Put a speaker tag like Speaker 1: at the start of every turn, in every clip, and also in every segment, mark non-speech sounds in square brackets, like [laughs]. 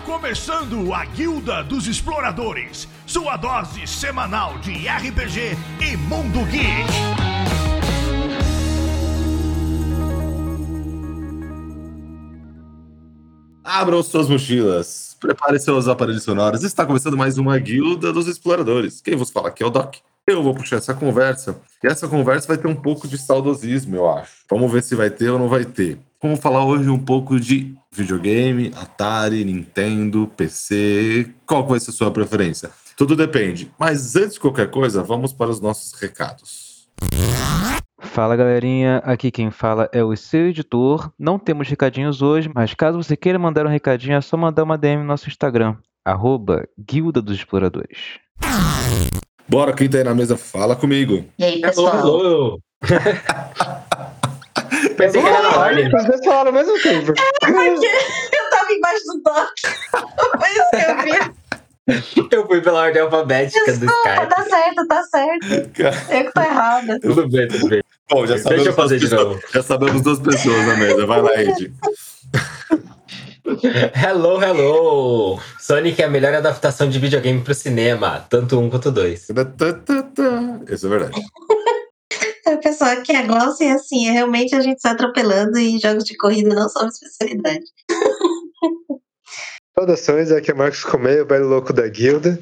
Speaker 1: começando a Guilda dos Exploradores, sua dose semanal de RPG e Mundo Geek.
Speaker 2: Abram suas mochilas, preparem seus aparelhos sonoros. Está começando mais uma Guilda dos Exploradores. Quem vos fala aqui é o Doc. Eu vou puxar essa conversa. E essa conversa vai ter um pouco de saudosismo, eu acho. Vamos ver se vai ter ou não vai ter. Vamos falar hoje um pouco de videogame, Atari, Nintendo, PC. Qual que vai ser a sua preferência? Tudo depende. Mas antes de qualquer coisa, vamos para os nossos recados.
Speaker 3: Fala galerinha, aqui quem fala é o seu editor. Não temos recadinhos hoje, mas caso você queira mandar um recadinho, é só mandar uma DM no nosso Instagram, arroba Guilda dos Exploradores.
Speaker 2: Bora, quem tá aí na mesa, fala comigo.
Speaker 4: E aí, pessoal?
Speaker 5: Alô! [laughs] Pensei que era na ordem. [laughs]
Speaker 6: Mas vocês falaram ao mesmo tempo.
Speaker 4: Tá [laughs] Eu tava embaixo do dock. Foi isso que eu vi.
Speaker 5: Eu fui pela ordem alfabética é do
Speaker 4: Desculpa, tá
Speaker 5: Skype.
Speaker 4: certo, tá certo. Eu que tô errada.
Speaker 5: Tudo bem, tudo bem.
Speaker 2: Bom, já
Speaker 5: Deixa
Speaker 2: sabemos,
Speaker 5: eu fazer de
Speaker 2: duas
Speaker 5: novo.
Speaker 2: pessoas- já sabemos duas pessoas na mesa. Vai lá, Ed.
Speaker 5: [laughs] Hello, hello! Sonic é a melhor adaptação de videogame pro cinema, tanto um quanto dois.
Speaker 2: Isso é verdade.
Speaker 4: A pessoa que é gosta e assim, é realmente a gente se atropelando e jogos de corrida não são especialidade.
Speaker 6: Saudações, aqui é Marcos Comeio, o belo louco da guilda.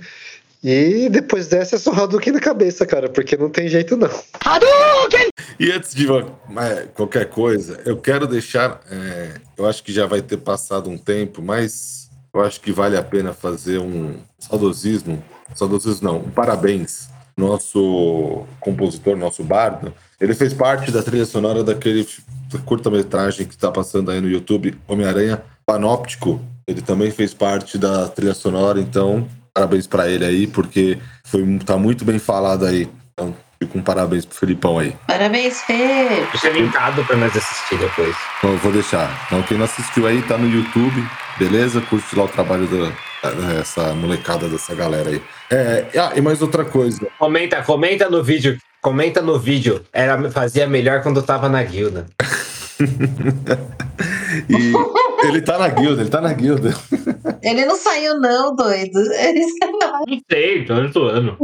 Speaker 6: E depois dessa é só Hadouken na cabeça, cara, porque não tem jeito não.
Speaker 2: E antes de eh, qualquer coisa, eu quero deixar. eh, eu acho que já vai ter passado um tempo, mas eu acho que vale a pena fazer um saudosismo. Saudosismo não, um parabéns. Nosso compositor, nosso bardo, ele fez parte da trilha sonora daquele fi- curta-metragem que está passando aí no YouTube, Homem-Aranha Panóptico. Ele também fez parte da trilha sonora, então parabéns para ele aí, porque foi, mu- tá muito bem falado aí. Então, fico um parabéns pro Felipão aí.
Speaker 4: Parabéns, Fê!
Speaker 5: Deixa linkado pra nós assistir depois.
Speaker 2: Então eu vou deixar. Então quem não assistiu aí tá no YouTube, beleza? Curte lá o trabalho da- da- dessa molecada, dessa galera aí. É, ah, e mais outra coisa.
Speaker 5: Comenta, comenta no vídeo. Comenta no vídeo. Era, fazia melhor quando tava na guilda.
Speaker 2: E ele tá na guilda, ele tá na guilda.
Speaker 4: Ele não saiu, não, doido. Ele [laughs]
Speaker 5: Não sei, tô zoando.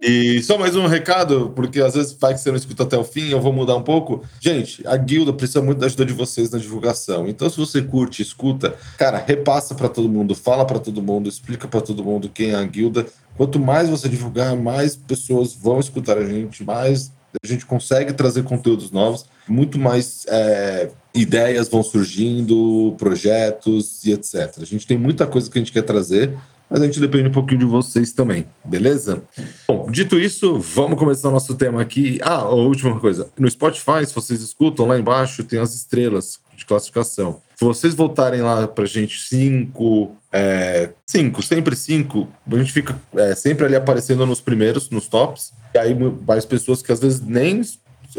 Speaker 2: E só mais um recado, porque às vezes vai que você não escuta até o fim, eu vou mudar um pouco. Gente, a guilda precisa muito da ajuda de vocês na divulgação. Então, se você curte, escuta, cara, repassa pra todo mundo, fala pra todo mundo, explica pra todo mundo quem é a guilda. Quanto mais você divulgar, mais pessoas vão escutar a gente, mais a gente consegue trazer conteúdos novos, muito mais é, ideias vão surgindo, projetos e etc. A gente tem muita coisa que a gente quer trazer, mas a gente depende um pouquinho de vocês também, beleza? Bom, dito isso, vamos começar o nosso tema aqui. Ah, a última coisa. No Spotify, se vocês escutam, lá embaixo tem as estrelas de classificação. Se vocês voltarem lá pra gente, cinco, é, cinco, sempre cinco, a gente fica é, sempre ali aparecendo nos primeiros, nos tops. E aí mu- mais pessoas que às vezes nem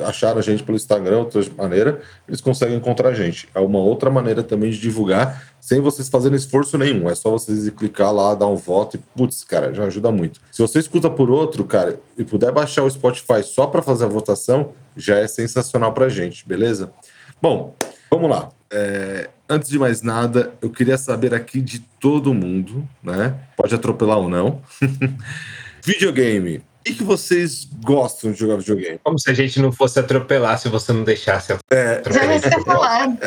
Speaker 2: acharam a gente pelo Instagram, outra maneira, eles conseguem encontrar a gente. É uma outra maneira também de divulgar, sem vocês fazerem esforço nenhum. É só vocês ir clicar lá, dar um voto e, putz, cara, já ajuda muito. Se você escuta por outro, cara, e puder baixar o Spotify só para fazer a votação, já é sensacional pra gente, beleza? Bom, vamos lá. É, antes de mais nada, eu queria saber aqui de todo mundo, né? Pode atropelar ou não. [laughs] videogame. O que que vocês gostam de jogar videogame?
Speaker 5: Como se a gente não fosse atropelar se você não deixasse
Speaker 4: já vai
Speaker 5: atropelar.
Speaker 4: ser falado.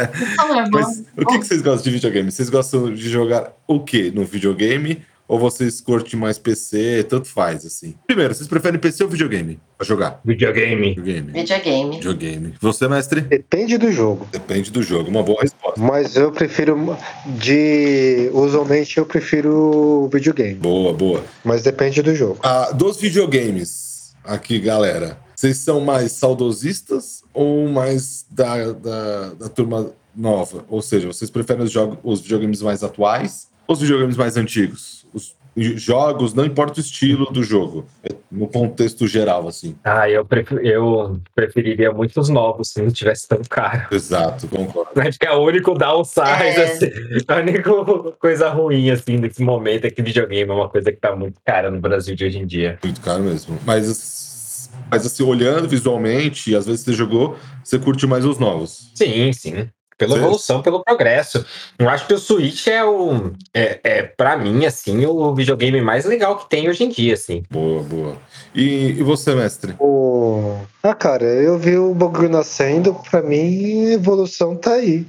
Speaker 4: Não é bom.
Speaker 2: Mas o que, que vocês gostam de videogame? Vocês gostam de jogar o que no videogame? Ou vocês curtem mais PC? Tanto faz, assim. Primeiro, vocês preferem PC ou videogame? Pra jogar.
Speaker 5: Videogame.
Speaker 2: Videogame.
Speaker 4: Videogame.
Speaker 2: Videogame. Você, mestre?
Speaker 6: Depende do jogo.
Speaker 2: Depende do jogo. Uma boa resposta.
Speaker 6: Mas eu prefiro. De. Usualmente eu prefiro videogame.
Speaker 2: Boa, boa.
Speaker 6: Mas depende do jogo.
Speaker 2: Ah, dos videogames aqui, galera. Vocês são mais saudosistas ou mais da, da, da turma nova? Ou seja, vocês preferem os, jogos, os videogames mais atuais ou os videogames mais antigos? Os jogos, não importa o estilo do jogo, é no contexto geral, assim.
Speaker 5: Ah, eu, prefiro, eu preferiria muito os novos se não tivesse tão caro. [laughs]
Speaker 2: Exato, concordo.
Speaker 5: Acho que é o único downside,
Speaker 4: É.
Speaker 5: assim, a única coisa ruim, assim, desse momento é que videogame é uma coisa que tá muito cara no Brasil de hoje em dia.
Speaker 2: Muito caro mesmo. Mas, mas assim, olhando visualmente, às vezes você jogou, você curte mais os novos.
Speaker 5: Sim, sim. Pela
Speaker 2: Sim.
Speaker 5: evolução, pelo progresso. Eu acho que o Switch é o. É, é, pra mim, assim, o videogame mais legal que tem hoje em dia, assim.
Speaker 2: Boa, boa. E, e você, mestre?
Speaker 6: O- Ah, cara, eu vi o bagulho nascendo, pra mim a evolução tá aí.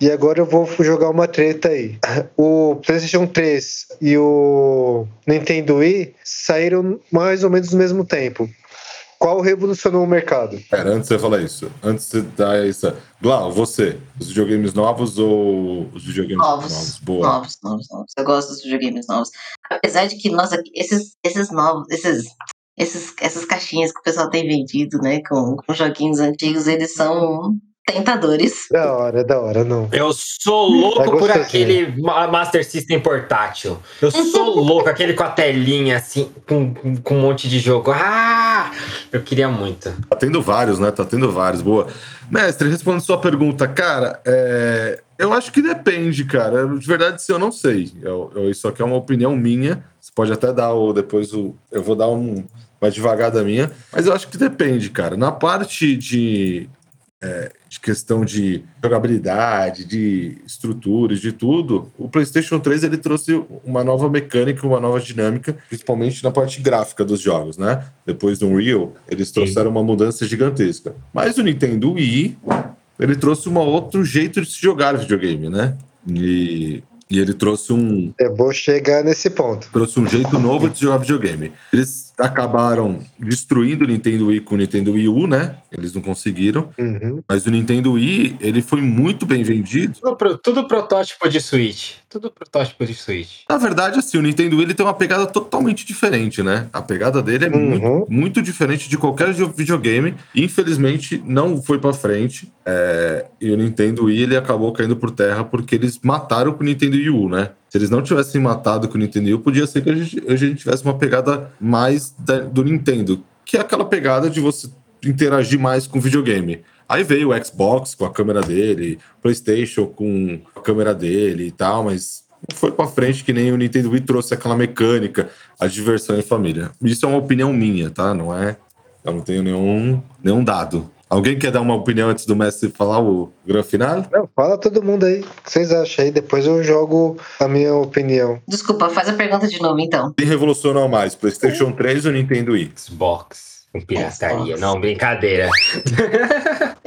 Speaker 6: E agora eu vou jogar uma treta aí. [laughs] O PlayStation 3 e o Nintendo Wii saíram mais ou menos no mesmo tempo. Qual revolucionou o mercado?
Speaker 2: Pera, antes de você falar isso, antes de você dar essa. Glau, você, os videogames novos ou os videogames
Speaker 4: Novos.
Speaker 2: Boa.
Speaker 4: Novos, novos, novos. Eu gosto dos videogames novos. Apesar de que, nossa, esses, esses novos, esses, esses, essas caixinhas que o pessoal tem vendido, né, com, com joguinhos antigos, eles são tentadores.
Speaker 6: Da hora, da hora, não.
Speaker 5: Eu sou louco
Speaker 6: Tá
Speaker 5: por
Speaker 6: gostosinho.
Speaker 5: aquele Ma- Master System portátil. Eu
Speaker 4: Uhum.
Speaker 5: sou louco, aquele com a telinha, assim, com, com- com um monte de jogo. Ah! Eu queria muito.
Speaker 2: Tá tendo vários, né? Tá tendo vários. Boa. Mestre, respondendo sua pergunta, cara, é, eu acho que depende, cara. De verdade, se eu não sei. Eu, eu- isso aqui é uma opinião minha. Você pode até dar o depois o. Eu vou dar um. Vai devagar da minha. Mas eu acho que depende, cara. Na parte de. é, de questão de jogabilidade, de estruturas, de tudo, o PlayStation 3 ele trouxe uma nova mecânica, uma nova dinâmica, principalmente na parte gráfica dos jogos, né? Depois do Unreal, eles trouxeram uma mudança gigantesca. Mas o Nintendo Wii, ele trouxe um outro jeito de se jogar videogame, né? E, e ele trouxe um,
Speaker 6: É bom chegar nesse ponto.
Speaker 2: trouxe um jeito novo de jogar videogame. Eles acabaram destruindo o Nintendo Wii com o Nintendo Wii U, né? Eles não conseguiram.
Speaker 6: Uhum.
Speaker 2: Mas o Nintendo Wii, ele foi muito bem vendido.
Speaker 5: Tudo, pro- tudo protótipo de Switch. Tudo protótipo de Switch.
Speaker 2: Na verdade, assim, o Nintendo Wii ele tem uma pegada totalmente diferente, né? A pegada dele é
Speaker 6: Uhum.
Speaker 2: muito, muito diferente de qualquer jo- videogame. Infelizmente, não foi pra frente. É, E o Nintendo Wii ele acabou caindo por terra porque eles mataram com o Nintendo Wii U, né? Se eles não tivessem matado com o Nintendo Wii U, podia ser que a gente, a gente tivesse uma pegada mais da- do Nintendo, que é aquela pegada de você interagir mais com o videogame. Aí veio o Xbox com a câmera dele, PlayStation com a câmera dele e tal, mas não foi pra frente que nem o Nintendo Wii trouxe aquela mecânica, a diversão em família. Isso é uma opinião minha, tá? Não é. Eu não tenho nenhum, nenhum dado. Alguém quer dar uma opinião antes do Messi falar o gran final?
Speaker 6: Não, fala todo mundo aí. O que vocês acham aí? Depois eu jogo a minha opinião.
Speaker 4: Desculpa, faz a pergunta de novo, então.
Speaker 2: Quem revolucionou mais, PlayStation 3 ou Nintendo Wii?
Speaker 5: Xbox. Com pirataria.
Speaker 4: Xbox.
Speaker 5: Não, brincadeira.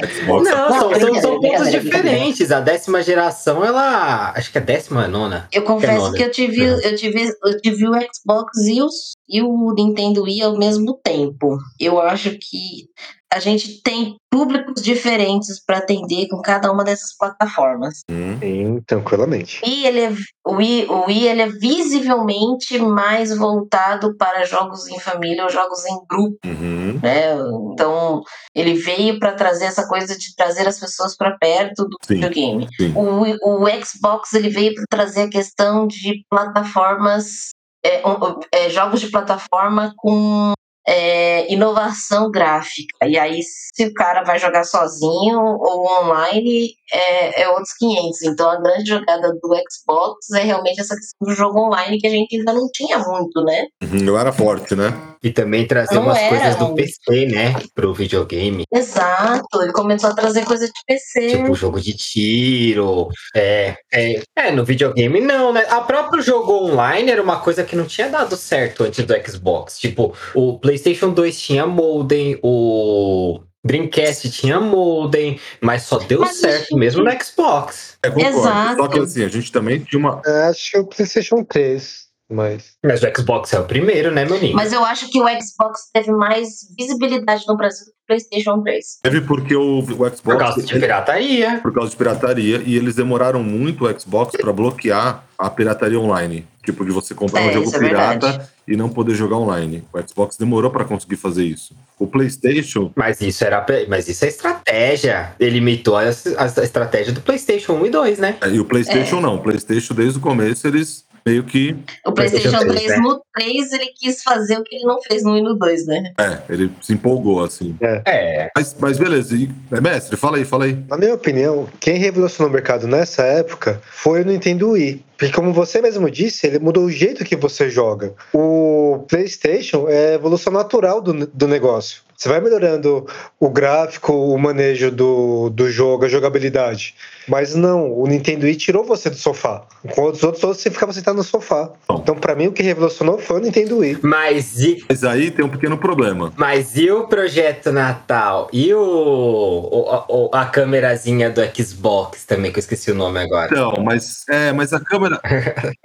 Speaker 2: Xbox.
Speaker 5: Não, são,
Speaker 4: brincadeira,
Speaker 5: são- são pontos
Speaker 4: brincadeira,
Speaker 5: diferentes. A décima geração, ela. Acho que é a décima nona.
Speaker 4: Eu confesso
Speaker 5: Fenômeno.
Speaker 4: que eu tive, eu tive, eu tive o Xbox e o, e o Nintendo Wii ao mesmo tempo. Eu acho que a gente tem públicos diferentes para atender com cada uma dessas plataformas.
Speaker 2: Hum.
Speaker 6: Sim, tranquilamente.
Speaker 4: E ele é, o, Wii, o Wii ele é visivelmente mais voltado para jogos em família ou jogos em grupo,
Speaker 2: Uhum.
Speaker 4: né? Então, ele veio para trazer essa coisa de trazer as pessoas para perto do
Speaker 2: Sim.
Speaker 4: videogame.
Speaker 2: Sim.
Speaker 4: O, o Xbox ele veio para trazer a questão de plataformas, é, um- é, jogos de plataforma com é, inovação gráfica. E aí, se o cara vai jogar sozinho ou online, é, é outros 500. Então, a grande jogada do Xbox é realmente essa questão do jogo online que a gente ainda não tinha muito, né?
Speaker 2: Uhum. Eu era forte, né?
Speaker 5: E também trazer
Speaker 4: Não
Speaker 5: umas
Speaker 4: era, um
Speaker 5: coisas do
Speaker 4: não.
Speaker 5: PC, né? Pro videogame.
Speaker 4: Exato, ele começou a trazer coisa de PC.
Speaker 5: Tipo, jogo de tiro. É, é, é, no videogame não, né? A próprio jogo online era uma coisa que não tinha dado certo antes do Xbox. Tipo, o PlayStation 2 tinha modem, o Dreamcast tinha modem, mas só deu
Speaker 4: Mas
Speaker 5: certo
Speaker 4: isso-
Speaker 5: mesmo no Xbox.
Speaker 2: É, concordo.
Speaker 4: Exato.
Speaker 2: Só que assim, a gente também tinha uma.
Speaker 6: É, Acho que o PlayStation 3, mas.
Speaker 5: Mas o Xbox é o primeiro, né, meu lindo?
Speaker 4: Mas eu acho que o Xbox teve mais visibilidade no Brasil do que o PlayStation 3.
Speaker 2: Teve porque o, o Xbox.
Speaker 5: Por causa de
Speaker 2: ele-
Speaker 5: pirataria.
Speaker 2: por causa de pirataria e eles demoraram muito o Xbox pra bloquear a pirataria online, tipo de você comprar
Speaker 4: É,
Speaker 2: um jogo
Speaker 4: isso é
Speaker 2: pirata
Speaker 4: verdade.
Speaker 2: e não poder jogar online. O Xbox demorou pra conseguir fazer isso. O PlayStation,
Speaker 5: Mas isso era, pe- mas isso é estratégia. Ele imitou a, a estratégia do PlayStation 1 e 2, né?
Speaker 2: é, e o
Speaker 4: É.
Speaker 2: PlayStation não, o PlayStation desde o começo eles meio que,
Speaker 4: O
Speaker 5: PlayStation né?
Speaker 4: PlayStation 3,
Speaker 5: 3,
Speaker 4: no 3, ele quis fazer o que ele não fez no 1 e no 2, né?
Speaker 2: é, ele se empolgou assim.
Speaker 5: É,
Speaker 2: Mas, mas beleza, e, é, mestre, fala aí, fala aí.
Speaker 6: Na minha opinião, quem revolucionou o mercado nessa época foi o Nintendo Wii. Porque como você mesmo disse, ele mudou o jeito que você joga. O PlayStation é a evolução natural do, do negócio. Você vai melhorando o gráfico, o manejo do, do jogo, a jogabilidade. Mas não, o Nintendo Wii tirou você do sofá. Enquanto os outros todos você ficava sentado no sofá. Então, pra mim, o que revolucionou foi o Nintendo Wii.
Speaker 5: Mas e,
Speaker 2: Mas aí tem um pequeno problema.
Speaker 5: mas e o projeto Natal? E o, o- a- o- a câmerazinha do Xbox também, que eu esqueci o nome agora.
Speaker 2: Então, mas, é, mas a câmera.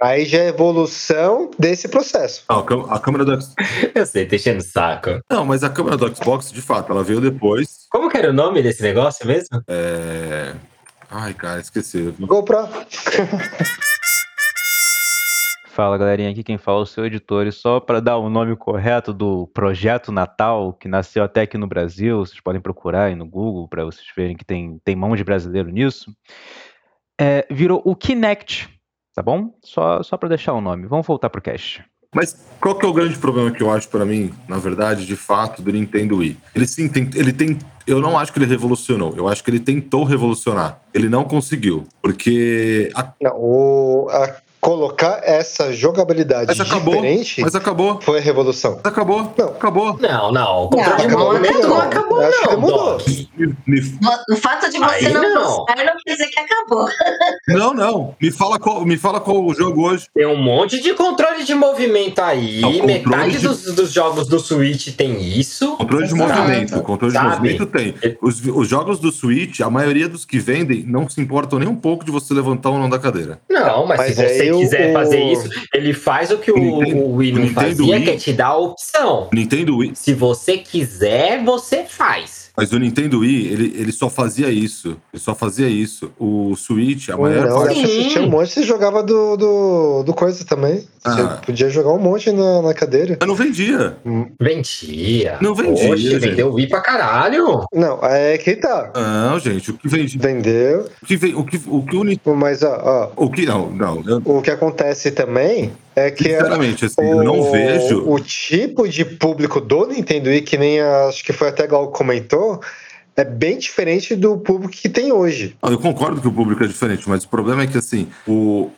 Speaker 6: Aí já é evolução desse processo.
Speaker 2: Não, a câ- a câmera do Xbox.
Speaker 5: Eu sei, tô enchendo o saco.
Speaker 2: Não, mas a câmera do Xbox, de fato, ela veio depois.
Speaker 5: Como que era o nome desse negócio mesmo?
Speaker 2: É... Ai, cara, esqueci.
Speaker 6: GoPro.
Speaker 3: Fala galerinha, aqui quem fala é o seu editor. E só para dar o nome correto do Projeto Natal, que nasceu até aqui no Brasil, vocês podem procurar aí no Google para vocês verem que tem, tem mão de brasileiro nisso. É, virou o Kinect, tá bom? Só, só para deixar o nome. Vamos voltar pro cast.
Speaker 2: Mas qual que é o grande problema que eu acho pra mim, na verdade, de fato, do Nintendo Wii? Ele sim tem, ele tem, eu não acho que ele revolucionou. Eu acho que ele tentou revolucionar. Ele não conseguiu, porque a-
Speaker 6: Não, o- a- colocar essa jogabilidade
Speaker 2: mas acabou,
Speaker 6: diferente
Speaker 2: mas acabou,
Speaker 6: foi a revolução.
Speaker 2: mas acabou,
Speaker 6: Não.
Speaker 2: acabou.
Speaker 5: Não, não.
Speaker 4: Não,
Speaker 5: O controle de
Speaker 4: acabou
Speaker 5: movimento não
Speaker 4: não.
Speaker 5: acabou,
Speaker 6: Acho que
Speaker 5: não.
Speaker 6: mudou.
Speaker 5: Doc.
Speaker 2: Me- me-
Speaker 4: Vo- O fato de você
Speaker 5: Aí
Speaker 4: não,
Speaker 5: não.
Speaker 4: gostar não quer dizer que acabou.
Speaker 2: não, não. Me fala qual, me fala qual o jogo hoje.
Speaker 5: Tem um monte de controle de movimento aí.
Speaker 2: Não, controle
Speaker 5: Metade
Speaker 2: de-
Speaker 5: dos, dos jogos do Switch tem isso.
Speaker 2: Controle de
Speaker 4: Exato.
Speaker 2: movimento, controle de
Speaker 5: Sabe?
Speaker 2: movimento tem. Os, vi- os jogos do Switch, a maioria dos que vendem não se importam nem um pouco de você levantar ou não da cadeira.
Speaker 5: Não, mas, se
Speaker 6: Mas
Speaker 5: você
Speaker 6: aí o-
Speaker 5: quiser
Speaker 6: o-
Speaker 5: fazer isso, ele faz o que o,
Speaker 2: Nintendo-
Speaker 5: o Wii não
Speaker 2: Nintendo
Speaker 5: fazia,
Speaker 2: Wii-
Speaker 5: que é te dar a opção.
Speaker 2: O Nintendo Wii,
Speaker 5: Se você quiser, você faz.
Speaker 2: Mas o Nintendo Wii, ele, ele só fazia isso. Ele só fazia isso. O Switch, a
Speaker 6: Ou
Speaker 2: maior
Speaker 6: não,
Speaker 2: parte.
Speaker 6: acho que tinha um monte você jogava do, do, do coisa também. Você
Speaker 2: Ah.
Speaker 6: podia jogar um monte na, na cadeira.
Speaker 2: Mas não vendia.
Speaker 5: Vendia.
Speaker 2: Não vendia,
Speaker 5: Poxa,
Speaker 2: gente.
Speaker 5: vendeu o Wii pra caralho.
Speaker 6: Não, é que tá.
Speaker 2: Não, gente. O que vendia.
Speaker 6: Vendeu.
Speaker 2: O que, ven- o que, o que o Ni-
Speaker 6: Mas ó,
Speaker 2: O que não, não. eu-
Speaker 6: ó, o que acontece também é que
Speaker 2: sinceramente, assim,
Speaker 6: o,
Speaker 2: eu não vejo.
Speaker 6: o tipo de público do Nintendo Wii, que nem a- acho que foi até Gal comentou, é bem diferente do público que tem hoje.
Speaker 2: Não, Eu concordo que o público é diferente, mas o problema é que, assim, o,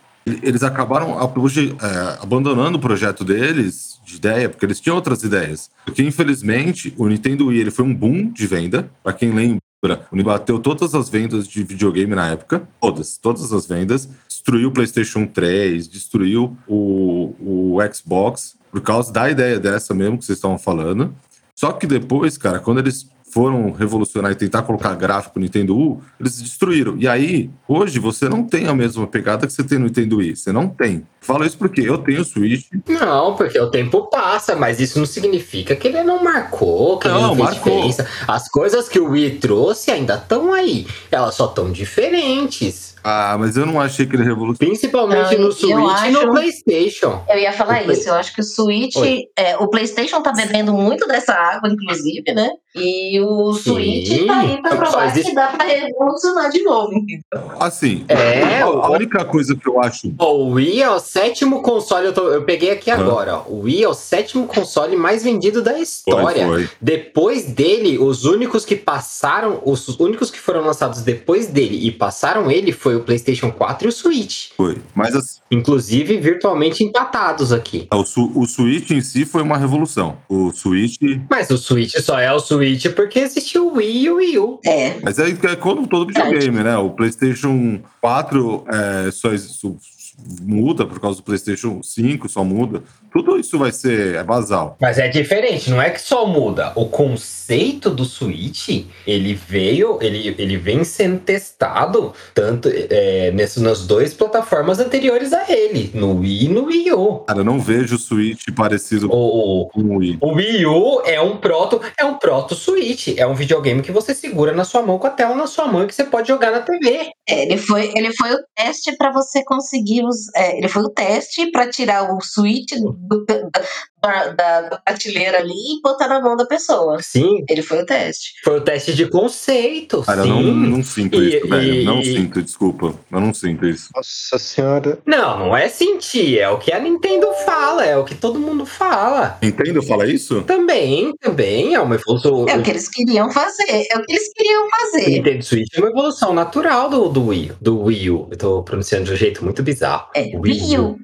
Speaker 2: eles acabaram a- hoje, é, abandonando o projeto deles de ideia, porque eles tinham outras ideias. Porque, infelizmente, o Nintendo Wii ele foi um boom de venda. Para quem lembra, ele bateu todas as vendas de videogame na época. Todas, todas as vendas. Destruiu o PlayStation 3, destruiu o, o Xbox, por causa da ideia dessa mesmo que vocês estavam falando. Só que depois, cara, quando eles foram revolucionar e tentar colocar gráfico no Nintendo U, eles destruíram. E aí, hoje, você não tem a mesma pegada que você tem no Nintendo Wii. Você não tem. Falo isso porque eu tenho Switch.
Speaker 5: Não, porque o tempo passa, mas isso não significa que ele não marcou, que ele
Speaker 2: Não,
Speaker 5: não fez
Speaker 2: marcou.
Speaker 5: diferença. As coisas que o Wii trouxe ainda estão aí. Elas só estão diferentes.
Speaker 2: Ah, mas eu não achei que ele revolucionou.
Speaker 5: Principalmente
Speaker 4: Ah,
Speaker 5: no
Speaker 4: eu
Speaker 5: Switch e no
Speaker 4: acho-
Speaker 5: PlayStation.
Speaker 4: Eu ia falar
Speaker 5: O Play-
Speaker 4: isso, eu acho que o Switch,
Speaker 5: Oi.
Speaker 4: é, o PlayStation tá bebendo muito dessa água, inclusive, né? E o
Speaker 5: Sim.
Speaker 4: Switch tá aí pra
Speaker 5: Mas
Speaker 4: provar
Speaker 5: isso-
Speaker 4: que dá pra revolucionar de novo. entendeu?
Speaker 2: Assim,
Speaker 5: É,
Speaker 2: a, a
Speaker 5: o-
Speaker 2: única coisa que eu acho.
Speaker 5: Ó, o Wii é o sétimo console, eu, tô- eu peguei aqui agora, ó. O Wii é o sétimo console mais vendido da história.
Speaker 2: Foi, foi.
Speaker 5: Depois dele, os únicos que passaram, os únicos que foram lançados depois dele e passaram ele foi o PlayStation 4 e o Switch.
Speaker 2: foi. Mas assim,
Speaker 5: Inclusive, virtualmente empatados aqui.
Speaker 2: o, Su- o Switch em si foi uma revolução. O Switch.
Speaker 5: Mas o Switch só é o Switch porque existiu o Wii e o Wii U.
Speaker 4: É.
Speaker 2: Mas é, é como todo videogame, né? O PlayStation 4 é, só ex- su- su- muda por causa do PlayStation 5, só muda. Tudo isso vai ser é basal.
Speaker 5: Mas é diferente, não é que só muda. O conceito do Switch, ele veio, ele, ele vem sendo testado tanto é, nessas nas duas plataformas anteriores a ele, no Wii e no Wii U.
Speaker 2: Cara, eu não vejo o Switch parecido
Speaker 5: O, o,
Speaker 2: com o Wii.
Speaker 5: o Wii U é um proto, é um proto Switch, é um videogame que você segura na sua mão com a tela na sua mão e que você pode jogar na TV.
Speaker 4: É, ele foi, ele foi o teste para você conseguir os, é, ele foi o teste para tirar o Switch do- da, da- da prateleira ali e botar na mão da pessoa.
Speaker 5: Sim,
Speaker 4: Ele foi o teste.
Speaker 5: foi o teste de conceito.
Speaker 2: Cara, eu
Speaker 5: sim.
Speaker 2: não, não sinto
Speaker 5: E-
Speaker 2: isso, velho.
Speaker 5: e-
Speaker 2: Não
Speaker 5: e-
Speaker 2: sinto, desculpa. Eu não sinto isso.
Speaker 6: Nossa senhora.
Speaker 5: não, não é sentir, é o que a Nintendo fala, é o que todo mundo fala.
Speaker 2: Entendo falar isso?
Speaker 5: Também, também é uma evolução.
Speaker 4: É o que eles queriam fazer. É o que eles queriam
Speaker 5: O
Speaker 4: fazer.
Speaker 5: Nintendo Switch é uma evolução natural do, do Wii, do Wii U. Eu tô pronunciando de um jeito muito bizarro.
Speaker 4: É, Wii U.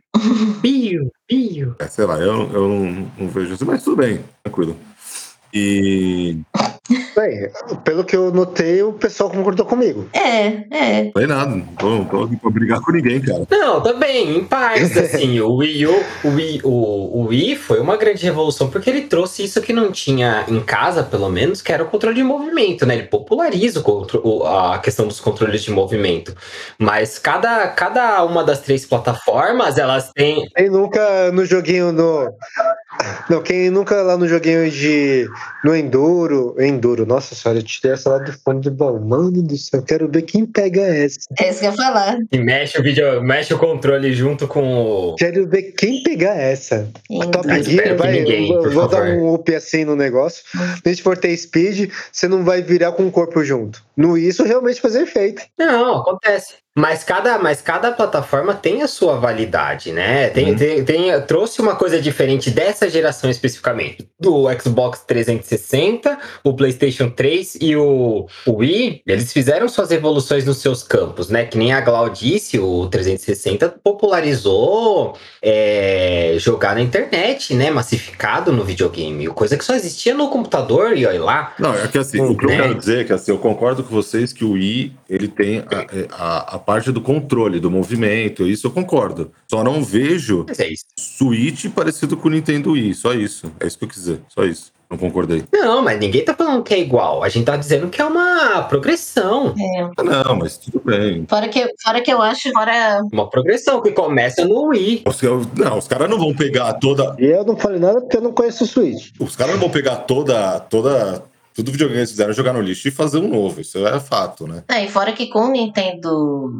Speaker 5: Wii U, Wii U.
Speaker 2: É, sei lá, eu, eu não, não vejo isso, mas tudo bem, tranquilo. E.
Speaker 6: Bem, pelo que eu notei, o pessoal concordou comigo.
Speaker 4: É, é.
Speaker 2: Foi nada, não tô, não tô aqui pra brigar com ninguém, cara.
Speaker 5: Não, também, em partes, assim, o Wii U, o Wii, o, o Wii foi uma grande revolução, porque ele trouxe isso que não tinha em casa, pelo menos, que era o controle de movimento, né? Ele populariza o contro- o- a questão dos controles de movimento. Mas cada, cada uma das três plataformas, elas têm.
Speaker 6: Quem nunca no joguinho do. Não, quem nunca lá no joguinho de. No Enduro. Enduro, nossa senhora, eu tirei essa lá do fone de baú. Mano do céu, quero ver quem pega essa.
Speaker 4: É isso que eu ia falar.
Speaker 5: E mexe o vídeo, mexe o controle junto com o.
Speaker 6: Quero ver quem pegar essa. Top
Speaker 5: Ah, espero
Speaker 6: Gear,
Speaker 5: que
Speaker 6: vai.
Speaker 5: ninguém,
Speaker 6: eu
Speaker 5: por
Speaker 6: vou dar
Speaker 5: favor. Hum.
Speaker 6: um up assim no negócio. Se a gente for ter speed, você não vai virar com o corpo junto. No isso realmente fazer efeito.
Speaker 5: Não, acontece. Mas cada, mas cada plataforma tem a sua validade, né? Tem,
Speaker 2: Uhum.
Speaker 5: tem, tem- trouxe uma coisa diferente dessa geração especificamente. Do Xbox 360, o PlayStation 3 e o, o Wii, eles fizeram suas evoluções nos seus campos, né? Que nem a Glau disse, o 360 popularizou é, jogar na internet, né? Massificado no videogame. Coisa que só existia no computador e olha lá.
Speaker 2: Não, é que assim, o que eu
Speaker 5: Né?
Speaker 2: quero dizer é que assim, eu concordo com vocês que o I ele tem a, é, a, a parte do controle, do movimento, isso eu concordo. Só não vejo
Speaker 5: Mas é isso.
Speaker 2: Switch parecido com o Nintendo Wii, só isso. É isso que eu quis dizer, só isso. Não concordei.
Speaker 5: Não, mas ninguém tá falando que é igual. A gente tá dizendo que é uma progressão.
Speaker 4: É.
Speaker 2: Ah, não, mas tudo bem.
Speaker 4: Fora que, fora que eu acho, fora
Speaker 5: Uma progressão que começa no Wii.
Speaker 2: Os, não, os caras não vão pegar toda.
Speaker 6: E eu não falei nada porque eu não conheço o Switch.
Speaker 2: Os caras não vão pegar toda. toda tudo videogame que eles fizeram jogar no lixo e fazer um novo. Isso é fato, né?
Speaker 4: É, e fora que com o Nintendo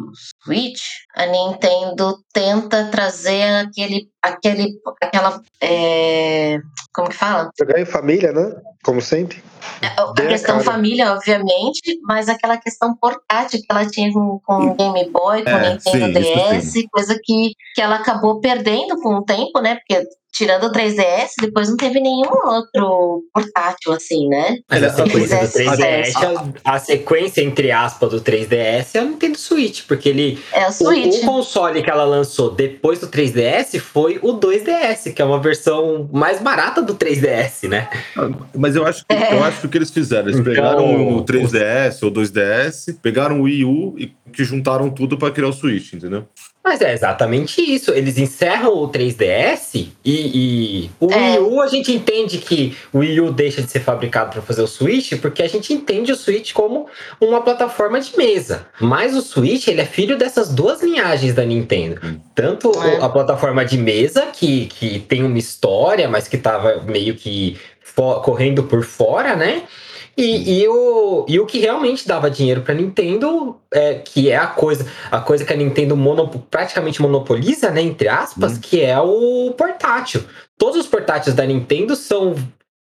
Speaker 4: Switch, a Nintendo tenta trazer aquele, aquele, aquela, é, como que fala?
Speaker 6: Jogar em família, né? Como sempre.
Speaker 4: A, a
Speaker 6: Bem a
Speaker 4: questão
Speaker 6: cara.
Speaker 4: família, obviamente, mas aquela questão portátil que ela tinha com, com o Game Boy, com o
Speaker 2: É,
Speaker 4: Nintendo
Speaker 2: sim, isso
Speaker 4: DS, coisa que, que ela acabou perdendo com o tempo, né? Porque tirando o 3DS, depois não teve nenhum outro portátil assim, né?
Speaker 5: Mas a
Speaker 2: Exato.
Speaker 5: sequência do
Speaker 4: Exato.
Speaker 5: 3DS, a, a sequência, entre aspas, do 3DS é o Nintendo Switch, porque ele.
Speaker 4: É o
Speaker 5: O,
Speaker 4: Switch.
Speaker 5: o console que ela lançou depois do 3DS foi o 2DS, que é uma versão mais barata do 3DS, né?
Speaker 2: Mas eu acho que, eu acho que o que eles fizeram, eles
Speaker 5: Então,
Speaker 2: pegaram o 3DS ou 2DS, pegaram o Wii U e que juntaram tudo pra criar o Switch, entendeu?
Speaker 5: Mas é exatamente isso. Eles encerram o 3DS e, e o
Speaker 4: É.
Speaker 5: Wii U a gente entende que o Wii U deixa de ser fabricado para fazer o Switch, porque a gente entende o Switch como uma plataforma de mesa. Mas o Switch ele é filho dessas duas linhagens da Nintendo.
Speaker 2: Hum.
Speaker 5: Tanto o-
Speaker 4: É.
Speaker 5: a plataforma de mesa, que, que tem uma história, mas que tava meio que fo- correndo por fora, né? E, e o, e o que realmente dava dinheiro pra Nintendo, é, que é a coisa a coisa que a Nintendo monopo- praticamente monopoliza, né, entre aspas, que é o portátil. Todos os portáteis da Nintendo são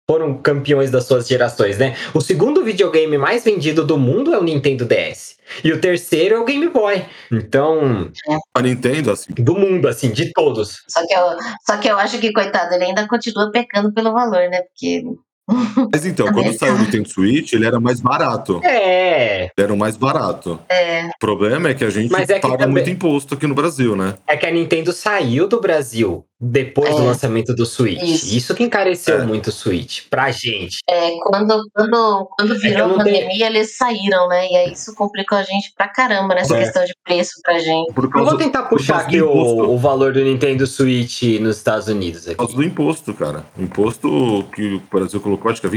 Speaker 5: foram campeões das suas gerações, né? O segundo videogame mais vendido do mundo é o Nintendo DS. E o terceiro é o Game Boy. Então,
Speaker 2: A Nintendo, assim,
Speaker 5: do mundo, assim, de todos.
Speaker 4: Só que, eu, só que eu acho que, coitado, ele ainda continua pecando pelo valor, né? Porque
Speaker 2: Mas então,
Speaker 4: Tá
Speaker 2: quando
Speaker 4: vendo?
Speaker 2: saiu o Nintendo Switch, ele era mais barato.
Speaker 5: É.
Speaker 2: Ele era o mais barato.
Speaker 4: é,
Speaker 2: O problema é que a gente
Speaker 5: Mas é que
Speaker 2: paga
Speaker 5: também-
Speaker 2: muito imposto aqui no Brasil, né?
Speaker 5: É que a Nintendo saiu do Brasil depois do
Speaker 4: É.
Speaker 5: lançamento do Switch.
Speaker 4: Isso.
Speaker 5: Isso, que encareceu
Speaker 2: É.
Speaker 5: muito o Switch pra gente.
Speaker 4: é, quando, quando, quando
Speaker 5: que
Speaker 4: virou
Speaker 5: não
Speaker 4: a
Speaker 5: tem-
Speaker 4: pandemia, eles saíram, né? E aí isso complicou a gente pra caramba nessa
Speaker 5: É.
Speaker 4: questão de preço pra gente.
Speaker 2: Por
Speaker 5: Eu
Speaker 2: causa,
Speaker 5: vou tentar
Speaker 2: por
Speaker 5: puxar
Speaker 2: causa do
Speaker 5: aqui o,
Speaker 2: imposto.
Speaker 5: o valor do Nintendo Switch nos Estados Unidos
Speaker 2: por causa
Speaker 5: aqui.
Speaker 2: do imposto, cara. O imposto que o Brasil colocou, acho que é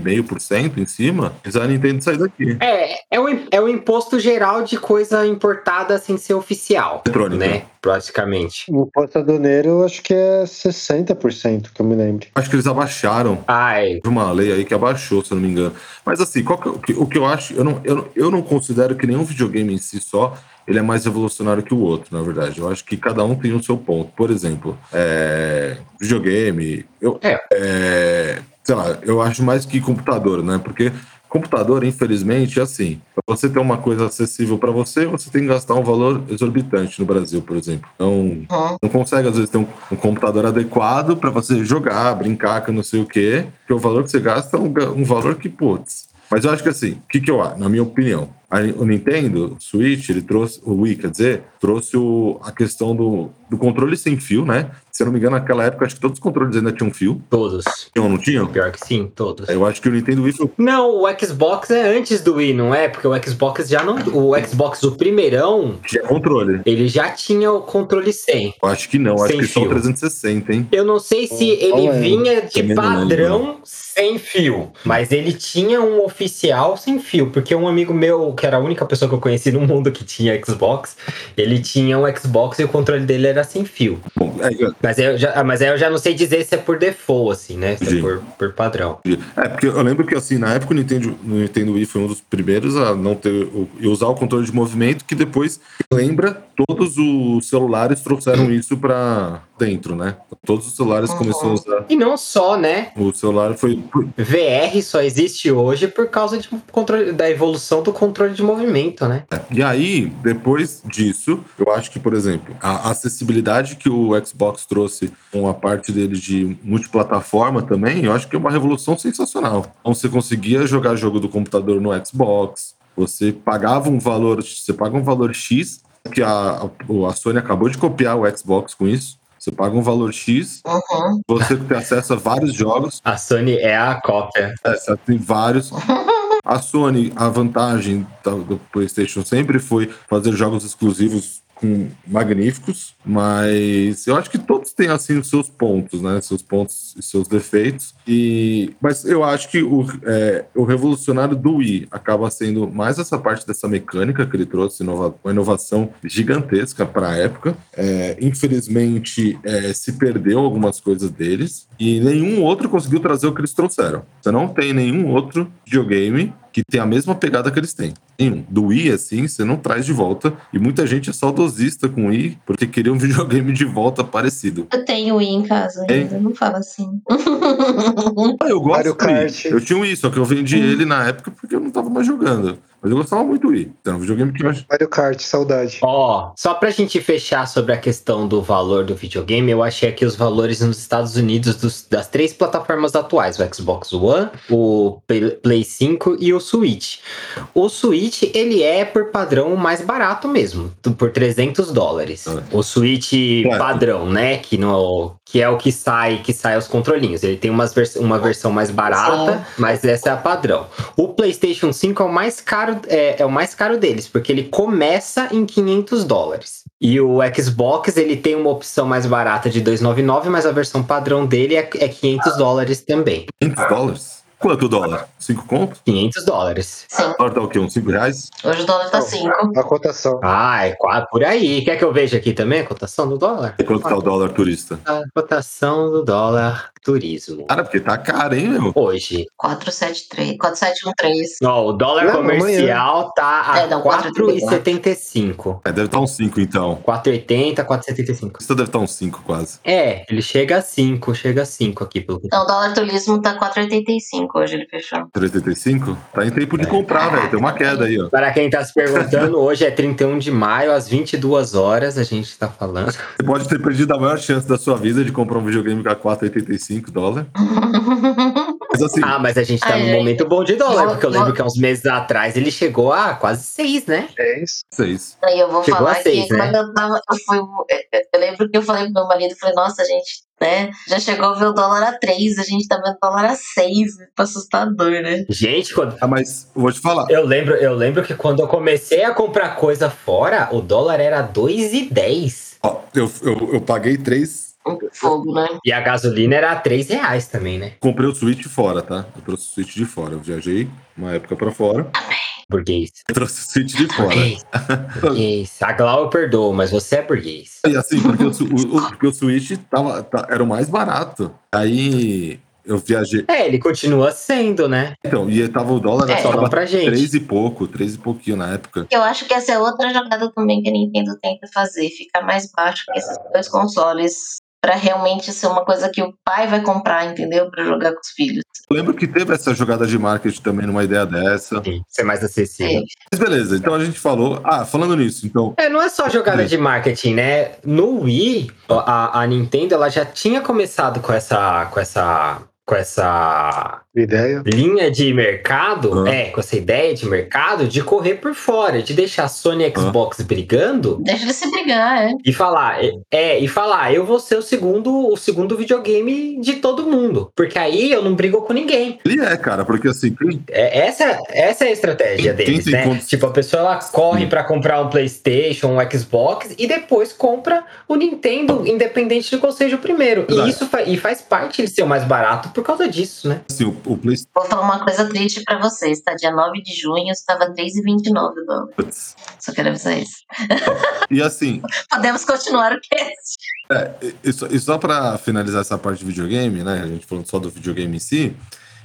Speaker 2: 27,5% em cima, mas a Nintendo sai daqui.
Speaker 5: É, é o, im- é o imposto geral de coisa importada sem ser oficial.
Speaker 2: Eletrônica.
Speaker 5: Né? Praticamente.
Speaker 6: O portadoneiro eu acho que é 60%, que eu me lembro.
Speaker 2: Acho que eles abaixaram.
Speaker 5: Ai,
Speaker 2: Teve uma lei aí que abaixou, se eu não me engano. Mas assim, qual que é o que, o que eu acho, eu não, eu, não, eu não considero que nenhum videogame em si só ele é mais revolucionário que o outro, na verdade. Eu acho que cada um tem o seu ponto. Por exemplo, é, videogame, eu,
Speaker 5: É.
Speaker 2: é, sei lá, eu acho mais que computador, né? Porque computador, infelizmente, é assim. Pra você ter uma coisa acessível para você, você tem que gastar um valor exorbitante no Brasil, por exemplo. Então,
Speaker 4: Uhum.
Speaker 2: não consegue, às vezes, ter um, um computador adequado para você jogar, brincar, com não sei o quê. Porque o valor que você gasta é um, ga- um valor que, putz. Mas eu acho que assim, o que, que eu acho? Na minha opinião, a- o Nintendo Switch, ele trouxe, o Wii, quer dizer, trouxe o- a questão do, do controle sem fio, né? Se eu não me engano, naquela época, acho que todos os controles ainda tinham fio.
Speaker 5: Todos.
Speaker 2: Tinham ou não tinham?
Speaker 5: Pior que sim, todos.
Speaker 2: Eu acho que o Nintendo Wii foi
Speaker 5: Não, o Xbox é antes do Wii, não é? Porque o Xbox já não. O Xbox, o primeirão,
Speaker 2: tinha é controle.
Speaker 5: ele já tinha o controle sem.
Speaker 2: Eu acho que não, acho
Speaker 5: Sem
Speaker 2: que só o
Speaker 5: fio.
Speaker 2: 360, hein?
Speaker 5: Eu não sei se ele
Speaker 6: Olha,
Speaker 5: vinha de
Speaker 2: Hum, também não é né? lembro.
Speaker 5: padrão sem fio, mas ele tinha um oficial sem fio, porque um amigo meu, que era a única pessoa que eu conheci no mundo que tinha Xbox, ele tinha um Xbox e o controle dele era sem fio.
Speaker 2: Bom, é,
Speaker 5: Mas aí eu já, ah, mas aí eu já não sei dizer se é por default, assim, né? Se
Speaker 2: Sim.
Speaker 5: é por, por padrão.
Speaker 2: É, porque eu lembro que assim, na época o Nintendo, o Nintendo Wii foi um dos primeiros a não ter o- e usar o controle de movimento, que depois lembra, todos os celulares trouxeram isso pra dentro, né? Todos os celulares
Speaker 4: Uhum.
Speaker 2: começaram a usar.
Speaker 5: E não só, né?
Speaker 2: O celular foi.
Speaker 5: VR só existe hoje por causa de um controle- da evolução do controle de movimento, né?
Speaker 2: E aí, depois disso, eu acho que, por exemplo, a acessibilidade que o Xbox trouxe com a parte dele de multiplataforma também, eu acho que é uma revolução sensacional. Então você conseguia jogar jogo do computador no Xbox, você pagava um valor, você paga um valor X, que a, a Sony acabou de copiar o Xbox com isso. Você paga um valor X,
Speaker 4: Uhum.
Speaker 2: você tem acesso a vários jogos,
Speaker 5: A Sony é a cópia.
Speaker 2: é, você tem vários. A Sony, a vantagem da- do PlayStation sempre foi fazer jogos exclusivos com magníficos, mas eu acho que todos têm assim os seus pontos, né? Seus pontos e seus defeitos. E mas eu acho que o, é, o revolucionário do Wii acaba sendo mais essa parte dessa mecânica que ele trouxe, inova- uma inovação gigantesca para a época. É, infelizmente é, se perdeu algumas coisas deles e nenhum outro conseguiu trazer o que eles trouxeram. Você não tem nenhum outro videogame que tem a mesma pegada que eles têm. Nenhum. Do Wii, assim, você não traz de volta. E muita gente é saudosista com o Wii porque queria um [laughs] videogame de volta parecido.
Speaker 4: Eu tenho Wii em casa
Speaker 2: Hein?
Speaker 4: ainda, não fala assim.
Speaker 2: Ah, eu gosto
Speaker 6: Mario
Speaker 2: do Wii. Uhum.
Speaker 6: Kart.
Speaker 2: Eu tinha o Wii, só que eu vendi ele na época porque eu não tava mais jogando. Mas eu gostava muito do Wii. Era um videogame que eu acho.
Speaker 6: Mario Kart, saudade.
Speaker 5: Ó, só pra gente fechar sobre a questão do valor do videogame, eu achei aqui os valores nos Estados Unidos dos- das três plataformas atuais, o Xbox One, o Play- Play 5 e o Switch. O Switch, ele é por padrão o mais barato mesmo, tu- por 300 dólares.
Speaker 2: Ah.
Speaker 5: O Switch
Speaker 2: Claro.
Speaker 5: padrão, né, que, no, que é o que sai, que sai os controlinhos. Ele tem umas vers uma versão mais barata, mas essa é a padrão. O PlayStation 5 é o mais caro, é, é o mais caro deles, porque ele começa em 500 dólares. E o Xbox, ele tem uma opção mais barata de 299, mas a versão padrão dele é, é 500 dólares também.
Speaker 2: 500 dólares? Quanto dólar? 5 conto?
Speaker 5: 500 dólares.
Speaker 4: Sim,
Speaker 2: Agora tá o quê? Uns 5 reais?
Speaker 4: hoje o dólar tá
Speaker 6: Não.
Speaker 4: 5.
Speaker 6: A cotação.
Speaker 5: Ah, é quase por aí. Quer que eu veja aqui também a cotação do dólar?
Speaker 2: E quanto tá o dólar turista?
Speaker 5: A cotação do dólar turismo.
Speaker 2: Cara, porque tá caro, hein, meu?
Speaker 5: Hoje.
Speaker 4: 473, 4713.
Speaker 5: Ó, o dólar
Speaker 6: Não,
Speaker 5: comercial tá a
Speaker 4: É, não,
Speaker 5: 4,75.
Speaker 2: É, deve estar uns 5, então.
Speaker 5: 4,80, 4,75.
Speaker 2: Isso deve estar uns 5, quase.
Speaker 5: É, ele chega a 5, chega a 5 aqui pelo que
Speaker 4: Então, o dólar turismo tá 4,85 hoje, ele
Speaker 5: [laughs]
Speaker 4: fechou.
Speaker 2: 3,85? Tá em tempo de comprar, velho. Tem uma queda aí, ó.
Speaker 5: Para quem tá se perguntando, hoje é 31 de maio, às 22 horas, a gente tá falando.
Speaker 2: Você pode ter perdido a maior chance da sua vida de comprar um videogame com a 4,85 dólar. Mas assim,
Speaker 5: Ah, mas a gente tá
Speaker 4: Ai,
Speaker 5: num
Speaker 4: gente.
Speaker 5: momento bom de dólar, porque eu
Speaker 4: Não,
Speaker 5: lembro
Speaker 4: não.
Speaker 5: que há uns meses atrás ele chegou a quase 6, né?
Speaker 6: É isso.
Speaker 2: vocês.
Speaker 4: Aí eu vou
Speaker 5: Chegou
Speaker 4: falar
Speaker 5: a seis,
Speaker 4: que
Speaker 5: né?
Speaker 4: quando eu tava. Eu, fui, eu lembro que eu falei pro meu marido, falei, nossa, gente, né? Já chegou a ver o dólar a 3, a gente tá vendo o dólar a 6. Assustador, né?
Speaker 5: Gente, quando...
Speaker 2: Ah, mas eu vou te falar.
Speaker 5: eu, lembro, eu lembro que quando eu comecei a comprar coisa fora, o dólar era 2,10.
Speaker 2: Ó, eu, eu, eu paguei 3,
Speaker 4: Fogo, né?
Speaker 5: E a gasolina era 3 reais também, né?
Speaker 2: comprei o Switch fora, tá? Eu trouxe o Switch de fora. Eu viajei uma época pra fora.
Speaker 5: Burguês.
Speaker 2: Eu trouxe o Switch de fora.
Speaker 5: Burguês. burguês. A Glau eu perdoo, mas você é burguês.
Speaker 2: E assim, porque o, su- o, o- porque o Switch tava, tá- era o mais barato. Aí eu viajei.
Speaker 5: É, ele continua sendo, né?
Speaker 2: Então, e tava o dólar
Speaker 4: É,
Speaker 2: acho que
Speaker 5: Só não
Speaker 2: tava
Speaker 5: pra gente.
Speaker 2: 3 e pouco, 3 e pouquinho na época.
Speaker 4: Eu acho que essa é outra jogada também que a Nintendo tenta fazer, ficar mais baixo que esses dois consoles, pra realmente ser uma coisa que o pai vai comprar, entendeu? Pra jogar com os filhos.
Speaker 2: Eu lembro que teve essa jogada de marketing também numa ideia dessa.
Speaker 5: Sim, ser mais acessível.
Speaker 4: É.
Speaker 2: Mas beleza, então a gente falou. Ah, falando nisso, então.
Speaker 5: É, não é só jogada de marketing, né? No Wii, a, a Nintendo ela já tinha começado com essa, com essa, com essa
Speaker 6: Ideia.
Speaker 5: linha de mercado, é, com essa ideia de mercado, de correr por fora, de deixar a Sony e a
Speaker 2: Ah.
Speaker 5: Xbox brigando
Speaker 4: Deixa de se brigar, é.
Speaker 5: e falar, é, é, e falar, eu vou ser o segundo, o segundo videogame de todo mundo, porque aí eu não brigo com ninguém.
Speaker 2: Ele é, cara, porque assim, quem-
Speaker 5: É, essa, essa é a estratégia
Speaker 2: Quem- quem
Speaker 5: deles,
Speaker 2: tem
Speaker 5: né?
Speaker 2: condições-
Speaker 5: Tipo, a pessoa ela corre pra comprar um PlayStation, um Xbox e depois compra o Nintendo, independente de qual seja o primeiro.
Speaker 2: Verdade.
Speaker 5: E isso fa- e faz parte de ser o mais barato por causa disso, né?
Speaker 2: assim, o, o PlayStation.
Speaker 4: Vou falar uma coisa triste pra vocês, tá? Dia 9 de junho estava 3,29 o dólar. Só quero avisar isso.
Speaker 2: E assim,
Speaker 4: Podemos continuar o cast.
Speaker 2: E só, e só pra finalizar essa parte de videogame, né? A gente falando só do videogame em si,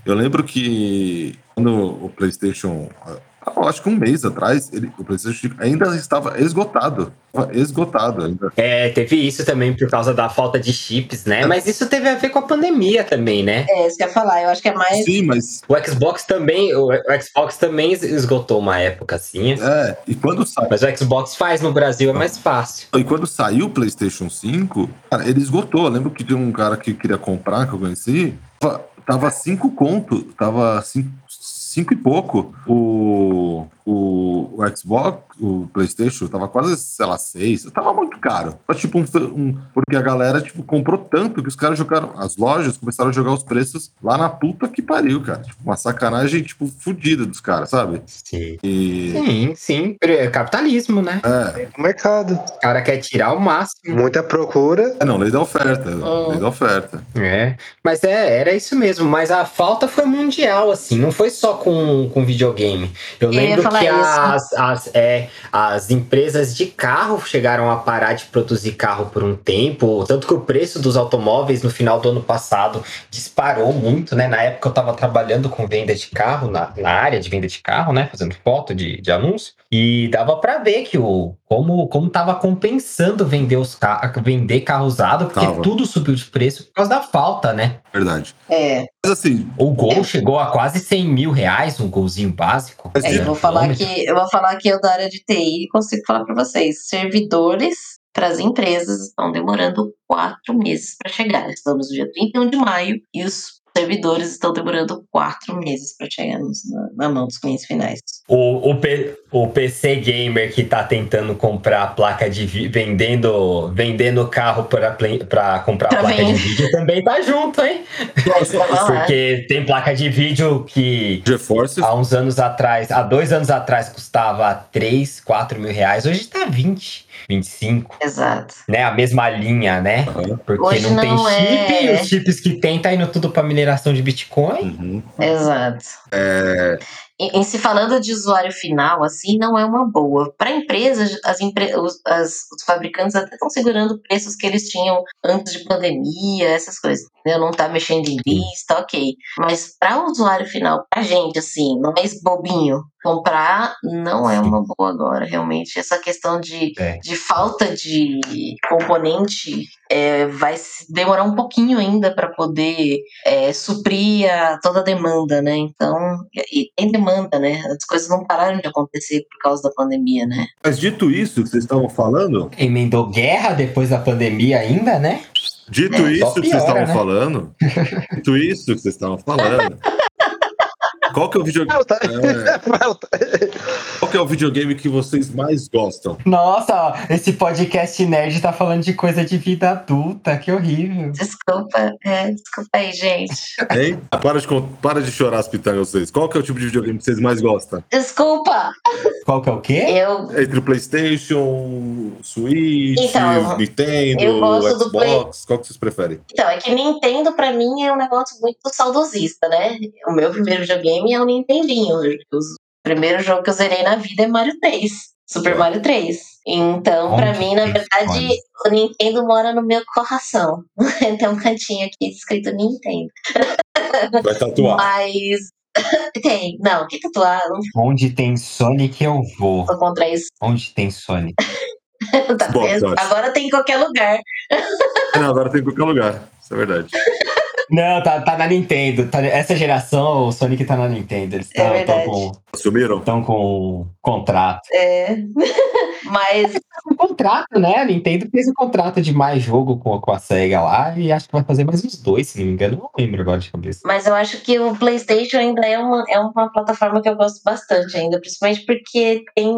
Speaker 2: eu lembro que quando o PlayStation. ah, eu acho que um mês atrás, ele- o PlayStation ainda estava esgotado. Estava esgotado ainda.
Speaker 5: É, teve isso também por causa da falta de chips, né? Mas isso teve a ver com a pandemia também, né?
Speaker 4: É, isso que eu ia falar. Eu acho que é mais.
Speaker 2: Sim, mas.
Speaker 5: O Xbox também, o o Xbox também esgotou uma época assim.
Speaker 2: É, e quando, sa...
Speaker 5: Mas o Xbox faz no Brasil é mais fácil.
Speaker 2: e quando saiu o PlayStation 5, cara, ele esgotou. Eu lembro que tinha um cara que queria comprar, que eu conheci, tava- tava 5 conto, tava 5. Cinco e pouco, o, o, o Xbox, o PlayStation, tava quase, sei lá, seis. Tava muito caro. Mas, tipo, um, um- porque a galera tipo, comprou tanto que os caras jogaram. As lojas começaram a jogar os preços lá na puta que pariu, cara. Tipo, uma sacanagem, tipo, fodida dos caras, sabe?
Speaker 5: Sim.
Speaker 2: E.
Speaker 5: Sim, sim. É capitalismo, né?
Speaker 2: É,
Speaker 6: O mercado.
Speaker 5: O cara quer tirar o máximo.
Speaker 6: Muita procura.
Speaker 2: É, não, lei da oferta. Lei da oferta.
Speaker 5: É, mas é, era isso mesmo. Mas a falta foi mundial, assim, não foi só com, com videogame. Eu
Speaker 4: É, Eu ia
Speaker 5: lembro
Speaker 4: falar
Speaker 5: que
Speaker 4: isso.
Speaker 5: as, as, é, as empresas de carro chegaram a parar de produzir carro por um tempo. Tanto que o preço dos automóveis no final do ano passado disparou muito, né? Na época eu estava trabalhando com venda de carro, na, na área de venda de carro, né? Fazendo foto de, de anúncio. E dava pra ver que o como como tava compensando vender os ca- vender carro usado, porque
Speaker 2: Tava.
Speaker 5: tudo subiu de preço por causa da falta, né?
Speaker 2: Verdade.
Speaker 4: É,
Speaker 2: Mas assim,
Speaker 5: O gol
Speaker 4: É.
Speaker 5: chegou a quase 100 mil reais, um golzinho básico.
Speaker 2: Mas
Speaker 4: É,
Speaker 2: Sim.
Speaker 4: eu vou falar que eu vou falar que eu da área de TI e consigo falar para vocês. Servidores para as empresas estão demorando quatro meses para chegar. Estamos no dia 31 de maio e os servidores estão demorando quatro meses para chegar nos- na, na mão dos clientes finais.
Speaker 5: O, o, P- o PC gamer que tá tentando comprar a placa de vídeo, vendendo vendendo carro para play- para comprar a
Speaker 4: Também.
Speaker 5: placa de vídeo também tá junto, hein?
Speaker 4: Mas tava lá.
Speaker 5: Porque tem placa de vídeo que
Speaker 2: GeForce.
Speaker 5: há uns anos atrás, há dois anos atrás custava 3, 4 mil reais, hoje tá 20, 25,
Speaker 4: Exato.
Speaker 5: né? A mesma linha, né?
Speaker 2: Aham.
Speaker 5: Porque
Speaker 4: Hoje
Speaker 5: não, tem
Speaker 4: não
Speaker 5: chip
Speaker 4: é.
Speaker 5: e os chips que tem tá indo tudo pra mineração de Bitcoin.
Speaker 2: Uhum.
Speaker 4: Exato. Em, em se falando de usuário final, assim, não é uma boa. Para empresas, as empre- os, as- os fabricantes até estão segurando preços que eles tinham antes de pandemia, essas coisas. Entendeu? Não tá mexendo em lista, ok. Mas para o usuário final, pra gente, assim, nós bobinho, comprar não é uma boa agora, realmente. Essa questão de,
Speaker 5: É.
Speaker 4: de falta de componente é, vai se demorar um pouquinho ainda para poder é, suprir a- toda a demanda, né? Então, e, e tem demanda, né? As coisas não pararam de acontecer por causa da pandemia, né?
Speaker 2: Mas dito isso que vocês estavam falando,
Speaker 5: Emendou guerra depois da pandemia ainda, né?
Speaker 2: dito
Speaker 4: É,
Speaker 2: isso
Speaker 5: só
Speaker 2: que vocês
Speaker 5: piora,
Speaker 2: estavam
Speaker 4: [laughs]
Speaker 5: né?
Speaker 2: falando, dito isso que vocês estavam falando, qual que é o videogame?
Speaker 6: Falta.
Speaker 2: [laughs] É.
Speaker 6: Falta.
Speaker 2: Qual que é o videogame que vocês mais gostam?
Speaker 5: Nossa, esse podcast nerd tá falando de coisa de vida adulta, que horrível.
Speaker 4: Desculpa, é, desculpa aí, gente.
Speaker 2: Hein? Ah, Para de, con- para de chorar as pitangas vocês. Qual que é o tipo de videogame que vocês mais gostam?
Speaker 4: Desculpa!
Speaker 5: Qual que é o quê?
Speaker 4: Eu,
Speaker 2: Entre o PlayStation, Switch,
Speaker 4: Então, eu
Speaker 2: Nintendo,
Speaker 4: gosto do
Speaker 2: Xbox, qual que vocês preferem?
Speaker 4: então, é que Nintendo pra mim é um negócio muito saudosista, né? O meu primeiro videogame é o Nintendinho. Os- O primeiro jogo que eu zerei na vida é Mario 3, Super Mario 3. Então, pra
Speaker 5: Onde
Speaker 4: mim, na
Speaker 5: tem
Speaker 4: verdade,
Speaker 5: fone?
Speaker 4: o Nintendo mora no meu coração. [laughs] Tem um cantinho aqui escrito Nintendo.
Speaker 2: Vai
Speaker 4: [laughs]
Speaker 2: tatuar.
Speaker 4: Mas tem, não, que tatuar, não
Speaker 5: Onde tem Sonic eu vou.
Speaker 4: sou contra isso, [laughs]
Speaker 5: Onde tem Sonic?
Speaker 4: tá
Speaker 2: Xbox,
Speaker 4: vendo?
Speaker 2: eu acho.
Speaker 4: Agora tem em qualquer lugar.
Speaker 2: Não, agora tem em qualquer lugar. Isso é verdade.
Speaker 5: Não, tá, tá na Nintendo. Tá- essa geração, o Sonic tá na Nintendo. Eles
Speaker 4: É
Speaker 5: estão
Speaker 4: verdade.
Speaker 5: com,
Speaker 2: Assumiram?
Speaker 5: tão com contrato.
Speaker 4: É. [laughs] Mas
Speaker 5: Um contrato, né? A Nintendo fez um contrato de mais jogo com, a- com a SEGA lá e acho que vai fazer mais uns dois, se não me engano. Não lembro agora de cabeça.
Speaker 4: Mas eu acho que o PlayStation ainda é uma, é uma plataforma que eu gosto bastante ainda, principalmente porque tem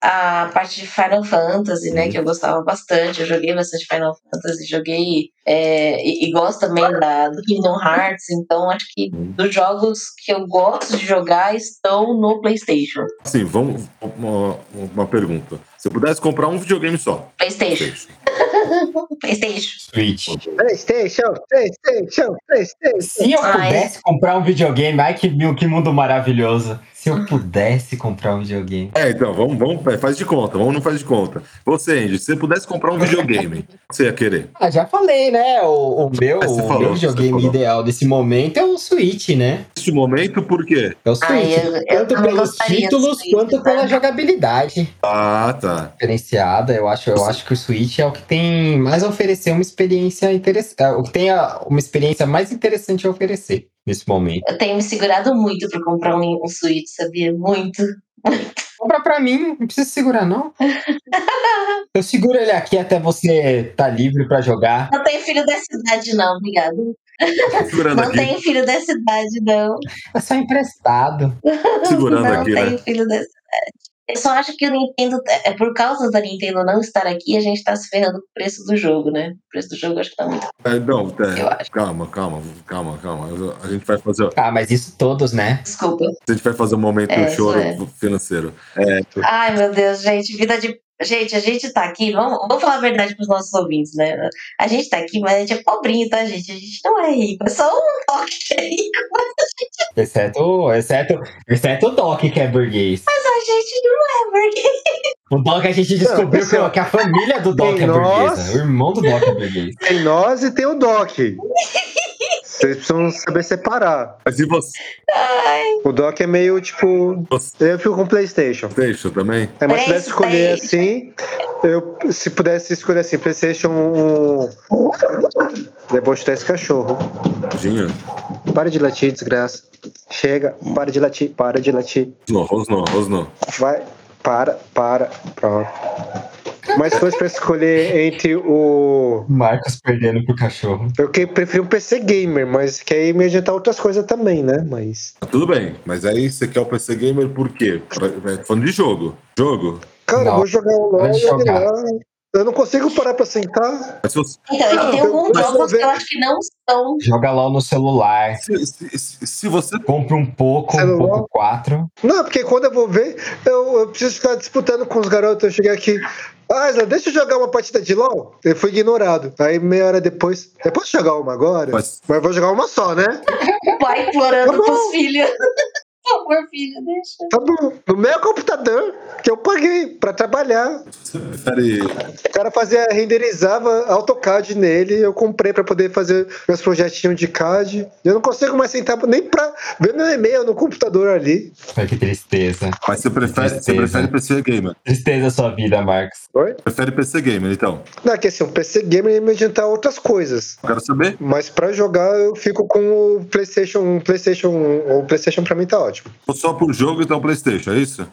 Speaker 4: a parte de Final Fantasy, né,
Speaker 5: Uhum.
Speaker 4: que eu gostava bastante. Eu joguei bastante Final Fantasy, joguei é, e, e gosto também da, do Kingdom Hearts. Então acho que dos jogos que eu gosto de jogar estão no PlayStation.
Speaker 2: Assim, vamos. Uma, uma pergunta. Se eu pudesse comprar um videogame só,
Speaker 4: PlayStation,
Speaker 2: PlayStation.
Speaker 4: PlayStation.
Speaker 5: Switch.
Speaker 6: PlayStation, PlayStation, PlayStation.
Speaker 5: Se eu
Speaker 4: Ah,
Speaker 5: pudesse comprar um videogame, ai que, mil- que mundo maravilhoso. Se eu pudesse comprar um videogame.
Speaker 2: É, então, vamos, vamos, é, faz de conta, vamos, não faz de conta. Você, Andy, se você pudesse comprar um videogame, o que você ia querer?
Speaker 5: Ah, já falei, né? O, o meu,
Speaker 2: É, você
Speaker 5: o
Speaker 2: falou,
Speaker 5: meu
Speaker 2: você
Speaker 5: videogame
Speaker 2: falou.
Speaker 5: ideal desse momento é o Switch, né?
Speaker 2: Neste momento, por quê?
Speaker 5: É o
Speaker 4: Ah,
Speaker 5: Switch.
Speaker 4: eu- eu
Speaker 5: tanto
Speaker 4: também
Speaker 5: pelos
Speaker 4: gostaria do
Speaker 5: títulos
Speaker 4: Switch,
Speaker 5: quanto
Speaker 4: né?
Speaker 5: pela jogabilidade
Speaker 2: Ah, tá.
Speaker 5: diferenciada. Eu acho, eu acho que o Switch é o que tem mais a oferecer uma experiência interessante. O que tem a- uma experiência mais interessante a oferecer nesse momento.
Speaker 4: Eu tenho me segurado muito pra comprar um, um Switch, sabia? Muito.
Speaker 5: Compra pra mim, não precisa segurar,
Speaker 4: [laughs]
Speaker 5: não. Eu seguro ele aqui até você tá livre pra jogar.
Speaker 4: Não tenho filho dessa idade, não, obrigado.
Speaker 2: Tô segurando
Speaker 4: Não
Speaker 2: aqui,
Speaker 4: tenho filho dessa idade, não.
Speaker 5: É só emprestado.
Speaker 2: segurando
Speaker 4: não
Speaker 2: aqui,
Speaker 4: tenho
Speaker 2: né?
Speaker 4: filho dessa idade. Eu só acho que o Nintendo, é por causa da Nintendo não estar aqui, a gente tá se ferrando com o preço do jogo, né? O preço do jogo eu acho que tá muito.
Speaker 2: É, não,
Speaker 4: Eu
Speaker 2: é,
Speaker 4: acho.
Speaker 2: calma, calma, calma, calma. Eu- A gente vai fazer,
Speaker 5: Ah, mas isso todos, né?
Speaker 4: Desculpa.
Speaker 2: a gente vai fazer um momento
Speaker 4: É, isso
Speaker 2: choro
Speaker 4: é.
Speaker 2: financeiro.
Speaker 4: Ai, meu Deus, gente, vida de. Gente, a gente tá aqui, vamos, vamos falar a verdade pros nossos ouvintes, né? A gente tá aqui, mas a gente é pobrinho, tá, gente? A gente não é rico, é só um toque rico,
Speaker 5: Exceto, exceto, exceto o Doc que é burguês.
Speaker 4: mas a gente não é, porque
Speaker 5: O Doc a gente descobriu que-
Speaker 6: pessoal.
Speaker 5: que a família do Doc é burguesa.
Speaker 6: Nossa.
Speaker 5: O irmão do Doc é burguês.
Speaker 6: Tem nós e tem o Doc. Vocês precisam saber separar.
Speaker 2: Mas e você,
Speaker 6: O Doc é meio tipo.
Speaker 2: você
Speaker 6: Eu fico com o PlayStation.
Speaker 2: PlayStation também?
Speaker 6: É, mas
Speaker 4: Três,
Speaker 6: se pudesse escolher
Speaker 4: três.
Speaker 6: assim, eu se pudesse escolher assim, PlayStation. um, Depois chutar esse cachorro.
Speaker 2: Dinho?
Speaker 6: Para de latir, desgraça. Chega, para de latir, para de latir.
Speaker 2: Rosno, Rosno, Rosno.
Speaker 6: Vai, para, para, pronto. Mas se fosse pra escolher entre o.
Speaker 5: Marcos perdendo pro cachorro.
Speaker 6: Eu que prefiro um PC gamer, mas que aí me adiantar outras coisas também, né? Mas.
Speaker 2: Tudo bem, mas aí você quer o PC Gamer por quê? Pra- é, Falando de jogo. Jogo?
Speaker 6: Cara,
Speaker 5: Não,
Speaker 6: eu vou jogar um LOL.
Speaker 5: pode
Speaker 6: e olha
Speaker 5: jogar.
Speaker 6: lá. Eu não consigo parar pra sentar.
Speaker 2: Mas se você-
Speaker 4: Então, é que tem
Speaker 6: Não,
Speaker 4: alguns
Speaker 6: mas
Speaker 4: jogos que eu
Speaker 6: talvez-
Speaker 4: acho que não são.
Speaker 5: Joga LOL no celular.
Speaker 2: se- se- se- se você
Speaker 5: Compra um pouco, um
Speaker 6: Celular?
Speaker 5: pouco quatro.
Speaker 6: Não, porque quando eu vou ver, eu, eu preciso ficar disputando com os garotos. Eu cheguei aqui. Ah, Isla, deixa eu jogar uma partida de LOL. Eu fui ignorado. Aí meia hora depois. Eu posso jogar uma agora?
Speaker 2: Mas-
Speaker 6: Mas eu vou jogar uma só, né?
Speaker 4: O pai implorando
Speaker 6: Tá bom.
Speaker 4: pros filhos. [laughs] Por favor, filho, deixa.
Speaker 6: Tá bom. No meu computador, que eu paguei pra trabalhar.
Speaker 2: você prefere
Speaker 6: O cara fazia, renderizava AutoCAD nele, eu comprei pra poder fazer meus projetinhos de CAD. Eu não consigo mais sentar nem pra ver meu e-mail no computador ali.
Speaker 5: Ai, que tristeza.
Speaker 2: Mas você prefere, você
Speaker 5: Tristeza.
Speaker 2: prefere PC Gamer?
Speaker 5: Tristeza a sua vida, Marcos.
Speaker 6: Oi?
Speaker 2: Prefere PC Gamer, então.
Speaker 6: Não, é que assim, um PC gamer ia me adiantar outras coisas.
Speaker 2: Eu Quero saber.
Speaker 6: Mas pra jogar eu fico com o PlayStation 1, PlayStation 1. O PlayStation pra mim tá ótimo.
Speaker 2: Ou só pro jogo, então PlayStation, é isso?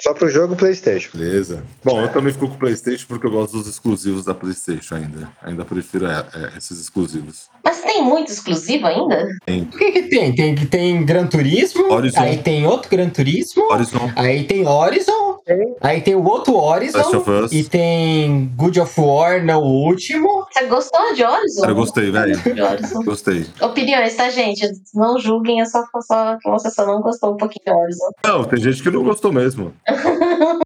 Speaker 6: Só pro jogo PlayStation.
Speaker 2: Beleza. Bom, eu também fico com o PlayStation porque eu gosto dos exclusivos da PlayStation ainda. Ainda prefiro é, é, esses exclusivos.
Speaker 4: Mas tem muito exclusivo ainda?
Speaker 2: Tem
Speaker 5: O que, que tem? tem? que Tem Gran Turismo,
Speaker 2: Horizon.
Speaker 5: aí tem outro Gran Turismo,
Speaker 2: Horizon,
Speaker 5: aí tem Horizon, aí tem o outro
Speaker 2: Last of
Speaker 5: Horizon,
Speaker 2: Us.
Speaker 5: e tem Good of War, não o último.
Speaker 4: Você gostou de Horizon?
Speaker 2: Cara, eu gostei, velho.
Speaker 4: De Horizon.
Speaker 2: Gostei.
Speaker 4: Opiniões, tá, gente? Não julguem, eu só, só, você só não gostou um pouquinho de Horizon.
Speaker 2: Não, tem gente que não gostou mesmo.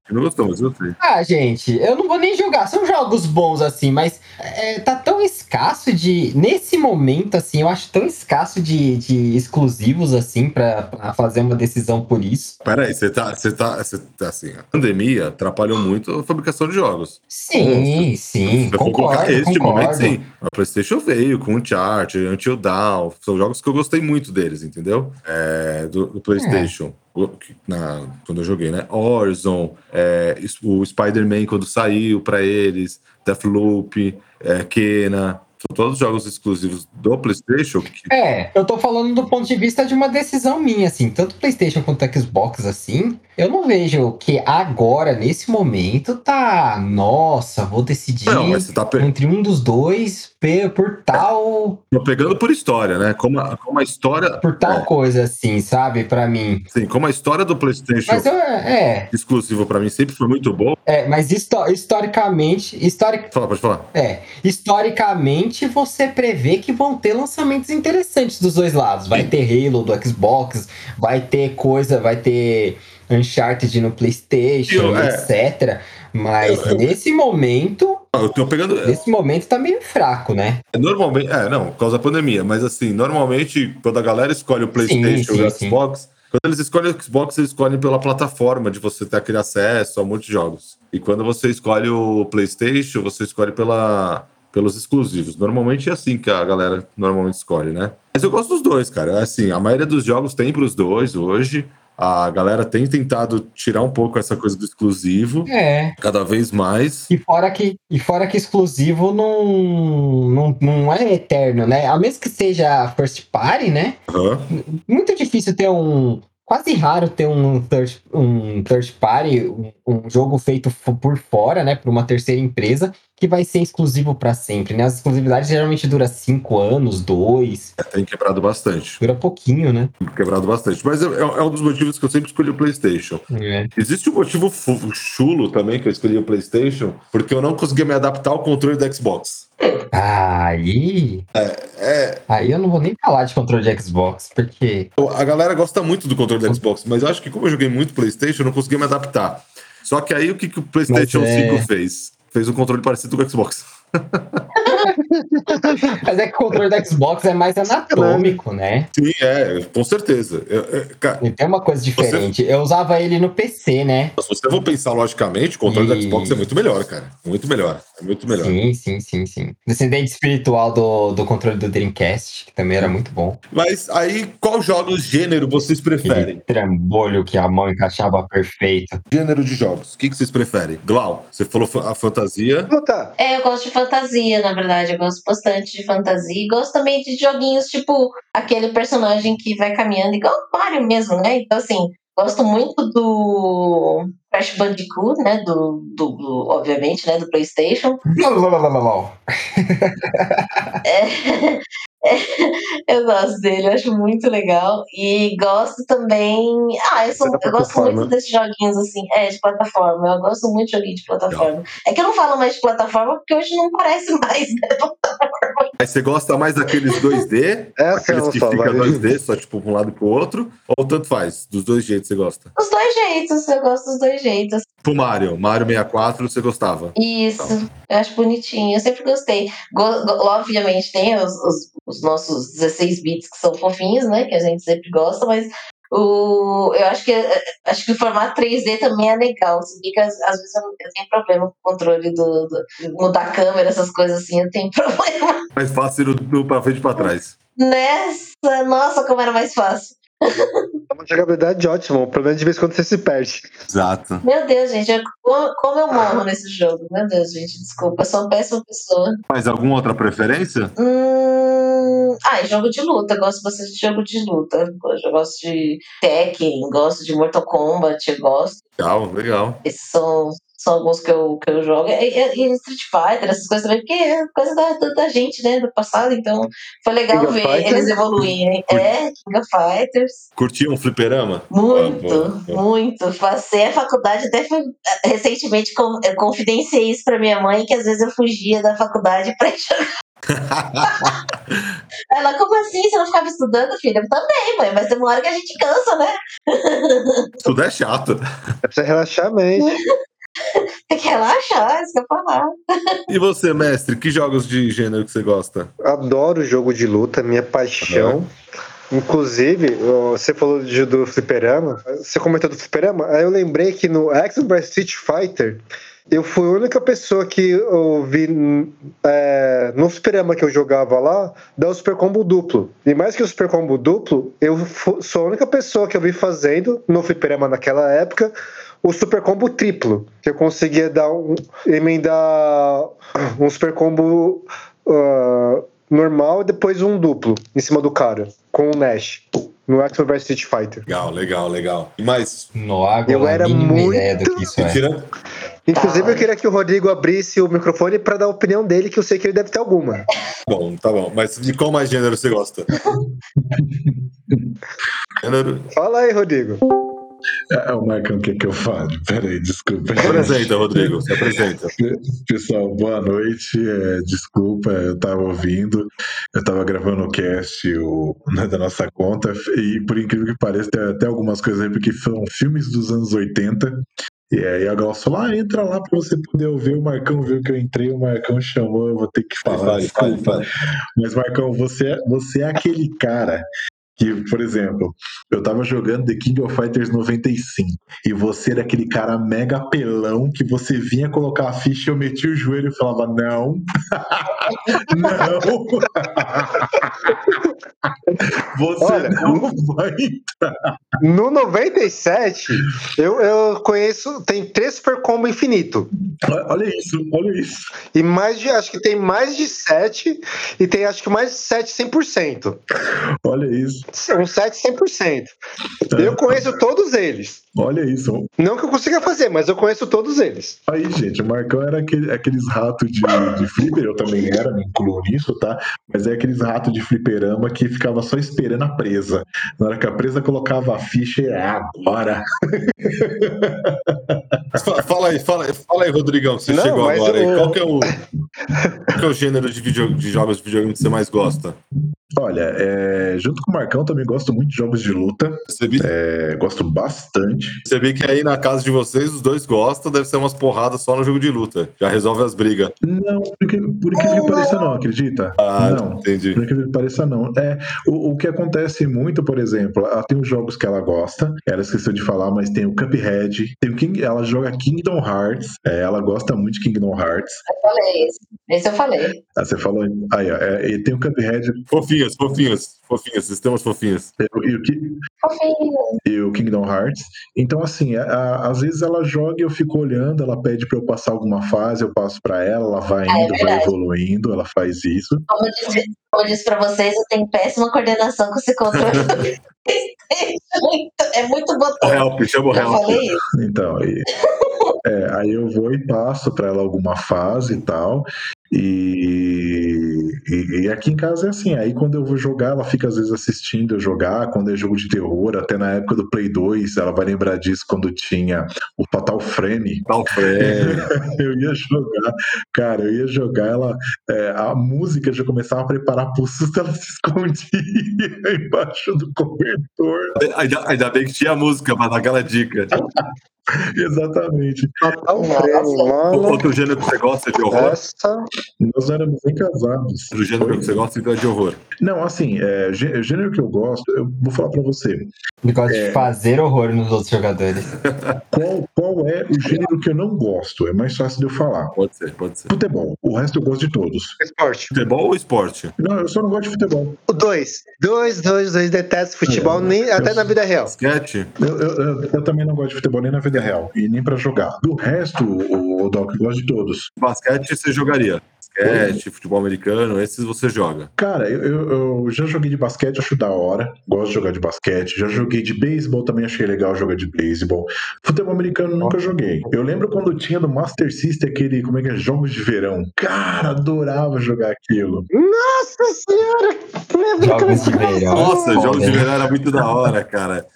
Speaker 2: Que não gostou, mas eu gostei.
Speaker 5: Ah, gente, eu não vou nem julgar. São jogos bons assim, mas é, tá tão escasso de. Nesse momento, assim, eu acho tão escasso de, de exclusivos, assim, pra, pra fazer uma decisão por isso.
Speaker 2: Peraí, você tá, você tá, você tá assim. A pandemia atrapalhou muito a fabricação de jogos.
Speaker 5: Sim, sim,
Speaker 2: É, Eu vou colocar
Speaker 5: concordo,
Speaker 2: este momento,
Speaker 5: concordo.
Speaker 2: sim. A PlayStation veio com Uncharted, Until Dawn. São jogos que eu gostei muito deles, entendeu? É, do, do PlayStation.
Speaker 5: É.
Speaker 2: O- que- na- quando eu joguei, né? Horizon, é, es- o Spider-Man quando saiu pra eles, Deathloop, é, Kena. São todos jogos exclusivos do PlayStation. que-
Speaker 5: É, eu tô falando do ponto de vista de uma decisão minha, assim, tanto PlayStation quanto Xbox, assim, Eu não vejo que agora, nesse momento, tá. Nossa, vou decidir
Speaker 2: Não, mas É. você tá, pe-
Speaker 5: entre um dos dois pe- por tal,
Speaker 2: tá pegando por história, né? Como a, como a história.
Speaker 5: por
Speaker 2: É.
Speaker 5: tal coisa, assim, sabe? Pra mim.
Speaker 2: Sim, como a história do PlayStation
Speaker 5: Mas eu, é,
Speaker 2: exclusivo pra mim sempre foi muito boa.
Speaker 5: é, mas histo- historicamente, histori-
Speaker 2: Fala, pode falar.
Speaker 5: é, historicamente você prevê que vão ter lançamentos interessantes dos dois lados. Vai ter Halo do Xbox, vai ter coisa, vai ter Uncharted no PlayStation,
Speaker 2: Eu- é.
Speaker 5: etc. Mas nesse momento,
Speaker 2: Ah, Eu tô pegando.
Speaker 5: nesse momento tá meio fraco, né?
Speaker 2: Normalmente, é, não, por causa da pandemia, mas assim, normalmente, quando a galera escolhe o PlayStation
Speaker 5: Sim,
Speaker 2: e o
Speaker 5: sim, sim.
Speaker 2: Xbox, quando eles escolhem o Xbox, eles escolhem pela plataforma de você ter aquele acesso a um monte de jogos. E quando você escolhe o PlayStation, você escolhe pela, pelos exclusivos. Normalmente é assim que a galera normalmente escolhe, né? Mas eu gosto dos dois, cara. Assim, a maioria dos jogos tem pros dois hoje. A galera tem tentado tirar um pouco essa coisa do exclusivo,
Speaker 5: É.
Speaker 2: cada vez mais.
Speaker 5: E fora que, e fora que exclusivo não, não, não é eterno, né? A menos que seja first party, né?
Speaker 2: Aham.
Speaker 5: Muito difícil ter um. Quase raro ter um third, um third party, um, um jogo feito f- por fora, né? Por uma terceira empresa, que vai ser exclusivo pra sempre, né? As exclusividades geralmente duram 5 anos, 2,
Speaker 2: É, tem quebrado bastante.
Speaker 5: dura pouquinho, né?
Speaker 2: quebrado bastante. Mas é, é- é um dos motivos que eu sempre escolhi o PlayStation.
Speaker 5: É.
Speaker 2: Existe um motivo fu- chulo também que eu escolhi o PlayStation, porque eu não conseguia me adaptar ao controle do Xbox.
Speaker 5: Aí.
Speaker 2: É,
Speaker 5: Aí eu não vou nem falar de controle de Xbox, porque.
Speaker 2: eu- Então, a galera gosta muito do controle do Xbox, mas eu acho que como eu joguei muito PlayStation, eu não conseguia me adaptar. Só que aí o que, que o PlayStation
Speaker 5: Mas é-
Speaker 2: 5 fez? Fez um controle parecido com o Xbox.
Speaker 5: Mas é que o controle do Xbox é mais anatômico, né?
Speaker 2: Sim, é, com certeza. Eu- eu- cara,
Speaker 5: Ele tem uma coisa diferente. Eu usava ele no PC, né?
Speaker 2: se você for pensar logicamente, o controle do
Speaker 5: E-
Speaker 2: Xbox é muito melhor, cara. Muito melhor. É muito melhor.
Speaker 5: Sim, sim, sim, sim. Descendente espiritual do, do controle do Dreamcast, que também era muito bom.
Speaker 2: Mas aí, qual jogos gênero vocês preferem?
Speaker 5: Aquele trambolho que a mão encaixava perfeito.
Speaker 2: Gênero de jogos, o que, que vocês preferem? Glau, você falou fa- a fantasia.
Speaker 6: Então tá.
Speaker 4: É, eu gosto de fantasia, na verdade. Eu gosto bastante de fantasia. E gosto também de joguinhos, tipo, aquele personagem que vai caminhando igual o Mario mesmo, né? Então, assim, gosto muito do Crash Bandicoot, né? Do, do, do- obviamente, né? Do PlayStation.
Speaker 5: Blá, blá, blá, blá, blá, blá.
Speaker 4: É, eu gosto dele, eu acho muito legal. E gosto também. Ah, eu, sou-
Speaker 7: Era
Speaker 4: eu gosto
Speaker 7: plataforma.
Speaker 4: muito desses joguinhos, assim, é, de plataforma. Eu gosto muito de joguinho de plataforma. É que eu não falo mais de plataforma porque hoje não parece [laughs] mais, né?
Speaker 2: Aí você gosta mais daqueles [laughs] 2D,
Speaker 6: É assim,
Speaker 2: aqueles
Speaker 6: olha
Speaker 2: que
Speaker 6: só,
Speaker 2: fica
Speaker 6: vai.
Speaker 2: 2D, só tipo pra um lado e pro outro, ou tanto faz, dos dois jeitos você gosta.
Speaker 4: Os dois jeitos, eu gosto dos dois jeitos.
Speaker 2: Pro Mario, Mario 64 você gostava.
Speaker 4: Isso, eu acho bonitinho, eu sempre gostei. Go- go- obviamente tem os, os- os nossos 16 bits que são fofinhos, né? Que a gente sempre gosta, mas o, eu acho que eh, acho que o formato 3D também é legal. Se bem que às, às vezes eu, não- eu tenho problema com o controle do, do- mudar a câmera, essas coisas assim, eu tenho [laughs] problema.
Speaker 2: Mais fácil do, do pra frente e pra trás.
Speaker 4: Nessa, nossa, como era mais fácil.
Speaker 6: É uma jogabilidade ótima. O problema é de vez em quando você se perde.
Speaker 2: Exato.
Speaker 4: Meu Deus, gente, eu- como, como eu morro nesse jogo. Meu Deus, gente, desculpa, eu sou uma péssima pessoa.
Speaker 2: Mas alguma outra preferência?
Speaker 4: Hum, ah, e jogo de luta. Eu gosto bastante de jogo de luta. Eu gosto de Tekken, gosto de Mortal Kombat, eu gosto.
Speaker 2: Legal, legal.
Speaker 4: Esses são, são alguns que eu, que eu jogo. E, e- e Street Fighter, essas coisas também, porque é coisa da, da, da gente, né? Do passado, então foi legal
Speaker 6: King of
Speaker 4: ver
Speaker 6: Fighters?
Speaker 4: eles evoluírem. É, King of Fighters.
Speaker 2: Curtia um fliperama?
Speaker 4: Muito,
Speaker 2: Ah, bom, bom.
Speaker 4: muito. Passei a faculdade, até fui, eh, recentemente con- eu confidenciei isso pra minha mãe, que às vezes eu fugia da faculdade pra ir jogar.
Speaker 2: [laughs]
Speaker 4: Ela, como assim? Você não ficava estudando, filha? Eu também, mãe, mas tem uma hora que a gente cansa, né?
Speaker 2: Tudo é chato.
Speaker 6: É pra você relaxar a mente.
Speaker 4: Tem que relaxar, é isso que eu falar.
Speaker 2: E você, mestre, que jogos de gênero que você gosta?
Speaker 6: Adoro jogo de luta, minha paixão. Inclusive, ó, você falou de- do fliperama, você comentou do fliperama, aí eu lembrei que no Action vs Street Fighter, eu fui a única pessoa que eu vi hum, é, no fliperama que eu jogava lá, dar o super combo duplo. E mais que o super combo duplo, eu fu- sou a única pessoa que eu vi fazendo no fliperama naquela época, o super combo triplo, que eu conseguia dar um, emendar um super combo ah, normal e depois um duplo em cima do cara, com o Nash. no Action vs Street Fighter.
Speaker 2: Legal, legal, legal. Mas,
Speaker 5: No água,
Speaker 6: Eu era
Speaker 5: a mínima
Speaker 6: muito-
Speaker 5: ideia do que isso é.
Speaker 2: tirando,
Speaker 6: Inclusive,
Speaker 4: Tá.
Speaker 6: eu queria que o Rodrigo abrisse o microfone pra dar a opinião dele, que eu sei que ele deve ter alguma.
Speaker 2: Bom, tá bom. Mas de qual mais gênero você gosta? gênero.
Speaker 6: Fala aí, Rodrigo.
Speaker 8: Ah, o Marcão quer que eu fale? [laughs] Peraí, desculpa.
Speaker 2: Se apresenta, Rodrigo. Se apresenta.
Speaker 8: Pessoal, boa noite. É, desculpa, eu tava ouvindo, eu tava gravando o cast o- né, da nossa conta, e por incrível que pareça, tem até algumas coisas aí, porque são filmes dos anos 80. E aí a Gal falou: ah, entra lá pra você poder ouvir. O Marcão viu que eu entrei, o Marcão chamou, eu vou ter que falar.
Speaker 2: Fale, fale,
Speaker 8: desculpa.
Speaker 2: fale.
Speaker 8: Mas, Marcão, você, é- você é aquele cara que, por exemplo, eu tava jogando The King of Fighters 95 e você era aquele cara mega pelão que você vinha colocar a ficha, eu metia o joelho e falava, não, [laughs] não. [laughs] você
Speaker 6: Olha,
Speaker 8: não vai.
Speaker 6: No 97, eu, eu conheço. Tem três Super Combo Infinito.
Speaker 8: Olha isso, olha isso.
Speaker 6: E mais de. Acho que tem mais de sete. E tem acho que mais de sete 100%.
Speaker 8: Olha isso,
Speaker 6: Um sete 100%. Eu conheço todos eles.
Speaker 8: olha isso.
Speaker 6: Não que eu consiga fazer, mas eu conheço todos eles.
Speaker 8: Aí, gente, o Marcão era aquele- aqueles ratos de, de flipper, eu também era, me incluo nisso, tá? Mas é aqueles ratos de fliperama que ficava só esperando a presa. Na hora que a presa colocava a ficha, é agora.
Speaker 2: Mas fa- Fala aí, fala, aí, fala aí, Rodrigão, que você
Speaker 6: Não,
Speaker 2: chegou
Speaker 6: mas
Speaker 2: agora. aí.
Speaker 6: o-
Speaker 2: Qual que é o, qual que é o gênero de, video- de jogos de videogame que você mais gosta?
Speaker 8: Olha, é, junto com o Marcão, também gosto muito de jogos de luta.
Speaker 2: Percebi,
Speaker 8: É, gosto bastante.
Speaker 2: percebi que aí na casa de vocês, os dois gostam, deve ser umas porradas só no jogo de luta. Já resolve as brigas.
Speaker 8: Não, porque, por incrível que pareça, não, acredita?
Speaker 2: Ah,
Speaker 8: não.
Speaker 2: entendi.
Speaker 8: Por incrível que pareça, não. É, o, o que acontece muito, por exemplo, ela tem os jogos que ela gosta, ela esqueceu de falar, mas tem o Cuphead, tem o King, ela joga Kingdom Hearts, é, ela gosta muito de Kingdom Hearts.
Speaker 4: Eu falei esse. Esse eu falei.
Speaker 8: Ah, você falou, aí, ó, é, e tem o Cuphead
Speaker 2: Fofinhas, fofinhas, fofinhas, sistemas fofinhas.
Speaker 8: e o- e o, Ki-
Speaker 4: Fofinho.
Speaker 8: e o Kingdom Hearts. Então, assim, a- a- às vezes ela joga e eu fico olhando, ela pede pra eu passar alguma fase, eu passo pra ela, ela vai
Speaker 4: Ah, é
Speaker 8: indo, vai
Speaker 4: verdade.
Speaker 8: evoluindo, ela faz isso.
Speaker 4: Como eu disse, como eu disse pra vocês, eu tenho péssima coordenação com esse controle. do
Speaker 2: [laughs]
Speaker 4: [laughs] PlayStation. é muito botão.
Speaker 2: Help, chama o é.
Speaker 4: Já
Speaker 2: help.
Speaker 4: falei isso.
Speaker 8: Então, e- é, aí eu vou e passo pra ela alguma fase e tal. E, e- e aqui em casa é assim, aí quando eu vou jogar, ela fica às vezes assistindo eu jogar, quando é jogo de terror, até na época do Play 2, ela vai lembrar disso quando tinha o Fatal Frame,
Speaker 2: É,
Speaker 8: [laughs] eu ia jogar, cara, eu ia jogar ela, é, a música já começava a preparar pro susto, ela se [laughs] escondia embaixo do cobertor.
Speaker 2: ainda, ainda bem que tinha música pra dar aquela dica. Tipo,
Speaker 8: Exatamente.
Speaker 6: Matar o
Speaker 4: Nossa.
Speaker 6: Frame, mano.
Speaker 2: Outro gênero que você gosta de
Speaker 6: É.
Speaker 2: horror?
Speaker 6: Essa.
Speaker 8: Nós não éramos nem casados.
Speaker 2: Do gênero que você gosta então é de horror.
Speaker 8: Não, assim, é, gê- gênero que eu gosto, eu vou falar pra você.
Speaker 5: Ele gosta
Speaker 6: É.
Speaker 5: de fazer horror nos outros jogadores.
Speaker 6: [laughs]
Speaker 8: Qual, qual é o gênero que eu não gosto? É mais fácil de eu falar.
Speaker 2: Pode ser, pode ser.
Speaker 8: Futebol. O resto eu gosto de todos.
Speaker 6: Esporte.
Speaker 2: Futebol ou esporte?
Speaker 8: Não, eu só não gosto de futebol.
Speaker 6: O dois. Dois, dois, dois detesto futebol, nem, até na vida real.
Speaker 2: Sketch?
Speaker 8: Eu, eu- eu- eu também não gosto de futebol nem na vida real e nem pra jogar. Do resto, o, o Doc, eu gosto de todos.
Speaker 2: Basquete você jogaria. Basquete, futebol americano, esses você joga.
Speaker 8: Cara, eu, eu- eu já joguei de basquete, acho da hora. Gosto de jogar de basquete. Já joguei de beisebol, também achei legal jogar de beisebol. Futebol americano nunca joguei. Eu lembro quando tinha no Master System aquele, como é que é, jogos de verão. Cara, adorava jogar aquilo.
Speaker 6: Nossa senhora! que lembra que
Speaker 5: Jogos de
Speaker 6: eu
Speaker 5: verão.
Speaker 2: Nossa,
Speaker 5: Foda.
Speaker 2: jogos de verão era muito da hora, cara.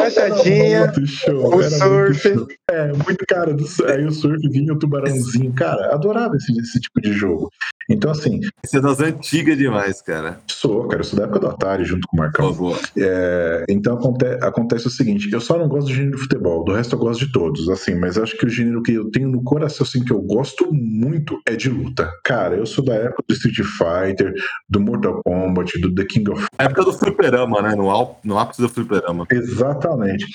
Speaker 8: Era
Speaker 6: Embaixadinha.
Speaker 8: muito show,
Speaker 6: é o
Speaker 8: era muito
Speaker 6: surf.
Speaker 8: show. É, muito cara. do sur- Aí o surf vinha o tubarãozinho. Cara, adorava esse, esse tipo de jogo. Então, assim,
Speaker 2: Isso é das antigas demais, cara.
Speaker 8: sou, cara, eu sou da época do Atari junto com o Marcão.
Speaker 2: Por favor.
Speaker 8: É, então aconte- acontece o seguinte: eu só não gosto do gênero de futebol, do resto eu gosto de todos, assim, mas acho que o gênero que eu tenho no coração, assim, que eu gosto muito é de luta. Cara, eu sou da época do Street Fighter, do Mortal Kombat, do The King of
Speaker 2: A época do fliperama, né? No, al- no ápice do fliperama.
Speaker 8: Exatamente.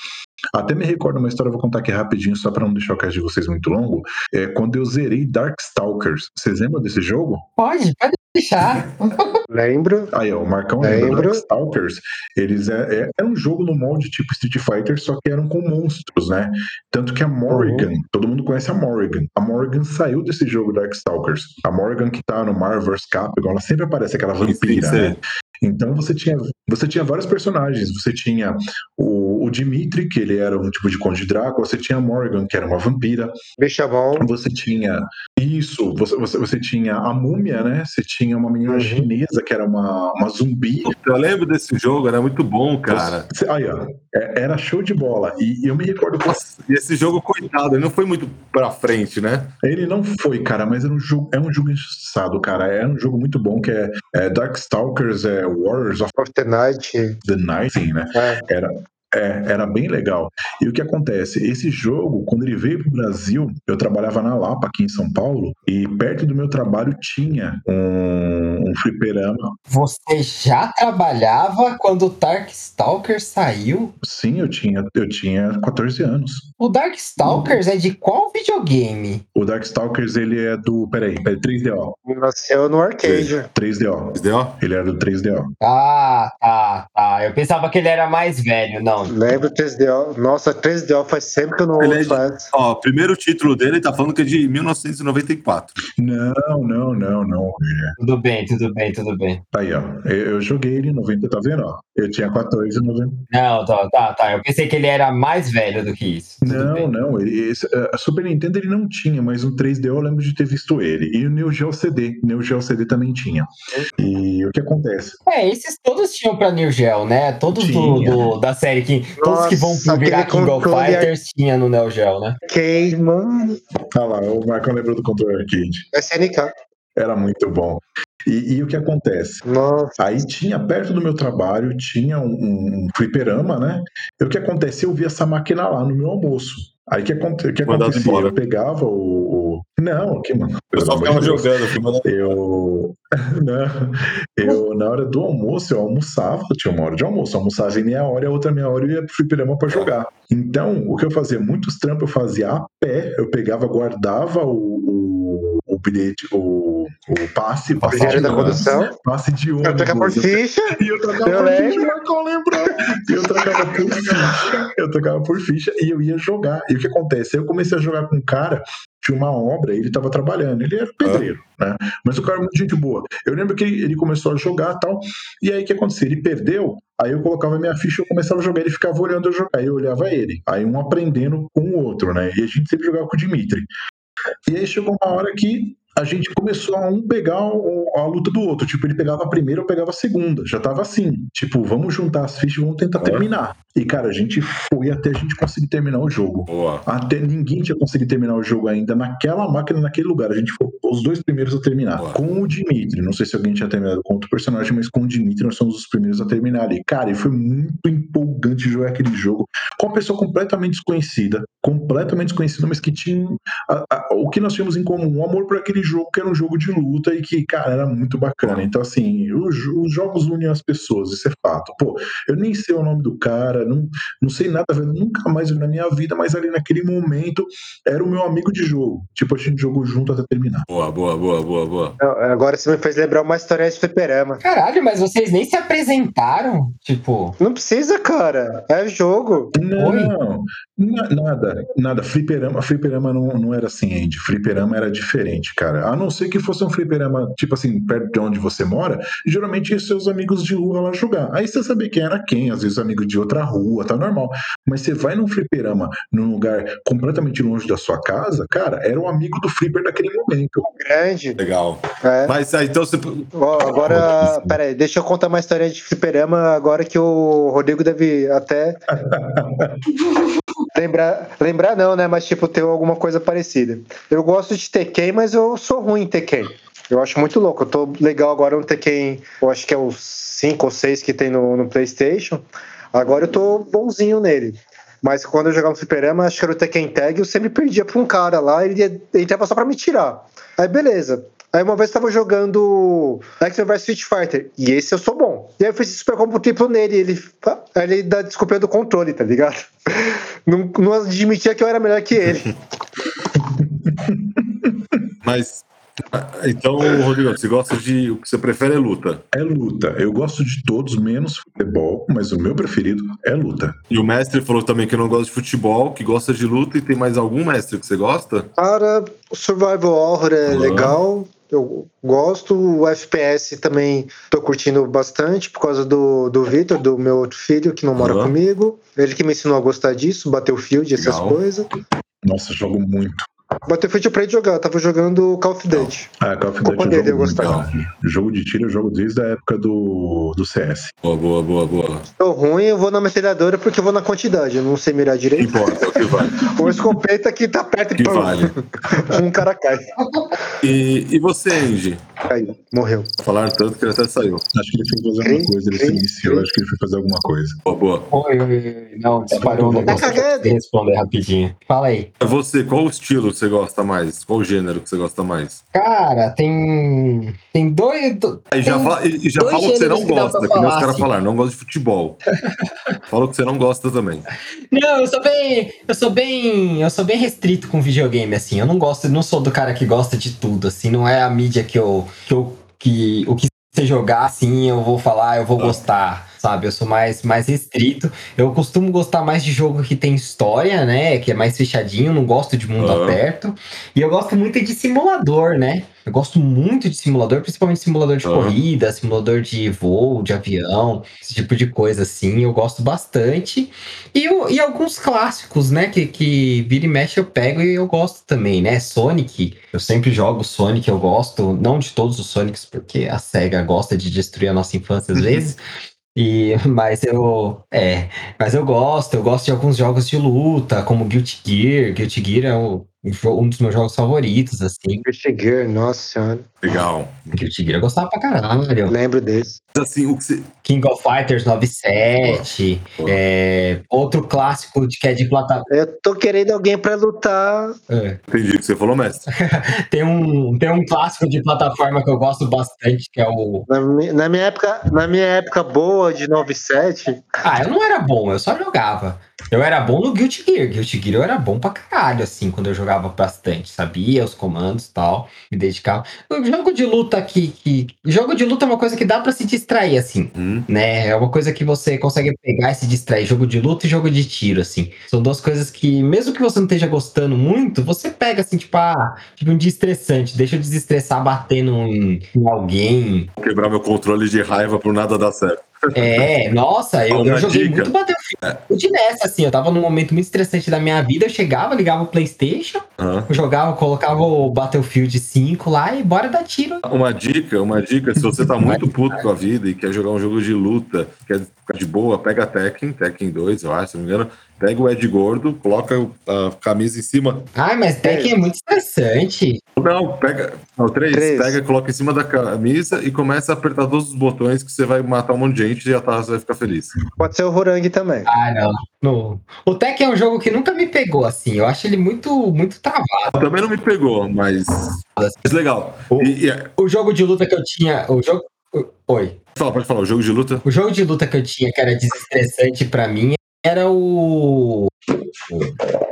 Speaker 8: Até me recordo uma história, eu vou contar aqui rapidinho, só pra não deixar o cast de vocês muito longo. É quando eu zerei Darkstalkers. Vocês lembram desse jogo?
Speaker 5: Pode, pode deixar.
Speaker 6: Lembro.
Speaker 8: Tá Aí, ó, o Marcão
Speaker 6: Lembro.
Speaker 8: lembra Darkstalkers. Eles é, é- era um jogo no molde tipo Street Fighter, só que eram com monstros, né? Tanto que a Morrigan, todo mundo conhece a Morrigan. A Morrigan saiu desse jogo Darkstalkers. A Morrigan que tá no Marvel vs. Capcom, ela sempre aparece aquela
Speaker 2: Sim, sim,
Speaker 8: vampira,
Speaker 2: sei.
Speaker 8: né? Então você tinha, você tinha vários personagens. Você tinha o, o Dimitri, que ele era um tipo de conde Drácula. Você tinha a Morgan, que era uma vampira.
Speaker 6: Bicha bom.
Speaker 8: Você tinha isso, você, você, você tinha a múmia, né? Você tinha uma menina
Speaker 6: Uhum.
Speaker 8: chinesa que era uma, uma zumbi.
Speaker 9: Puta, eu lembro desse jogo, era muito bom, cara.
Speaker 8: Você- aí, ó, é- era show de bola. E eu me recordo que
Speaker 9: Nossa, e esse jogo, coitado, ele não foi muito pra frente, né?
Speaker 8: ele não foi, cara, mas era um jogo, é um jogo engraçado, cara. É um jogo muito bom que é, é Darkstalkers, é Warriors of
Speaker 6: Of the Night.
Speaker 8: the Night, sim, né?
Speaker 6: É.
Speaker 8: Era, é, era bem legal. E o que acontece? Esse jogo, quando ele veio para o Brasil, eu trabalhava na Lapa, aqui em São Paulo, e perto do meu trabalho tinha um, um fliperama.
Speaker 5: Você já trabalhava quando o Darkstalker saiu?
Speaker 8: Sim, eu tinha, eu tinha 14 anos.
Speaker 5: O Darkstalkers é de qual videogame?
Speaker 8: O Darkstalkers, ele é do. Peraí, peraí, 3DO.
Speaker 6: Nasceu no arcade.
Speaker 8: 3DO.
Speaker 9: Entendeu?
Speaker 8: Ele era do 3DO.
Speaker 5: Ah, tá, tá. Eu pensava que ele era mais velho, não.
Speaker 6: Lembro 3DO. Nossa, 3DO faz sempre que eu não
Speaker 9: Ele é
Speaker 6: ouço
Speaker 9: de-
Speaker 6: essa.
Speaker 9: Ó, o primeiro título dele tá falando que é de 1994.
Speaker 8: Não, não, não, não.
Speaker 5: Tudo bem, tudo bem, tudo bem.
Speaker 8: Tá aí, ó. Eu, eu joguei ele em 90, tá vendo? Ó? Eu tinha 14 em 90.
Speaker 5: Não, tá, tá, tá. Eu pensei que ele era mais velho do que isso. Tudo
Speaker 8: Não,
Speaker 5: bem.
Speaker 8: não. ele- esse- eh, a Super Nintendo ele não tinha, mas um 3D eu lembro de ter visto ele. E o Neo Geo CD. Neo Geo CD também tinha. E o que acontece?
Speaker 5: É, esses todos tinham pra New Geo, né? Todos do,
Speaker 8: Tinha.
Speaker 5: do- da série que. todos que vão
Speaker 6: Nossa,
Speaker 5: virar
Speaker 6: aquele
Speaker 5: King of
Speaker 6: controle
Speaker 5: Fighters tinha no Neo Geo, né?
Speaker 6: Arcade, mano.
Speaker 8: Ah lá, o Michael lembrou do controle arcade.
Speaker 6: SNK.
Speaker 8: Era muito bom. E, e o que acontece?
Speaker 6: Nossa.
Speaker 8: Aí tinha, perto do meu trabalho, tinha um, um, um fliperama, né? E o que acontecia? Eu via essa máquina lá no meu almoço. Aí o que, aconte, o que
Speaker 9: Mandado
Speaker 8: acontecia?
Speaker 9: embora.
Speaker 8: Eu pegava o. o- Não, que mano.
Speaker 9: Eu
Speaker 8: pelo
Speaker 9: só
Speaker 8: amor de
Speaker 9: ficava
Speaker 8: Deus.
Speaker 9: jogando, fui mandando.
Speaker 8: Eu, [laughs] não, eu na hora do almoço, eu almoçava, tinha uma hora de almoço, eu almoçava em meia hora, e a outra meia hora eu ia pro fliperama pra jogar. Então, o que eu fazia? Muitos trampos eu fazia a pé, eu pegava, guardava o, o, o bilhete, o, o passe, passe
Speaker 6: Primeiro
Speaker 8: de
Speaker 6: da
Speaker 8: ônibus,
Speaker 6: condução.
Speaker 8: passe de
Speaker 6: Eu trocar por
Speaker 8: ônibus. Eu pe-
Speaker 6: ficha.
Speaker 8: E eu trocava
Speaker 6: Eu
Speaker 8: por ficha,
Speaker 6: lembro.
Speaker 8: Marcão lembrou. E eu trocava por ficha, eu trocava por ficha e eu ia jogar. E o que acontece? Eu comecei a jogar com um cara, tinha uma obra, ele tava trabalhando, ele era pedreiro,
Speaker 6: Ah.
Speaker 8: né? Mas o cara era muito gente boa. Eu lembro que ele ele começou a jogar tal, e aí o que aconteceu? Ele perdeu, aí eu colocava minha ficha, eu começava a jogar, ele ficava olhando eu jogar, aí eu olhava ele. Aí um aprendendo com o outro, né? E a gente sempre jogava com o Dimitri. E aí chegou uma hora que a gente começou a um pegar o- a luta do outro. Tipo, ele pegava a primeira, eu pegava a segunda. Já tava assim. Tipo, vamos juntar as fichas e vamos tentar terminar. E, cara, a gente foi até a gente conseguir terminar o jogo.
Speaker 9: Boa.
Speaker 8: Até ninguém tinha conseguido terminar o jogo ainda naquela máquina, naquele lugar. A gente foi os dois primeiros a terminar.
Speaker 9: Boa.
Speaker 8: Com o Dimitri. Não sei se alguém tinha terminado com outro personagem, mas com o Dimitri nós somos os primeiros a terminar ali. Cara, e foi muito empolgante jogar aquele jogo com uma pessoa completamente desconhecida. Completamente desconhecida, mas que tinha um a- a- o que nós tínhamos em comum, o amor por aquele jogo, que era um jogo de luta e que, cara, era muito bacana. Então, assim, os, jo- os jogos unem as pessoas, isso é fato. Pô, eu nem sei o nome do cara, não, não sei nada, velho, nunca mais vi na minha vida, mas ali naquele momento era o meu amigo de jogo. Tipo, a gente jogou junto até terminar.
Speaker 9: Boa, boa, boa, boa, boa.
Speaker 6: Não, agora você me fez lembrar uma história de fliperama.
Speaker 5: Caralho, mas vocês nem se apresentaram? Tipo,
Speaker 6: Não precisa, cara. É jogo.
Speaker 5: oi?
Speaker 8: Não, na- nada, nada. Fliperama, fliperama não, não era assim, Andy. Fliperama era diferente, cara. A não ser que fosse um fliperama, tipo assim, perto de onde você mora, geralmente ia seus amigos de rua lá jogar. Aí você sabia quem era quem, às vezes amigo de outra rua, tá normal. Mas você vai num fliperama, num lugar completamente longe da sua casa, cara, era o amigo do flipper daquele momento.
Speaker 6: Grande.
Speaker 9: Legal.
Speaker 6: É.
Speaker 9: Mas aí então você.
Speaker 6: Ó, agora, peraí, deixa eu contar uma história de fliperama agora que o Rodrigo deve até lembrar, lembrar não, né? Mas tipo, ter alguma coisa parecida. Eu gosto de Tekken, mas eu sou ruim em Tekken. Eu acho muito louco. Eu tô legal agora no Tekken, eu acho que é os 5 ou 6 que tem no, no PlayStation. Agora eu tô bonzinho nele. Mas quando eu jogava no fliperama, acho que era o Tekken Tag, eu sempre perdia pra um cara lá, ele, ia, ele entrava só pra me tirar. Aí beleza. Aí uma vez eu tava jogando X-Men vs Street Fighter, e esse eu sou bom. E aí eu fiz super combo triplo nele, e ele, aí ele dá desculpa do controle, tá ligado? [laughs] Não, não admitia que eu era melhor que ele.
Speaker 9: Mas. Então, Rodrigo, você gosta de. O que você prefere é luta.
Speaker 8: É luta. Eu gosto de todos, menos futebol, mas o meu preferido é luta.
Speaker 9: E o mestre falou também que não gosta de futebol, que gosta de luta e tem mais algum mestre que você gosta?
Speaker 6: Cara, Survival Horror é
Speaker 9: Aham.
Speaker 6: legal. eu gosto. O FPS também tô curtindo bastante por causa do, do Vitor, do meu outro filho que não mora
Speaker 2: Aham.
Speaker 6: comigo. Ele que me ensinou a gostar disso, Battlefield, essas
Speaker 2: Legal.
Speaker 6: coisas.
Speaker 8: Nossa, jogo muito.
Speaker 6: Battlefield eu parei de jogar, eu tava jogando Call of Duty.
Speaker 8: Ah, Call of Duty
Speaker 6: Culpa
Speaker 8: eu
Speaker 6: dele,
Speaker 8: jogo
Speaker 6: eu
Speaker 8: muito.
Speaker 6: gostava.
Speaker 8: Jogo de tiro eu jogo desde a época do, do CS.
Speaker 2: Boa, boa, boa, boa.
Speaker 6: Tô ruim, eu vou na metralhadora porque eu vou na quantidade, eu não sei mirar
Speaker 2: Que [laughs]
Speaker 6: direito.
Speaker 2: importa, é o que vale.
Speaker 6: Ou escopeta que tá perto e
Speaker 2: Que
Speaker 6: pum,
Speaker 2: vale.
Speaker 6: um cara cai.
Speaker 2: E, e você, Andy?
Speaker 6: Caiu, morreu.
Speaker 2: Falaram tanto que ele até saiu.
Speaker 8: Acho que ele foi fazer
Speaker 6: Cri,
Speaker 8: alguma coisa, ele
Speaker 6: cri,
Speaker 8: silenciou,
Speaker 6: cri.
Speaker 8: acho que ele foi fazer alguma coisa.
Speaker 2: Boa, boa.
Speaker 5: Oi, oi, oi. Não, até parou um
Speaker 8: Tá
Speaker 5: negócio.
Speaker 6: cagado?
Speaker 5: Deixa eu responder rapidinho. Fala aí.
Speaker 2: Você, qual o estilo que você gosta mais? Qual o gênero que você gosta mais?
Speaker 5: Cara, tem. Tem dois. do-
Speaker 2: Aí já
Speaker 5: tem
Speaker 2: fala, e e já
Speaker 5: dois
Speaker 2: fala o que você
Speaker 5: gêneros
Speaker 2: não
Speaker 5: que dá pra
Speaker 2: gosta, que nem os
Speaker 5: falar,
Speaker 2: caras
Speaker 5: assim.
Speaker 2: falaram, não gosta de futebol. [laughs] fala o que você não gosta também.
Speaker 5: Não, eu sou bem. Eu sou bem. Eu sou bem restrito com videogame, assim. Eu não gosto, não sou do cara que gosta de tudo, assim. Não é a mídia que eu. Que eu que, o que você jogar, assim, eu vou falar, eu vou gostar. Sabe, eu sou mais, mais restrito. Eu costumo gostar mais de jogo que tem história, né? Que é mais fechadinho, não gosto de mundo
Speaker 2: Ah.
Speaker 5: aberto. E eu gosto muito de simulador, né? Eu gosto muito de simulador, principalmente simulador de
Speaker 2: Ah.
Speaker 5: corrida, simulador de voo, de avião, esse tipo de coisa assim. Eu gosto bastante. E, o- e alguns clássicos, né? Que, que vira e mexe eu pego e eu gosto também, né? Sonic, eu sempre jogo Sonic, eu gosto, não de todos os Sonics, porque a SEGA gosta de destruir a nossa infância às vezes. E, mas eu. É, mas eu gosto, eu gosto de alguns jogos de luta, como Guilty Gear. Guilty Gear é o- um jo- um dos meus jogos favoritos, assim.
Speaker 6: Guilty Gear, nossa senhora.
Speaker 2: Legal.
Speaker 5: Guilty Gear eu gostava pra caralho.
Speaker 6: Lembro desse.
Speaker 2: Mas assim, o que você.
Speaker 5: King of Fighters 97.
Speaker 2: Boa.
Speaker 5: é, outro clássico de, que é de plataforma.
Speaker 6: Eu tô querendo alguém pra lutar.
Speaker 2: Entendi o que você falou, mestre.
Speaker 5: Tem, um, tem um clássico de plataforma que eu gosto bastante, que é o.
Speaker 6: Na, mi- na minha época, na minha época boa de 97,
Speaker 5: Ah, eu não era bom, eu só jogava. Eu era bom no Guilty Gear. Guilty Gear eu era bom pra caralho, assim, quando eu jogava bastante. Sabia os comandos e tal, me dedicava. O jogo de luta que, que. Jogo de luta é uma coisa que dá pra se distrair, assim.
Speaker 2: Hum.
Speaker 5: né? É uma coisa que você consegue pegar e se distrair. Jogo de luta e jogo de tiro, assim. São duas coisas que, mesmo que você não esteja gostando muito, você pega, assim, tipo, ah, tipo um dia estressante. Deixa eu desestressar batendo em, em alguém.
Speaker 2: Vou quebrar meu controle de raiva por nada dar certo.
Speaker 5: É, nossa, eu,
Speaker 2: Uma
Speaker 5: eu joguei
Speaker 2: dica. É.
Speaker 5: muito Battlefield. Eu tive essa, assim, eu tava num momento muito estressante da minha vida. Eu chegava, ligava o PlayStation,
Speaker 2: Aham.
Speaker 5: jogava, colocava o Battlefield 5 lá e bora dar tiro.
Speaker 2: Uma dica, uma dica, se você tá muito puto com a vida e quer jogar um jogo de luta, quer ficar de boa, pega Tekken, Tekken 2, eu acho, se não me engano, pega o Ed Gordo, coloca o- a camisa em cima.
Speaker 5: Ai, mas Tekken é muito estressante.
Speaker 2: Não, pega. Não, três,
Speaker 6: Três.
Speaker 2: pega, coloca em cima da camisa e começa a apertar todos os botões que você vai matar um monte de gente e a Taz vai ficar feliz.
Speaker 6: pode ser o Horang também.
Speaker 5: Ah, não. No- O Tekken é um jogo que nunca me pegou, assim. Eu acho ele muito, muito travado.
Speaker 2: Ah, Também não me pegou, mas. Mas legal.
Speaker 6: Oh.
Speaker 2: E, e-
Speaker 5: O jogo de luta que eu tinha. O jogo. o- Oi.
Speaker 2: fala, pode falar, o jogo de luta?
Speaker 5: O jogo de luta que eu tinha, que era desestressante pra mim, era o. o-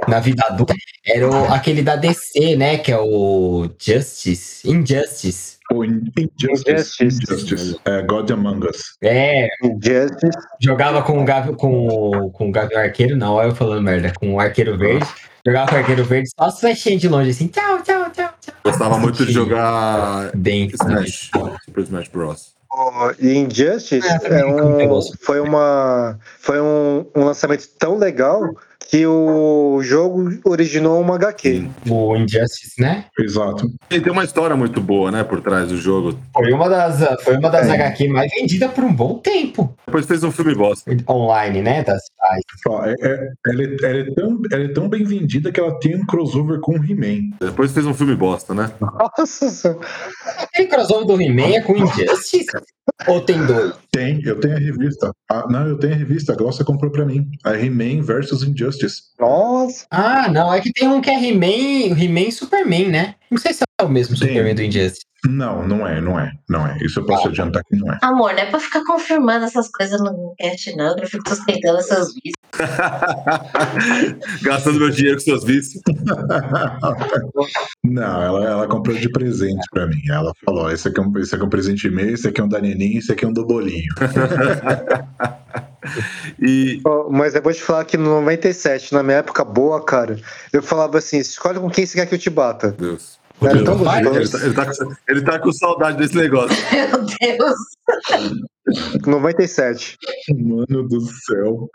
Speaker 5: Na vida adulta, era o- aquele da DC, né? Que é o Justice. Injustice.
Speaker 8: Ou In- Injustice.
Speaker 6: Injustice.
Speaker 8: Injustice. É, God Among Us.
Speaker 5: É,
Speaker 6: Injustice.
Speaker 5: jogava com o Gavi, com o, com o Gavião Arqueiro, não, olha eu falando merda, com o Arqueiro Verde. Jogava com o Arqueiro Verde, só as flechinhas de longe, assim, tchau, tchau, tchau, tchau. né,
Speaker 2: Gostava muito de jogar
Speaker 5: Bem,
Speaker 2: Smash, Super Smash Bros.
Speaker 6: O Injustice
Speaker 5: É,
Speaker 6: é,
Speaker 5: também nunca me pegou.
Speaker 6: um, foi, uma, foi um, um lançamento tão legal que o jogo originou uma HQ.
Speaker 5: tipo, o Injustice, né?
Speaker 8: Exato.
Speaker 2: E tem uma história muito boa, né, por trás do jogo.
Speaker 5: Foi uma das, foi uma das
Speaker 6: É.
Speaker 5: HQ mais vendida por um bom tempo
Speaker 2: Depois fez um filme bosta.
Speaker 5: online, né? Das das-
Speaker 8: Ó, é- é- ela, é, ela é tão, ela é tão bem vendida que ela tem um crossover com o He-Man.
Speaker 2: Depois fez um filme bosta, né? [laughs]
Speaker 6: Nossa senhora.
Speaker 5: Aquele crossover do He-Man é com Injustice? Ou tem dois?
Speaker 8: Tem, eu tenho a revista. Ah, não, eu tenho a revista. A Glossa comprou pra mim. A He-Man versus Injustice.
Speaker 6: Nossa.
Speaker 5: Ah, não, é que tem um que é He-Man He e Superman, né? Não sei se é o mesmo
Speaker 8: Tem.
Speaker 5: Superman do Injustice.
Speaker 8: Não, não é, não é, não é. Isso eu posso adiantar que não é.
Speaker 4: Amor, não é pra ficar confirmando essas coisas no cast, não. Eu não fico sustentando essas [laughs] vistas.
Speaker 2: Gastando meu dinheiro com seus vícios.
Speaker 8: Não, ela, ela comprou de presente pra mim. Ela falou: esse aqui é um, esse aqui é um presente meu, esse aqui é um da Neninha, esse aqui é um do bolinho. [laughs]
Speaker 2: E
Speaker 6: Ó, Mas eu vou te falar que no 97, na minha época boa, cara, eu falava assim: escolhe com quem você quer que eu te bata.
Speaker 2: Deus.
Speaker 6: Era tão
Speaker 2: Vai, ele,
Speaker 6: gostoso.
Speaker 2: tá- ele tá com, ele tá com saudade desse negócio.
Speaker 4: Meu Deus.
Speaker 6: 97.
Speaker 8: Mano do céu.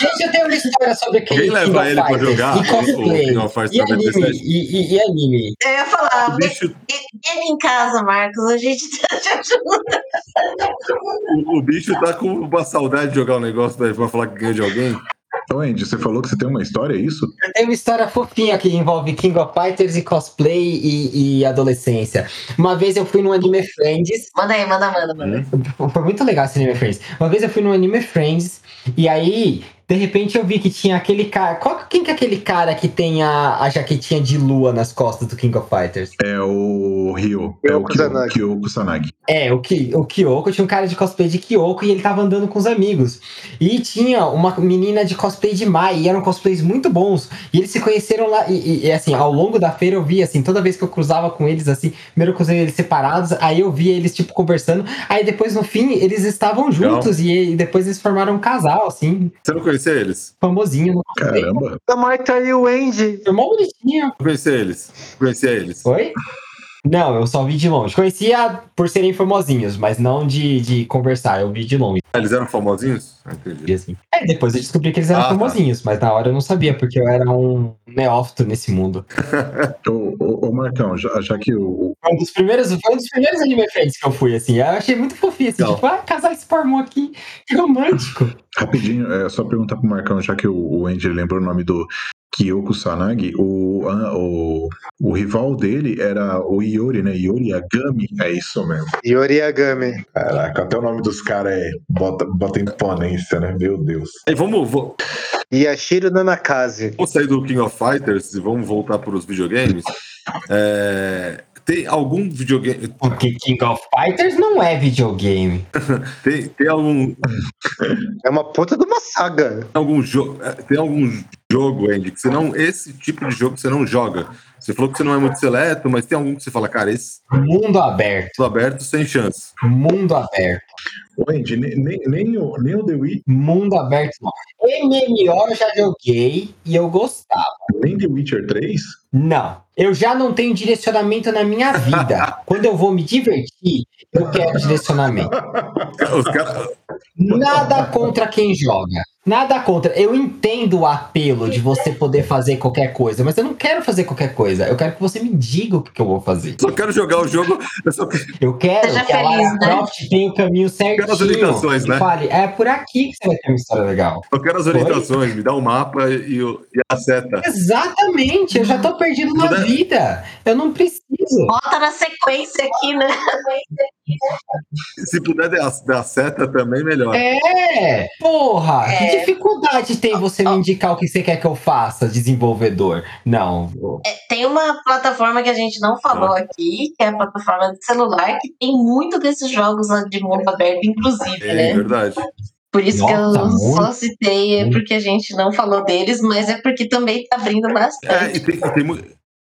Speaker 5: Gente, eu tenho uma história sobre aquele
Speaker 2: Quem
Speaker 5: King
Speaker 2: leva
Speaker 5: of
Speaker 2: ele pra
Speaker 5: Fighters
Speaker 2: jogar
Speaker 5: e
Speaker 2: o
Speaker 5: cosplay.
Speaker 2: King of Fighters
Speaker 5: E anime, Tá
Speaker 2: 97?
Speaker 5: e, e- e anime.
Speaker 4: Eu ia falar,
Speaker 2: O bicho,
Speaker 4: ele em casa, Marcos, a gente tá te ajudando.
Speaker 2: o, o bicho tá com uma saudade de jogar um negócio daí pra falar que ganha de alguém.
Speaker 8: Ô, Então, Andy, você falou que você tem uma história, é isso?
Speaker 5: Eu tenho uma história fofinha que envolve King of Fighters e cosplay e, e adolescência. Uma vez eu fui no Anime Friends
Speaker 4: Manda aí, manda, manda, manda.
Speaker 5: Foi muito legal esse Anime Friends. Uma vez eu fui no Anime Friends e aí, de repente, eu vi que tinha aquele cara. Qual, quem que é aquele cara que tem a, a jaquetinha de lua nas costas do King of Fighters?
Speaker 8: É o Rio, é o
Speaker 6: Kyoko Kusanagi.
Speaker 8: Kyo Kusanagi.
Speaker 5: É, o, Ki, o Kyoko tinha um cara de cosplay de Kyoko e ele tava andando com os amigos. E tinha uma menina de cosplay de Mai, e eram cosplays muito bons. E eles se conheceram lá, e, e- e, assim, ao longo da feira eu via, assim, toda vez que eu cruzava com eles, assim, primeiro eu cruzei eles separados, aí eu via eles, tipo, conversando. Aí depois, no fim, eles estavam
Speaker 2: Legal.
Speaker 5: juntos, e, e depois eles formaram um casal, assim,
Speaker 2: Você não conhecia eles?
Speaker 5: famosinho. no cosplay.
Speaker 8: Caramba.
Speaker 6: A Então, Marta e o Andy.
Speaker 5: Foi mó bonitinho.
Speaker 2: Não conhecia eles? Conhecia eles.
Speaker 5: Oi? Não, eu só vi de longe. Conhecia por serem famosinhos, mas não de, de conversar, eu vi de longe.
Speaker 2: Ah, Eles eram famosinhos? Ah, Entendi.
Speaker 5: E assim, É, depois eu descobri que eles eram
Speaker 2: Ah, tá.
Speaker 5: famosinhos, mas na hora eu não sabia, porque eu era um neófito nesse mundo.
Speaker 8: Ô, ô, ô, Marcão, já, já que o.
Speaker 5: Foi um dos primeiros, foi um dos primeiros anime friends que eu fui, assim. Eu achei muito fofinho, assim,
Speaker 2: Legal.
Speaker 5: tipo, ah, casais se formam aqui, que romântico.
Speaker 2: [laughs]
Speaker 8: Rapidinho, é só perguntar pro Marcão, já que o, o Andy lembrou o nome do Kyo Kusanagi, o, a- o, o rival dele era o Iori, né? Iori Agami. É isso mesmo.
Speaker 6: Yoriagami.
Speaker 8: Caraca, até o nome dos caras é. Bota, bota imponência, né? Meu Deus.
Speaker 2: Aí vamos, vo-
Speaker 6: Yashiro Nanakaze.
Speaker 2: vamos sair do King of Fighters e vamos voltar para os videogames. É, tem algum videogame.
Speaker 5: Porque King of Fighters não é videogame.
Speaker 2: Tem, tem algum,
Speaker 6: É uma puta de uma saga.
Speaker 2: algum jogo. Tem algum jogo, Andy, que você não. Esse tipo de jogo que você não joga. Você falou que você não é muito seleto, mas tem algum que você fala, cara, esse
Speaker 5: Mundo aberto.
Speaker 2: mundo aberto sem chance.
Speaker 5: Mundo aberto.
Speaker 8: Ô, Andy, nem, nem, nem o, nem o The Witcher,
Speaker 5: Mundo aberto não. MMO eu já joguei e eu gostava.
Speaker 8: nem The Witcher 3?
Speaker 5: Não. Eu já não tenho direcionamento na minha
Speaker 2: [laughs]
Speaker 5: vida. Quando eu vou me divertir, eu quero direcionamento.
Speaker 2: Os caras.
Speaker 5: Nada contra quem joga. Nada contra. Eu entendo o apelo de você poder fazer qualquer coisa, mas eu não quero fazer qualquer coisa. Eu quero que você me diga o que, que eu vou fazer.
Speaker 2: Só quero jogar o jogo. Eu só quero
Speaker 5: Eu quero
Speaker 4: Seja
Speaker 5: que a
Speaker 4: feliz,
Speaker 5: Lara
Speaker 4: né?
Speaker 5: Croft tenha o caminho
Speaker 2: as
Speaker 5: certinho.
Speaker 2: orientações,
Speaker 5: E
Speaker 2: né?
Speaker 5: fale, é por aqui que você vai ter uma história legal.
Speaker 2: Só quero as orientações. Me dá o mapa e, o- e a seta.
Speaker 5: Exatamente, eu já tô perdido na
Speaker 2: Tudo é-
Speaker 5: vida. Eu não preciso.
Speaker 4: Bota na sequência aqui, né?
Speaker 2: Se puder dar, dar seta também, melhor.
Speaker 5: É! Porra!
Speaker 4: É.
Speaker 5: Que dificuldade tem você me indicar o que você quer que eu faça, desenvolvedor? Não.
Speaker 4: Tem uma plataforma que a gente não falou aqui, que é a plataforma de celular, que tem muito desses jogos de mundo aberto, inclusive,
Speaker 2: É
Speaker 4: né?
Speaker 2: verdade.
Speaker 4: Por isso que eu
Speaker 5: Nossa,
Speaker 4: só
Speaker 5: muito.
Speaker 4: citei, é porque a gente não falou deles, mas é porque também tá abrindo
Speaker 2: É,
Speaker 4: bastante.
Speaker 2: e tem, e tem, mu-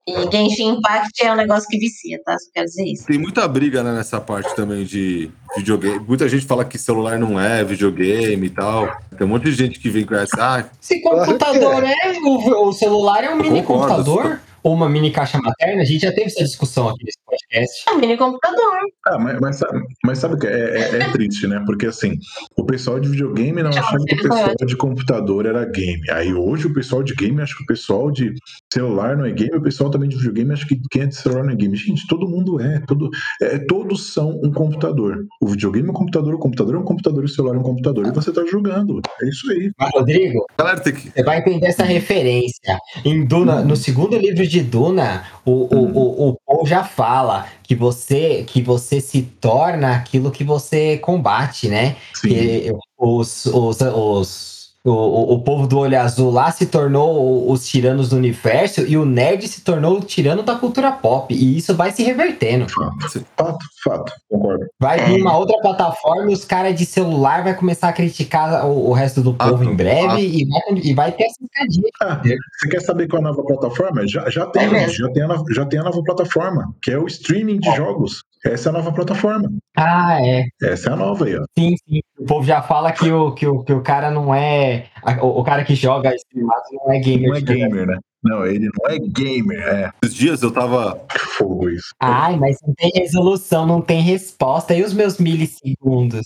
Speaker 4: E Genshin Impact é um negócio que vicia, tá? Só quero dizer isso.
Speaker 2: tem muita briga né, nessa parte também de videogame. Muita gente fala que celular não é videogame e tal. Tem um monte de gente que vem com essa. Ah,
Speaker 5: Se
Speaker 6: Claro que
Speaker 5: computador é, o, o celular é um mini
Speaker 2: concordo,
Speaker 5: computador ou uma mini caixa materna, a gente já teve essa discussão aqui nesse podcast.
Speaker 4: É um mini computador.
Speaker 8: Ah, mas, mas sabe, mas sabe o que é, é- é triste, né? Porque assim, o pessoal de videogame não
Speaker 4: Chama
Speaker 8: achava que o
Speaker 4: filho do
Speaker 8: pessoal de computador era game. Aí hoje o pessoal de game acha que o pessoal de celular não é game, o pessoal também de videogame acha que quem é de celular não é game. Gente, todo mundo é, todo, é, todos são um computador. O videogame é um computador, o computador é um computador, o celular é um computador, e você tá jogando. É isso aí.
Speaker 5: Mas, Rodrigo,
Speaker 2: galera, tem que.
Speaker 5: você vai entender essa referência. Em Duna, no segundo livro de Duna, o, o, o, o Paul já fala que você, que você se torna aquilo que você combate, né?
Speaker 8: Sim.
Speaker 5: Que os, os, os o, o, o povo do olho azul lá se tornou o- os tiranos do universo e o nerd se tornou o tirano da cultura pop. E isso vai se revertendo.
Speaker 8: Fato. Fato, fato. Concordo.
Speaker 5: Vai
Speaker 2: É.
Speaker 5: vir uma outra plataforma e os caras de celular vai começar a criticar o, o resto do
Speaker 2: Fato,
Speaker 5: povo em
Speaker 2: fato.
Speaker 5: breve e vai, e vai ter essa escadinha.
Speaker 8: Ah, você quer saber qual é a nova plataforma? Já, já tem,
Speaker 4: É mesmo.
Speaker 8: já tem, a, no- já tem a nova plataforma, que é o streaming de jogos. Essa é a nova plataforma.
Speaker 5: Ah, é.
Speaker 8: Essa é a nova aí, ó.
Speaker 5: Sim, sim. O povo já fala que o, que o, que o cara não é. a- o, o cara que joga streamado não é gamer.
Speaker 8: Não é
Speaker 5: de verdade.
Speaker 8: gamer, né? Não, ele não é gamer, é.
Speaker 2: Esses dias eu tava.
Speaker 8: Que fogo isso.
Speaker 5: Ai, mas não tem resolução, não tem resposta. E os meus milissegundos?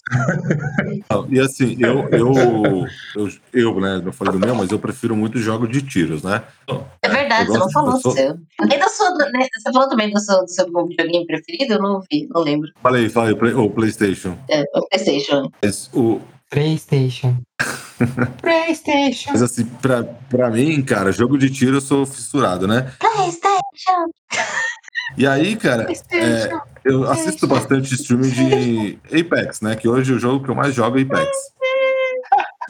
Speaker 2: Não, E assim, eu, eu, eu, eu, né? Não falei do meu, mas eu prefiro muito jogo de tiros, né?
Speaker 4: É verdade,
Speaker 2: Eu
Speaker 4: você não
Speaker 2: gosto-
Speaker 4: falou
Speaker 2: eu
Speaker 4: do
Speaker 2: sou-
Speaker 4: seu. Nem da sua, né? Você falou também do seu, do seu videogame preferido? Eu não vi, não lembro.
Speaker 2: Falei, falei, play- o PlayStation.
Speaker 4: É, o PlayStation.
Speaker 2: Mas, o, [laughs]
Speaker 5: PlayStation. PlayStation.
Speaker 2: mas assim, pra, pra mim, cara, jogo de tiro eu sou fissurado, né?
Speaker 4: é. PlayStation!
Speaker 2: E aí, cara, é, eu assisto bastante streaming de Apex, né? Que hoje o jogo que eu mais jogo é Apex.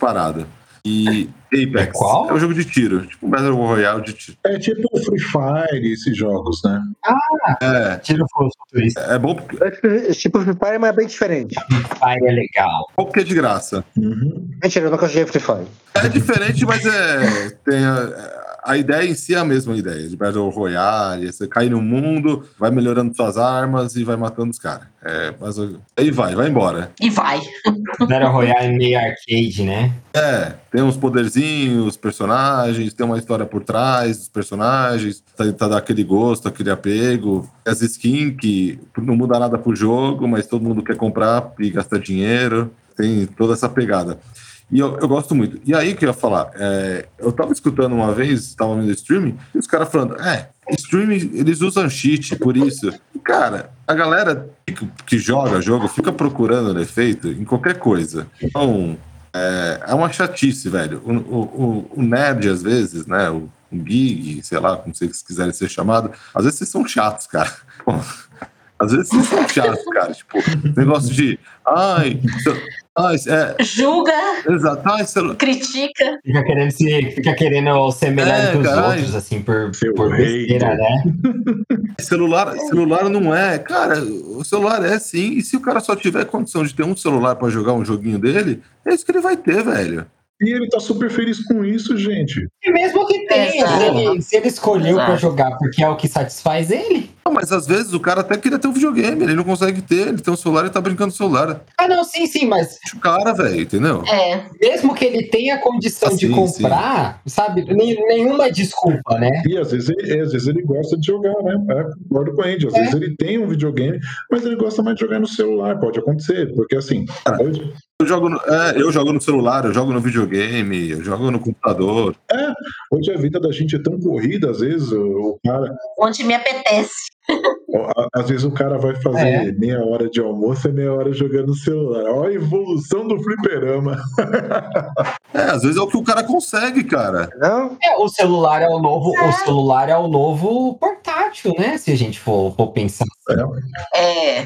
Speaker 2: Parada. E Apex.
Speaker 5: É qual?
Speaker 2: um jogo de tiro. Tipo Battle Royale de tiro.
Speaker 8: É tipo o Free Fire, esses jogos, né?
Speaker 2: É,
Speaker 5: Tiro futurista.
Speaker 2: é bom porque,
Speaker 6: É tipo- é tipo Free Fire, mas é bem diferente.
Speaker 5: Fire é legal.
Speaker 2: bom porque é de graça.
Speaker 8: Uhum.
Speaker 6: Mentira, eu nunca joguei Free Fire.
Speaker 2: É diferente, mas é. Tem a, a ideia em si é a mesma ideia. De Battle Royale. Você cai no mundo, vai melhorando suas armas e vai matando os caras. É, mas aí vai, vai embora.
Speaker 4: E vai.
Speaker 5: Battle Royale meio arcade, né?
Speaker 2: É, tem uns poderzinhos, personagens, tem uma história por trás dos personagens, tá, tá dá aquele gosto, aquele apego. As skins que não muda nada pro jogo, mas todo mundo quer comprar e gastar dinheiro, tem toda essa pegada. E eu, eu gosto muito. E aí que eu ia falar, é, eu tava escutando uma vez, tava vendo streaming, e os caras falando, é, streaming, eles usam cheat, por isso. E, cara, a galera que, que joga jogo fica procurando defeito em qualquer coisa. Então, é uma chatice, velho. O, o- o- o nerd, às vezes, né? O, o gig, sei lá, como vocês quiserem ser chamado, às vezes vocês são chatos, cara. [laughs] Bom, às vezes vocês são chatos, cara. Tipo, negócio de. Ai, seu- ai, é,
Speaker 4: Julga,
Speaker 2: exato, ai, seu-
Speaker 4: critica.
Speaker 5: Fica querendo, se, fica querendo ser melhor
Speaker 2: É,
Speaker 5: que os
Speaker 2: caralho.
Speaker 5: outros, assim, por,
Speaker 8: Seu
Speaker 5: por
Speaker 8: rei.
Speaker 5: besteira, né?
Speaker 2: celular, celular não é. Cara, o celular é sim. E se o cara só tiver condição de ter um celular pra jogar um joguinho dele, é isso que ele vai ter, velho.
Speaker 8: E ele tá super feliz com isso, gente.
Speaker 5: E mesmo que tenha,
Speaker 4: Exato.
Speaker 5: se ele, se ele escolheu pra
Speaker 4: Exato.
Speaker 5: jogar porque é o que satisfaz ele.
Speaker 2: Não, mas às vezes o cara até queria ter um videogame, ele não consegue ter, ele tem um celular e tá brincando no celular.
Speaker 5: Ah, não, sim, sim, mas
Speaker 2: Deixa o cara, velho, entendeu?
Speaker 4: É,
Speaker 5: mesmo que ele tenha condição
Speaker 2: Ah,
Speaker 5: de
Speaker 2: sim,
Speaker 5: comprar, sabe? Ni- Nenhuma desculpa, né?
Speaker 8: E às vezes, ele, é, às vezes ele gosta de jogar, né? É, concordo com o Andy. Às
Speaker 5: É.
Speaker 8: vezes ele tem um videogame, mas ele gosta mais de jogar no celular. Pode acontecer, porque assim, hoje-
Speaker 2: Eu jogo, no, é, eu jogo no celular, eu jogo no videogame, eu jogo no computador.
Speaker 8: Hoje a vida da gente é tão corrida, às vezes o o cara,
Speaker 4: onde me apetece.
Speaker 8: ó, a- às vezes o cara vai fazer
Speaker 5: É.
Speaker 8: meia hora de almoço e meia hora jogando no celular. Olha a evolução do fliperama.
Speaker 2: É, às vezes é o que o cara consegue, cara.
Speaker 6: Não?
Speaker 5: É, o celular é o novo, o celular é o novo portátil, né? Se a gente for, for pensar.
Speaker 4: É,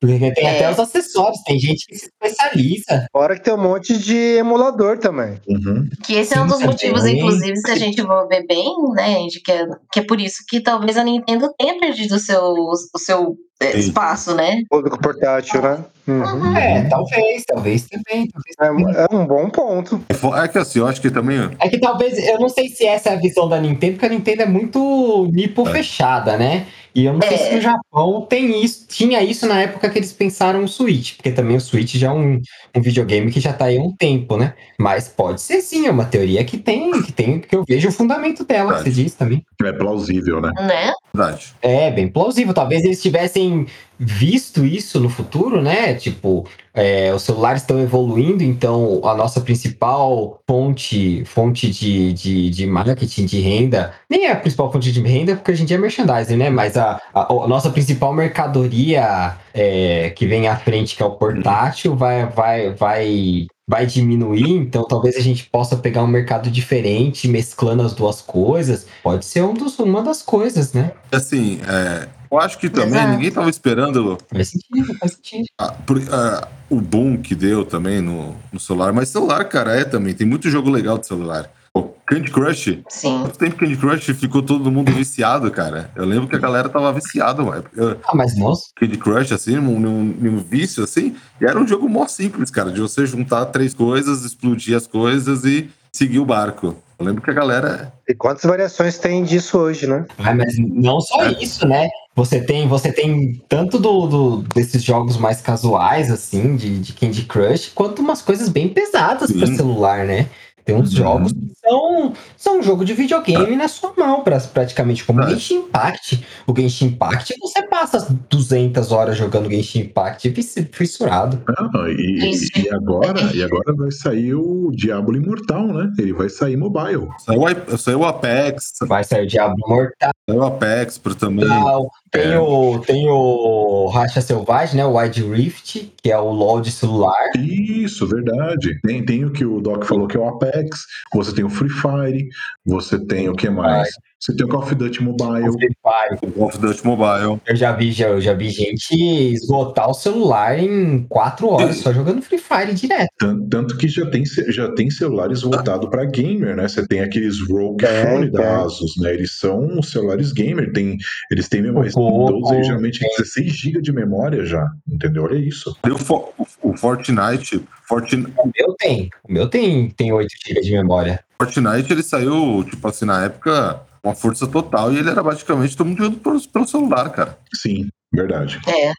Speaker 5: Porque tem
Speaker 4: É.
Speaker 5: até os acessórios, tem gente que se especializa.
Speaker 6: Fora que tem um monte de emulador também.
Speaker 8: Uhum.
Speaker 4: que esse é um
Speaker 5: Sim,
Speaker 4: dos
Speaker 5: também.
Speaker 4: motivos, inclusive, se a gente for ver bem, né, gente, que é, que é por isso que talvez a Nintendo tenha perdido o seu, o seu é,
Speaker 2: Sim.
Speaker 4: espaço, né?
Speaker 6: Público portátil, né? Uhum.
Speaker 5: É, talvez, talvez também, talvez
Speaker 6: É,
Speaker 5: também.
Speaker 6: um- é um bom ponto.
Speaker 2: É fo- É que assim, eu acho que também. ó,
Speaker 5: É que talvez, eu não sei se essa é a visão da Nintendo, porque a Nintendo é muito nipo fechada, né? E eu não sei
Speaker 4: É.
Speaker 5: se no Japão tem isso, tinha isso na época que eles pensaram o Switch, porque também o Switch já é um, um videogame que já tá aí há um tempo, né? Mas pode ser sim, é uma teoria que tem, que tem, que eu vejo o fundamento dela, que você diz também.
Speaker 8: É plausível, né?
Speaker 4: Né?
Speaker 2: Verdade.
Speaker 5: É, bem plausível. Talvez eles tivessem visto isso no futuro, né? Tipo, é, os celulares estão evoluindo, então a nossa principal fonte, fonte de, de, de marketing, de renda, nem é a principal fonte de renda, porque hoje em dia é merchandising, né? Mas a, a- a nossa principal mercadoria é, que vem à frente, que é o portátil, vai, vai, vai, vai diminuir. Então talvez a gente possa pegar um mercado diferente, mesclando as duas coisas. Pode ser um dos- uma das coisas, né?
Speaker 2: E assim, é, eu acho que também
Speaker 4: Exato.
Speaker 2: ninguém tava esperando
Speaker 5: Faz sentido, faz sentido.
Speaker 2: a- por- a- o boom que deu também no, no celular. Mas celular, cara, é também. Tem muito jogo legal de celular. O Candy Crush.
Speaker 4: Sim.
Speaker 2: Quanto tempo que Candy Crush ficou todo mundo viciado, cara? Eu lembro que a galera tava viciada, mano. Eu-
Speaker 5: Ah, mas nós?
Speaker 2: Candy Crush, assim, num, num- num vício, assim, e era um jogo mó simples, cara, de você juntar três coisas, explodir as coisas e seguir o barco. Eu lembro que a galera.
Speaker 6: E quantas variações tem disso hoje, né?
Speaker 5: Ah, mas não só isso, né? Você tem, você tem tanto do, do- desses jogos mais casuais, assim, de, de Candy Crush, quanto umas coisas bem pesadas para
Speaker 2: Sim.
Speaker 5: celular, né? Tem uns jogos que são são um jogo de videogame na sua mão, pra- praticamente como o Genshin Impact. O Genshin Impact, você passa 200 horas jogando Genshin Impact fiss- fissurado.
Speaker 8: Não, e,
Speaker 4: Isso.
Speaker 8: e agora, e agora vai sair o Diablo Imortal, né? Ele vai sair mobile.
Speaker 2: Saiu, o I- saiu o Apex,
Speaker 5: Vai sair o Diablo Mortal.
Speaker 2: saiu o Apex pro também.
Speaker 5: Ah. Tem,
Speaker 2: É.
Speaker 5: o, tem o Racha Selvagem, né? O Wide Rift, que é o LoL de celular.
Speaker 8: Isso, verdade. Tem, tem o que o Doc falou que é o Apex, você tem o Free Fire, você tem o que mais? Você tem o Call of Duty
Speaker 5: o
Speaker 8: Mobile.
Speaker 5: Free Fire.
Speaker 2: O Call of Duty Mobile.
Speaker 5: Eu já vi, já, eu já vi gente esgotar o celular em 4 horas só jogando Free Fire direto.
Speaker 8: Tan- Tanto que já tem, ce- já tem celulares voltados para gamer, né? Você tem aqueles Rogue
Speaker 6: Tem,
Speaker 8: Phone
Speaker 6: tem.
Speaker 8: da Asus, né? Eles são os celulares gamer, tem, eles têm memória, eles têm
Speaker 5: Gogo,
Speaker 8: 12, e geralmente 16 GB de memória já, entendeu? Olha isso.
Speaker 2: Deu fo- o, o Fortnite. Fortnite,
Speaker 5: O meu tem. O meu tem, tem 8 GB de memória.
Speaker 2: Fortnite, ele saiu, tipo assim, na época, uma força total. E ele era basicamente todo mundo jogando pelo, pelo celular, cara.
Speaker 8: Sim, verdade.
Speaker 4: É.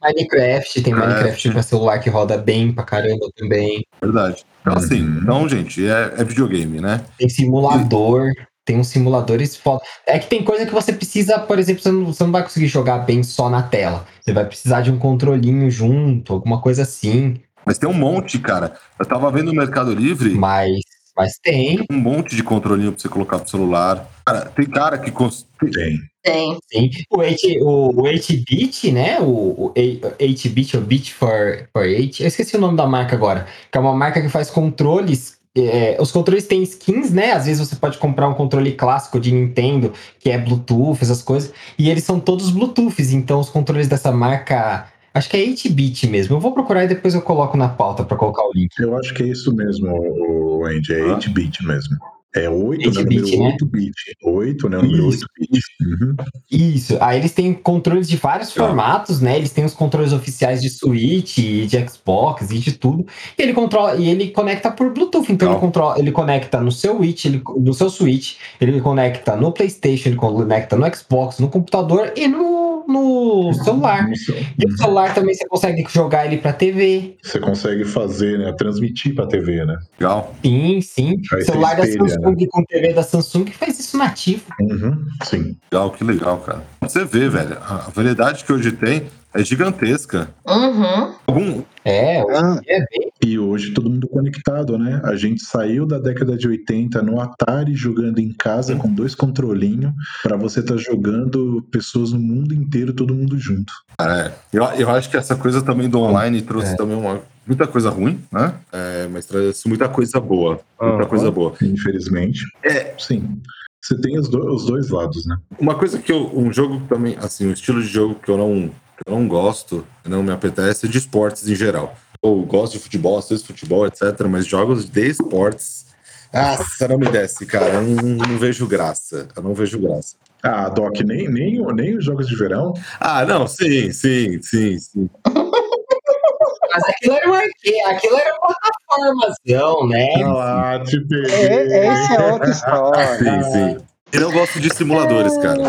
Speaker 5: Minecraft, tem Minecraft
Speaker 2: Minecraft.
Speaker 5: pra celular que roda bem pra caramba também.
Speaker 2: Verdade. Então, assim,
Speaker 8: Uhum.
Speaker 2: então, gente, é, é videogame, né?
Speaker 5: Tem simulador. Tem uns simuladores foda. É que tem coisa que você precisa, por exemplo, você não, você não vai conseguir jogar bem só na tela. Você vai precisar de um controlinho junto, alguma coisa assim.
Speaker 2: Mas tem um monte, cara. Eu tava vendo no Mercado Livre
Speaker 5: Mas, mas tem,
Speaker 2: um monte de controlinho pra você colocar pro celular. Cara, tem cara que. cons-
Speaker 8: Tem.
Speaker 4: Tem.
Speaker 5: Sim, o 8-bit, o, o 8-bit, né? O, o 8-bit, o Bit for, for 8, eu esqueci o nome da marca agora, que é uma marca que faz controles. é, os controles têm skins, né? Às vezes você pode comprar um controle clássico de Nintendo, que é Bluetooth, essas coisas, e eles são todos Bluetooths, então os controles dessa marca, acho que é 8-bit mesmo. Eu vou procurar e depois eu coloco na pauta pra colocar o link.
Speaker 8: Eu acho que é isso mesmo, o Andy. É
Speaker 2: Ah.
Speaker 8: 8-bit mesmo. É 8, né? O
Speaker 5: 8-bit,
Speaker 8: número
Speaker 5: né?
Speaker 8: 8-bit. 8, né? O número
Speaker 5: Isso,
Speaker 8: 8-bit. Uhum.
Speaker 5: Isso, aí eles têm controles de vários formatos, né? Eles têm os controles oficiais de Switch, e de Xbox e de tudo. E ele controla e ele conecta por Bluetooth. Então ele
Speaker 2: Legal.
Speaker 5: controla, ele conecta no seu Switch, ele, no seu Switch, ele conecta no PlayStation, ele conecta no Xbox, no computador e no, no celular.
Speaker 8: Isso.
Speaker 5: E o celular também você consegue jogar ele pra TV.
Speaker 8: Você consegue fazer, né? Transmitir pra TV, né?
Speaker 2: Legal.
Speaker 5: Sim, sim.
Speaker 8: Aí você
Speaker 5: celular da
Speaker 8: espelha, né?
Speaker 5: Samsung com TV da Samsung faz isso nativo.
Speaker 8: Uhum. Sim.
Speaker 2: Legal, que legal, cara. Você vê, velho, a a variedade que hoje tem é gigantesca.
Speaker 4: Uhum.
Speaker 2: Algum,
Speaker 5: É, hoje
Speaker 6: Ah,
Speaker 5: em dia é bem.
Speaker 8: E hoje todo mundo conectado, né? A gente saiu da década de 80 no Atari jogando em casa com dois controlinhos pra você estar jogando pessoas no mundo inteiro, todo mundo junto.
Speaker 2: eu, eu acho que essa coisa também do online trouxe também uma, muita coisa ruim, né? É, mas trouxe muita coisa boa. Muita
Speaker 10: Aham.
Speaker 2: coisa boa.
Speaker 8: Infelizmente. É. Sim. Você tem os, do- os dois lados, né?
Speaker 2: Uma coisa que eu. Um jogo que também. Assim, um estilo de jogo que eu não, que eu não gosto, que não me apetece, é de esportes em geral. Eu gosto de futebol, assisto futebol, etc. Mas jogos de esportes. Nossa, não me desce, cara. Eu não, não vejo graça. Eu não vejo graça.
Speaker 8: Ah, Doc, nem, nem, nem os jogos de verão.
Speaker 2: Ah, não, sim, sim, sim, sim.
Speaker 5: Mas aquilo era um arque, aquilo era plataformazão, né?
Speaker 8: Ah lá, te
Speaker 6: é,
Speaker 8: peguei.
Speaker 6: essa é outra história.
Speaker 2: Sim, sim. Ah, Eu não gosto de simuladores, cara.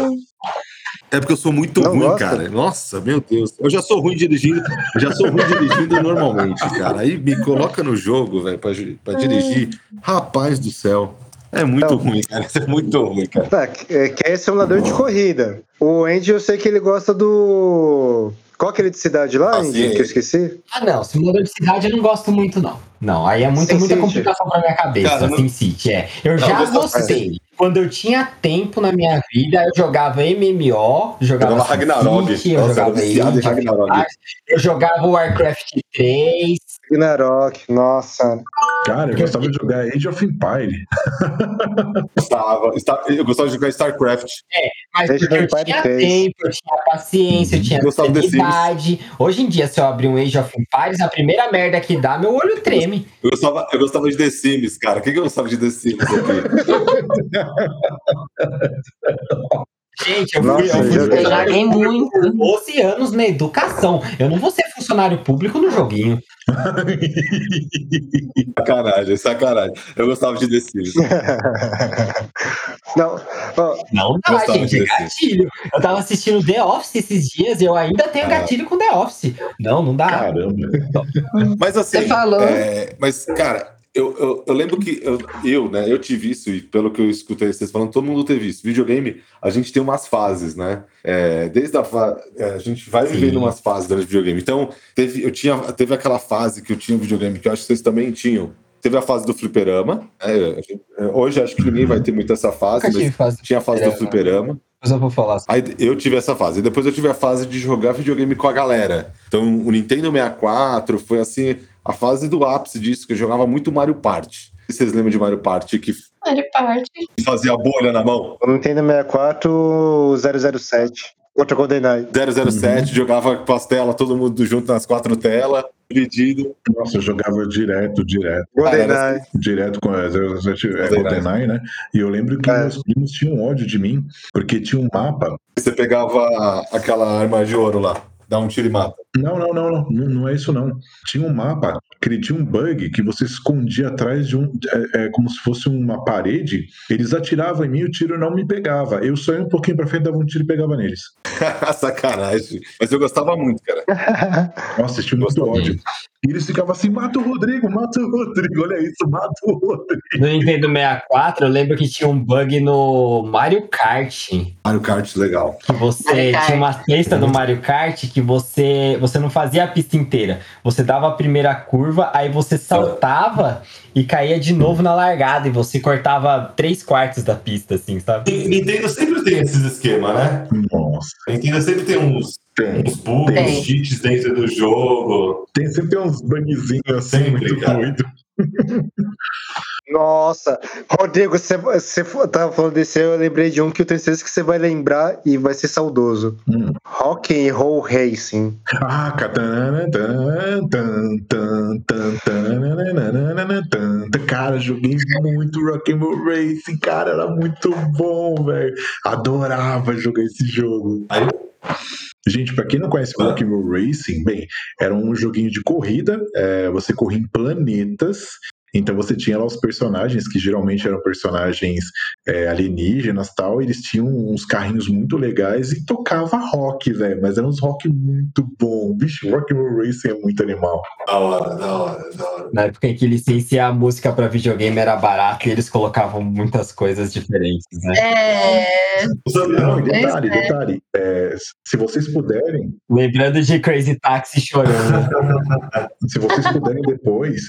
Speaker 2: É porque eu sou muito
Speaker 6: Não
Speaker 2: ruim,
Speaker 6: gosta?
Speaker 2: cara. Nossa, meu Deus. Eu já sou ruim dirigindo, eu já sou ruim dirigindo normalmente, cara. Aí me coloca no jogo, velho, pra, gi- pra dirigir. Rapaz do céu. É muito ruim, cara. É muito ruim, cara.
Speaker 6: Tá, que é que é simulador de corrida. O Andy, eu sei que ele gosta do. Qual aquele de cidade lá,
Speaker 2: Ah,
Speaker 6: Andy?
Speaker 2: sim.
Speaker 6: Que eu esqueci?
Speaker 5: Ah, não, simulador de cidade eu não gosto muito, não. Não, aí é muito,
Speaker 6: Sim
Speaker 5: muita
Speaker 6: City.
Speaker 5: complicação pra minha cabeça,
Speaker 2: Cara, não-
Speaker 5: SimCity, é. Eu
Speaker 2: Não,
Speaker 5: já
Speaker 2: mas tá não
Speaker 5: gostei. Quando eu tinha tempo na minha vida, eu jogava MMO, jogava
Speaker 2: Jogava Ragnarok.
Speaker 5: SimCity, eu
Speaker 2: Nossa, eu
Speaker 5: jogava
Speaker 2: era viciado em
Speaker 5: Age of
Speaker 2: Ragnarok.
Speaker 5: Empires, eu jogava Warcraft 3,
Speaker 6: Ragnarok, nossa. [laughs]
Speaker 8: Cara, eu gostava de jogar Age of Empire.
Speaker 2: Gostava. Star- Eu gostava de jogar StarCraft.
Speaker 5: mas
Speaker 6: Age
Speaker 5: porque
Speaker 6: of
Speaker 5: eu
Speaker 6: Empires
Speaker 5: tinha
Speaker 6: 3.
Speaker 5: tempo, eu tinha paciência, eu tinha
Speaker 2: Eu gostava de The Sims.
Speaker 5: habilidade. Hoje em dia, se eu abrir um Age of Empires, a primeira merda que dá, meu olho treme.
Speaker 2: Eu gostava, eu gostava de The Sims, cara. O que, que eu gostava de The Sims aqui?
Speaker 5: Gente, eu fui,
Speaker 6: Nossa,
Speaker 5: eu
Speaker 6: eu
Speaker 5: fui
Speaker 6: joguei.
Speaker 4: Eu
Speaker 5: funcionário
Speaker 4: joguei
Speaker 5: público
Speaker 4: muito.
Speaker 5: por 12 anos na educação. Eu não vou ser funcionário público no joguinho.
Speaker 2: Sacanagem, sacanagem. Eu gostava de The Sims.
Speaker 6: Não, ó,
Speaker 5: Não dá,
Speaker 2: Gostava
Speaker 5: gente, é
Speaker 2: desse.
Speaker 5: gatilho. Eu tava assistindo The Office esses dias e eu ainda
Speaker 2: Ah.
Speaker 5: tenho gatilho com The Office. Não, não dá.
Speaker 8: Caramba.
Speaker 2: Mas assim.
Speaker 4: Você falou.
Speaker 2: é, mas, cara, Eu, eu, eu lembro que eu, eu, né, eu tive isso, e pelo que eu escutei vocês falando, todo mundo teve isso. Videogame, a gente tem umas fases, né? É, desde a fa... é, a gente vai vivendo umas fases durante o videogame. Então, teve, eu tinha, teve aquela fase que eu tinha um videogame, que eu acho que vocês também tinham. Teve a fase do fliperama. né? Eu- eu- hoje acho que ninguém vai ter muito essa fase,
Speaker 11: Nunca tive
Speaker 2: mas
Speaker 11: fase.
Speaker 2: tinha a fase do fliperama.
Speaker 11: Depois eu vou falar.
Speaker 2: Aí eu tive essa fase. E depois eu tive a fase de jogar videogame com a galera. Então, o Nintendo 64 foi assim, a fase do ápice disso, que eu jogava muito Mario Party. Vocês lembram de Mario Party que
Speaker 4: Ele parte.
Speaker 2: fazia bolha na mão?
Speaker 6: Eu não entendo 64 007. Contra GoldenEye.
Speaker 2: 007, jogava com as telas, todo mundo junto nas quatro telas, dividido.
Speaker 8: Nossa, eu jogava direto, direto,
Speaker 6: GoldenEye.
Speaker 8: é, direto com a 007 é, GoldenEye, né? E eu lembro que
Speaker 6: É.
Speaker 8: meus primos tinham ódio de mim, porque tinha um mapa.
Speaker 2: Você pegava aquela arma de ouro lá, dá um tiro e mata. [laughs]
Speaker 8: Não, não, não, não, não, não é isso não. Tinha um mapa que ele tinha um bug que você escondia atrás de um. É, é como se fosse uma parede. Eles atiravam em mim e o tiro não me pegava. Eu só ia um pouquinho pra frente, dava um tiro e pegava neles.
Speaker 2: Sacanagem. Mas eu gostava muito, cara.
Speaker 8: Nossa, tinha muito
Speaker 2: Gostou
Speaker 8: ódio. E eles ficavam assim: mata o Rodrigo, mata o Rodrigo, olha isso, mata o Rodrigo.
Speaker 5: No Nintendo 64, eu lembro que tinha um bug no Mario Kart.
Speaker 2: Mario Kart, legal.
Speaker 5: Que você
Speaker 4: Mario Kart.
Speaker 5: tinha uma cesta no Mario Kart que você, você não fazia a pista inteira. Você dava a primeira curva, aí você saltava e caía de novo na largada. E você cortava três quartos da pista, assim, sabe?
Speaker 2: Nintendo sempre tem esses esquemas, né?
Speaker 8: Nossa.
Speaker 2: Nintendo sempre tem uns,
Speaker 8: Tem.
Speaker 2: bugs,
Speaker 4: Tem.
Speaker 2: cheats dentro do jogo.
Speaker 8: Tem sempre uns bugzinhos assim,
Speaker 2: Sempre,
Speaker 8: muito
Speaker 2: cara.
Speaker 8: doido.
Speaker 6: Nossa, Rodrigo, você, você tava falando desse, eu lembrei de um que eu tenho certeza que você vai lembrar e vai ser saudoso.
Speaker 8: Hum.
Speaker 6: Rock and Roll Racing.
Speaker 8: Ah, catana, tan, tan, tan, tan, tananana, tan, tan. Cara, joguei muito Rock'n'Roll Racing, cara, era muito bom, velho. Adorava jogar esse jogo.
Speaker 2: Aí-
Speaker 8: Gente, pra quem não conhece o Rock'n'Roll Racing, bem, era um joguinho de corrida, é, você corria em planetas, então você tinha lá os personagens, que geralmente eram personagens é, alienígenas tal, eles tinham uns carrinhos muito legais e tocava rock, velho, mas era uns rock muito bom. Bicho, Rock'n'Roll Racing é muito animal.
Speaker 2: Da hora, da hora, da hora.
Speaker 5: Na época em que licenciar a música pra videogame era barato e eles colocavam muitas coisas diferentes, né?
Speaker 4: É.
Speaker 8: Não, e
Speaker 2: Não,
Speaker 8: detalhe, detalhe, é, se vocês puderem,
Speaker 5: Lembrando de Crazy Taxi chorando.
Speaker 8: se vocês puderem depois,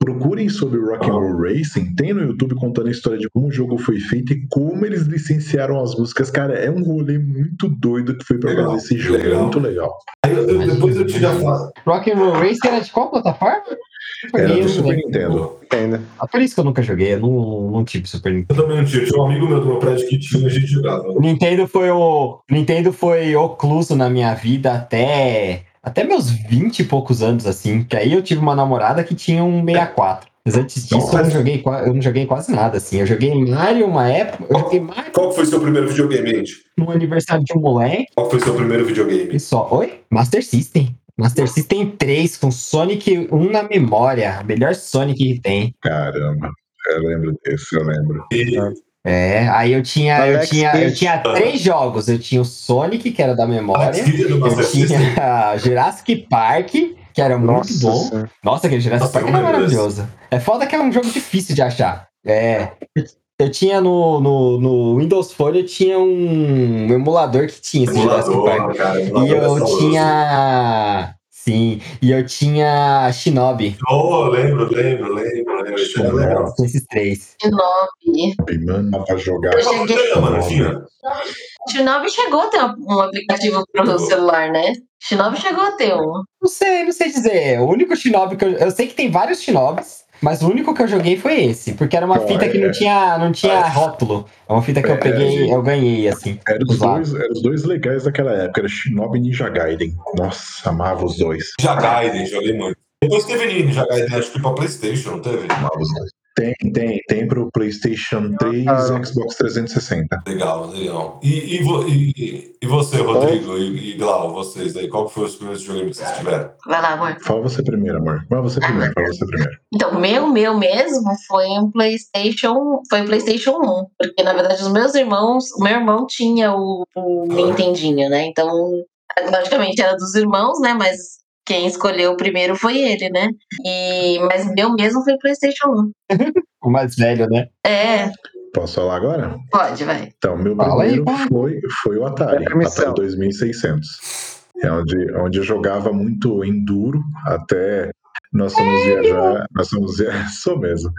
Speaker 8: procurem sobre o Rock'n'Roll Racing. Tem no YouTube contando a história de como o jogo foi feito e como eles licenciaram as músicas. Cara, é um rolê muito doido que foi pra
Speaker 2: Legal,
Speaker 8: fazer esse jogo.
Speaker 2: legal.
Speaker 8: É muito legal.
Speaker 2: aí eu- eu- depois eu tive a fase.
Speaker 5: Rock'n'Roll Race era de qual plataforma? Super
Speaker 8: Era do
Speaker 5: Nintendo,
Speaker 8: Super
Speaker 5: né?
Speaker 8: Nintendo.
Speaker 6: Entenda.
Speaker 5: Ah, por isso que eu nunca joguei, eu não, não tive Super Nintendo.
Speaker 2: Eu também não tinha, tinha um amigo meu do meu prédio que tinha, a gente jogava.
Speaker 5: O Nintendo foi o Nintendo foi ocluso na minha vida até até meus 20 e poucos anos assim, que aí eu tive uma namorada que tinha um 64. Mas antes disso eu não joguei, qua- eu não joguei quase nada assim. Eu joguei Mario uma época, eu joguei Mario
Speaker 2: Qual que foi seu primeiro videogame, gente?
Speaker 5: no aniversário de um moleque
Speaker 2: Qual que foi seu primeiro videogame?
Speaker 5: e só. Oi? Master System. Master System 3 com Sonic 1 na memória, melhor Sonic que tem.
Speaker 8: Caramba, eu lembro desse, eu lembro.
Speaker 2: E
Speaker 5: É, aí eu tinha, eu
Speaker 6: Alex
Speaker 5: tinha, eu
Speaker 6: Kidd.
Speaker 5: tinha três jogos. Eu tinha o Sonic, que era da memória.
Speaker 2: Alex Kidd do Master
Speaker 5: Eu
Speaker 2: System.
Speaker 5: tinha [laughs] Jurassic Park, que era muito
Speaker 6: Nossa
Speaker 5: bom.
Speaker 6: Senhora.
Speaker 5: Nossa, aquele Jurassic
Speaker 2: Nossa, eu
Speaker 5: Park era
Speaker 2: lembro desse.
Speaker 5: maravilhoso. É foda que é um jogo difícil de achar. É. Eu tinha no, no, no Windows Phone, eu tinha um emulador que tinha esse Jurassic Park.
Speaker 2: Emulador, cara.
Speaker 5: E
Speaker 2: emulador é
Speaker 5: eu
Speaker 2: saboroso.
Speaker 5: tinha. Sim, e eu tinha Shinobi.
Speaker 2: Oh, lembro, lembro, lembro, lembro. Isso era legal.
Speaker 5: Tinha esses três.
Speaker 4: Shinobi.
Speaker 8: Mano, dá pra jogar.
Speaker 4: Eu joguei.
Speaker 2: Fliperama, não tinha?
Speaker 4: Shinobi chegou a ter um um aplicativo pro celular, né? Shinobi chegou a ter um.
Speaker 5: Não sei, não sei dizer. O único Shinobi que eu. Eu sei que tem vários Shinobis, mas o único que eu joguei foi esse. Porque era uma
Speaker 8: Olha.
Speaker 5: fita que não tinha, não tinha rótulo. É uma fita que eu peguei, eu ganhei, assim.
Speaker 8: Era os,
Speaker 5: usado.
Speaker 8: dois, era os dois legais daquela época, era Shinobi e Ninja Gaiden. Nossa, amava os dois.
Speaker 2: Jagaiden, joguei muito. Depois teve Ninja Jagaiden, acho que pra Playstation, não teve?
Speaker 8: Amava os dois. Tem, tem, tem pro PlayStation 3
Speaker 6: cara.
Speaker 8: Xbox 360.
Speaker 2: Legal, legal. E, e, vo- e- e você, Rodrigo e, e Glau, vocês aí, qual que foi os primeiros videogames que vocês tiveram?
Speaker 4: Vai lá, amor.
Speaker 8: Fala você primeiro, amor. Fala você primeiro, fala você primeiro.
Speaker 4: Então, meu, meu mesmo foi um PlayStation, foi um PlayStation 1, porque na verdade os meus irmãos, o meu irmão tinha o, o Nintendinho, né? Então, logicamente era dos irmãos, né? Mas quem escolheu o primeiro foi ele, né? E, mas o meu mesmo foi PlayStation 1.
Speaker 5: O mais velho, né?
Speaker 4: É,
Speaker 8: Posso falar agora?
Speaker 4: pode, vai.
Speaker 8: Então, meu
Speaker 5: Fala aí,
Speaker 8: primeiro foi, foi o Atari,
Speaker 6: Dá permissão.
Speaker 8: Atari 2600. É onde, onde eu jogava muito enduro, até nós fomos viajar, nós fomos viajar, [laughs] sou mesmo,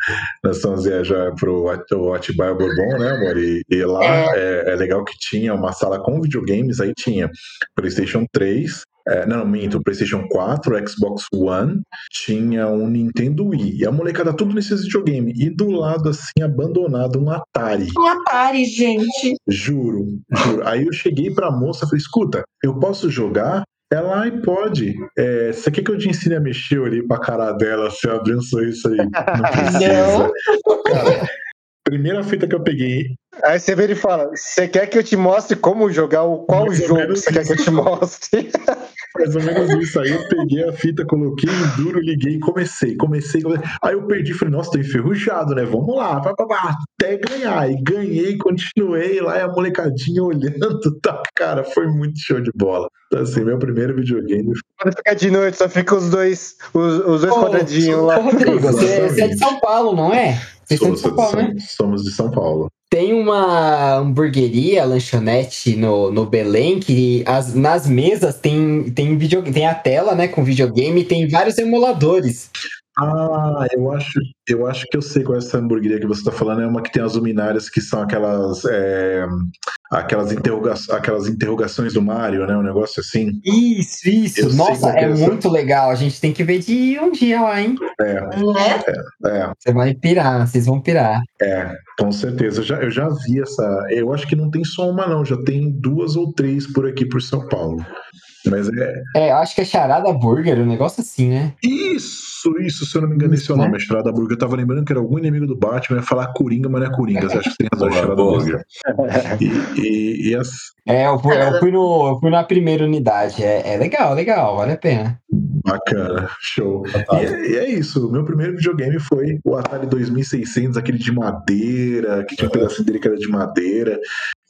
Speaker 8: nós fomos viajar pro At- o Atibaia Bourbon, né, amor? E, e lá é. é legal que tinha uma sala com videogames, aí tinha PlayStation 3, é, não, minto, PlayStation 4, Xbox One, tinha um Nintendo Wii. E a molecada tudo nesses videogame. E do lado, assim, abandonado, um Atari.
Speaker 4: O Atari, gente.
Speaker 8: Juro, juro. Aí eu cheguei pra moça e falei: escuta, eu posso jogar? Ela, ai, pode. É, você quer que eu te ensine a mexer? Eu olhei pra cara dela, assim, eu abri um sorriso aí. Não precisa. Cara, primeira fita que eu peguei,
Speaker 6: Aí você vê ele e fala: Você quer que eu te mostre como jogar? O qual
Speaker 8: Mais ou
Speaker 6: jogo
Speaker 8: menos
Speaker 6: você quer que eu te mostre?
Speaker 8: mais ou menos isso. Aí eu peguei a fita, coloquei em duro, liguei e comecei, comecei, comecei. Aí eu perdi, falei, nossa, tô enferrujado, né? Vamos lá, pá, pá, pá, até ganhar. E ganhei, continuei lá, e a molecadinha olhando, [laughs] tá? Cara, foi muito show de bola. Então, assim, meu primeiro videogame
Speaker 6: Quando fica de noite, só fica os dois, os, os dois
Speaker 5: Ô,
Speaker 6: quadradinhos lá.
Speaker 5: ô, Rodrigo, você, você é de
Speaker 8: Exatamente.
Speaker 5: São Paulo, não é? Vocês são de São Paulo, né?
Speaker 8: assim, Somos de São Paulo.
Speaker 5: Tem uma hamburgueria, lanchonete no, no Belém que as, nas mesas tem, tem, video, tem a tela, né, com videogame e tem vários emuladores.
Speaker 8: Ah, eu acho, eu acho que eu sei qual é essa hamburgueria que você tá falando. É uma que tem as luminárias que são aquelas, é, aquelas, interroga aquelas interrogações do Mario, né? Um negócio assim.
Speaker 5: Isso, isso.
Speaker 8: Eu sei
Speaker 5: Nossa,
Speaker 8: qual que
Speaker 5: é
Speaker 8: é essa.
Speaker 5: muito legal. A gente tem que ver de ir um dia lá, hein?
Speaker 8: É,
Speaker 4: Né?
Speaker 8: é,
Speaker 5: Você vai pirar, vocês vão pirar.
Speaker 8: é, com certeza. Eu já, eu já vi essa. Eu acho que não tem só uma, não. Já tem duas ou três por aqui por São Paulo. Mas é.
Speaker 5: É, eu acho que é charada burger, um negócio assim, né?
Speaker 8: Isso, isso, se eu não me engano, esse é o
Speaker 5: Isso,
Speaker 8: nome, a Estrada Burger. Eu tava lembrando que era algum inimigo do Batman, ia falar Coringa, mas não é Coringa. Acho que tem razão,
Speaker 2: Boa,
Speaker 8: Estrada
Speaker 2: boa.
Speaker 8: Burger. E, e, e as,
Speaker 5: É, eu fui, eu fui, no, eu fui na primeira unidade. É, é legal, legal, vale a pena.
Speaker 8: Bacana, show. E
Speaker 2: Atari.
Speaker 8: é, e é isso, o meu primeiro videogame foi o Atari 2600, aquele de madeira, que tinha um pedacinho dele que era de madeira.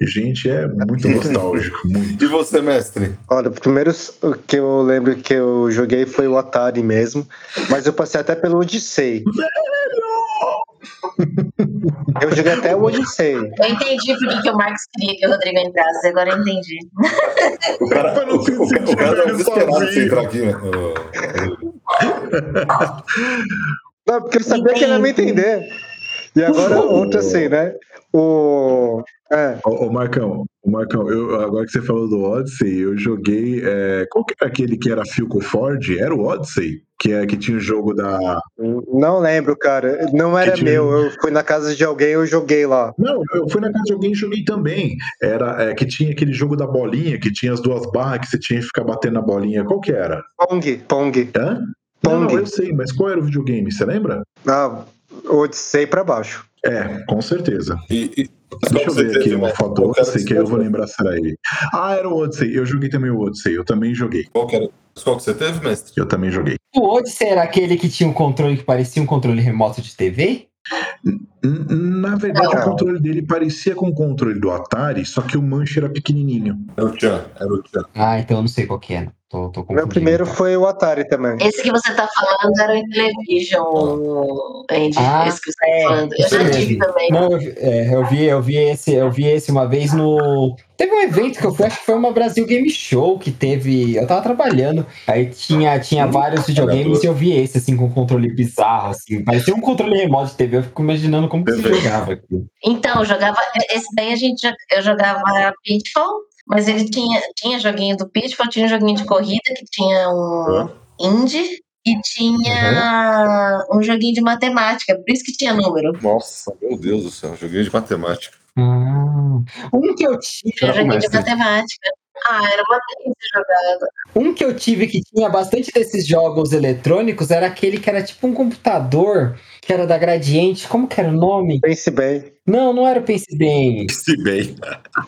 Speaker 8: Gente, é muito nostálgico, muito.
Speaker 2: E você, mestre?
Speaker 6: Olha, o primeiro que eu lembro que eu joguei foi o Atari mesmo, mas eu passei até pelo Odyssey. Eu joguei até o Odyssey.
Speaker 4: Eu entendi por que, que o Marcos queria que o Rodrigo entrasse, agora eu entendi.
Speaker 2: O cara,
Speaker 8: Pra
Speaker 2: o,
Speaker 8: não se
Speaker 2: o, o
Speaker 8: sentir
Speaker 2: cara tá
Speaker 8: velho
Speaker 2: desesperado pra você
Speaker 8: sozinho.
Speaker 2: entrar aqui, né? Ô,
Speaker 6: Não, porque eu sabia que ele ia me entender. E agora outro assim, né? O. É,
Speaker 8: Ô, ô, Marcão, ô, Marcão eu- agora que você falou do Odyssey, eu joguei. é, qual que era aquele que era Philco Ford? Era o Odyssey, que, é, que tinha o jogo da.
Speaker 6: não lembro, cara. Não era
Speaker 8: tinha-
Speaker 6: meu. Eu fui na casa de alguém, eu joguei lá.
Speaker 8: Não, eu fui na casa de alguém e joguei também. Era é, que tinha aquele jogo da bolinha, que tinha as duas barras que você tinha que ficar batendo na bolinha. Qual que era?
Speaker 6: Pong, Pong.
Speaker 8: Hã? Não, não,
Speaker 6: Pong.
Speaker 8: eu sei, mas qual era o videogame? Você lembra?
Speaker 6: Ah, Odyssey pra baixo.
Speaker 8: É, com certeza.
Speaker 2: E, e, só
Speaker 8: Deixa
Speaker 2: pra
Speaker 8: eu
Speaker 2: você
Speaker 8: ver aqui
Speaker 2: entender,
Speaker 8: uma
Speaker 2: né?
Speaker 8: foto do
Speaker 2: Qual que era
Speaker 8: Odyssey, que aí eu vou
Speaker 2: o
Speaker 8: lembrar se era ele. Ah, era o Odyssey. Eu joguei também o Odyssey. Eu também joguei.
Speaker 2: qual que era- qual que você teve, mestre?
Speaker 8: Eu também joguei.
Speaker 5: O Odyssey era aquele que tinha um controle que parecia um controle remoto de TV?
Speaker 8: N- Na verdade, o
Speaker 6: Não.
Speaker 8: controle dele parecia com o controle do Atari, só que o manche era pequenininho.
Speaker 2: Era o Tchan, era o Tchan.
Speaker 5: Ah, então eu não sei qual que é. Tô, tô
Speaker 6: O meu
Speaker 5: confundindo.
Speaker 6: primeiro
Speaker 5: então.
Speaker 6: foi o Atari também.
Speaker 4: Esse que você tá falando era o Intellivision, o Andy.
Speaker 5: Ah,
Speaker 4: esse que você tá falando. Eu
Speaker 5: Isso
Speaker 4: já tive
Speaker 5: mesmo.
Speaker 4: também.
Speaker 5: Não, eu, vi- é, eu vi, eu vi esse, eu vi esse uma vez no. Teve um evento que eu fui, acho que foi uma Brasil Game Show que teve. Eu tava trabalhando, aí tinha, tinha vários videogames e eu vi esse assim com um controle bizarro, assim. Parecia um controle remoto de TV. Eu fico imaginando como que se
Speaker 8: Perfeito.
Speaker 5: jogava aquilo.
Speaker 4: Então, eu jogava. Esse daí a gente, jo- eu jogava Pitfall, mas ele tinha, tinha joguinho do Pitfall, tinha um joguinho de corrida que tinha um indie e tinha
Speaker 5: Uhum.
Speaker 4: um joguinho de matemática, por isso que tinha número.
Speaker 2: Nossa, meu Deus do céu, joguinho de matemática.
Speaker 5: Ah, um que eu tive.
Speaker 4: Tinha um
Speaker 5: Era
Speaker 4: joguinho de
Speaker 5: mestre.
Speaker 4: matemática. Ah, era uma delícia jogada.
Speaker 5: Um que eu tive que tinha bastante desses jogos eletrônicos era aquele que era tipo um computador, que era da Gradiente. Como que era o nome?
Speaker 6: Pense bem.
Speaker 5: Não, não era o Pense Bem.
Speaker 2: Se bem.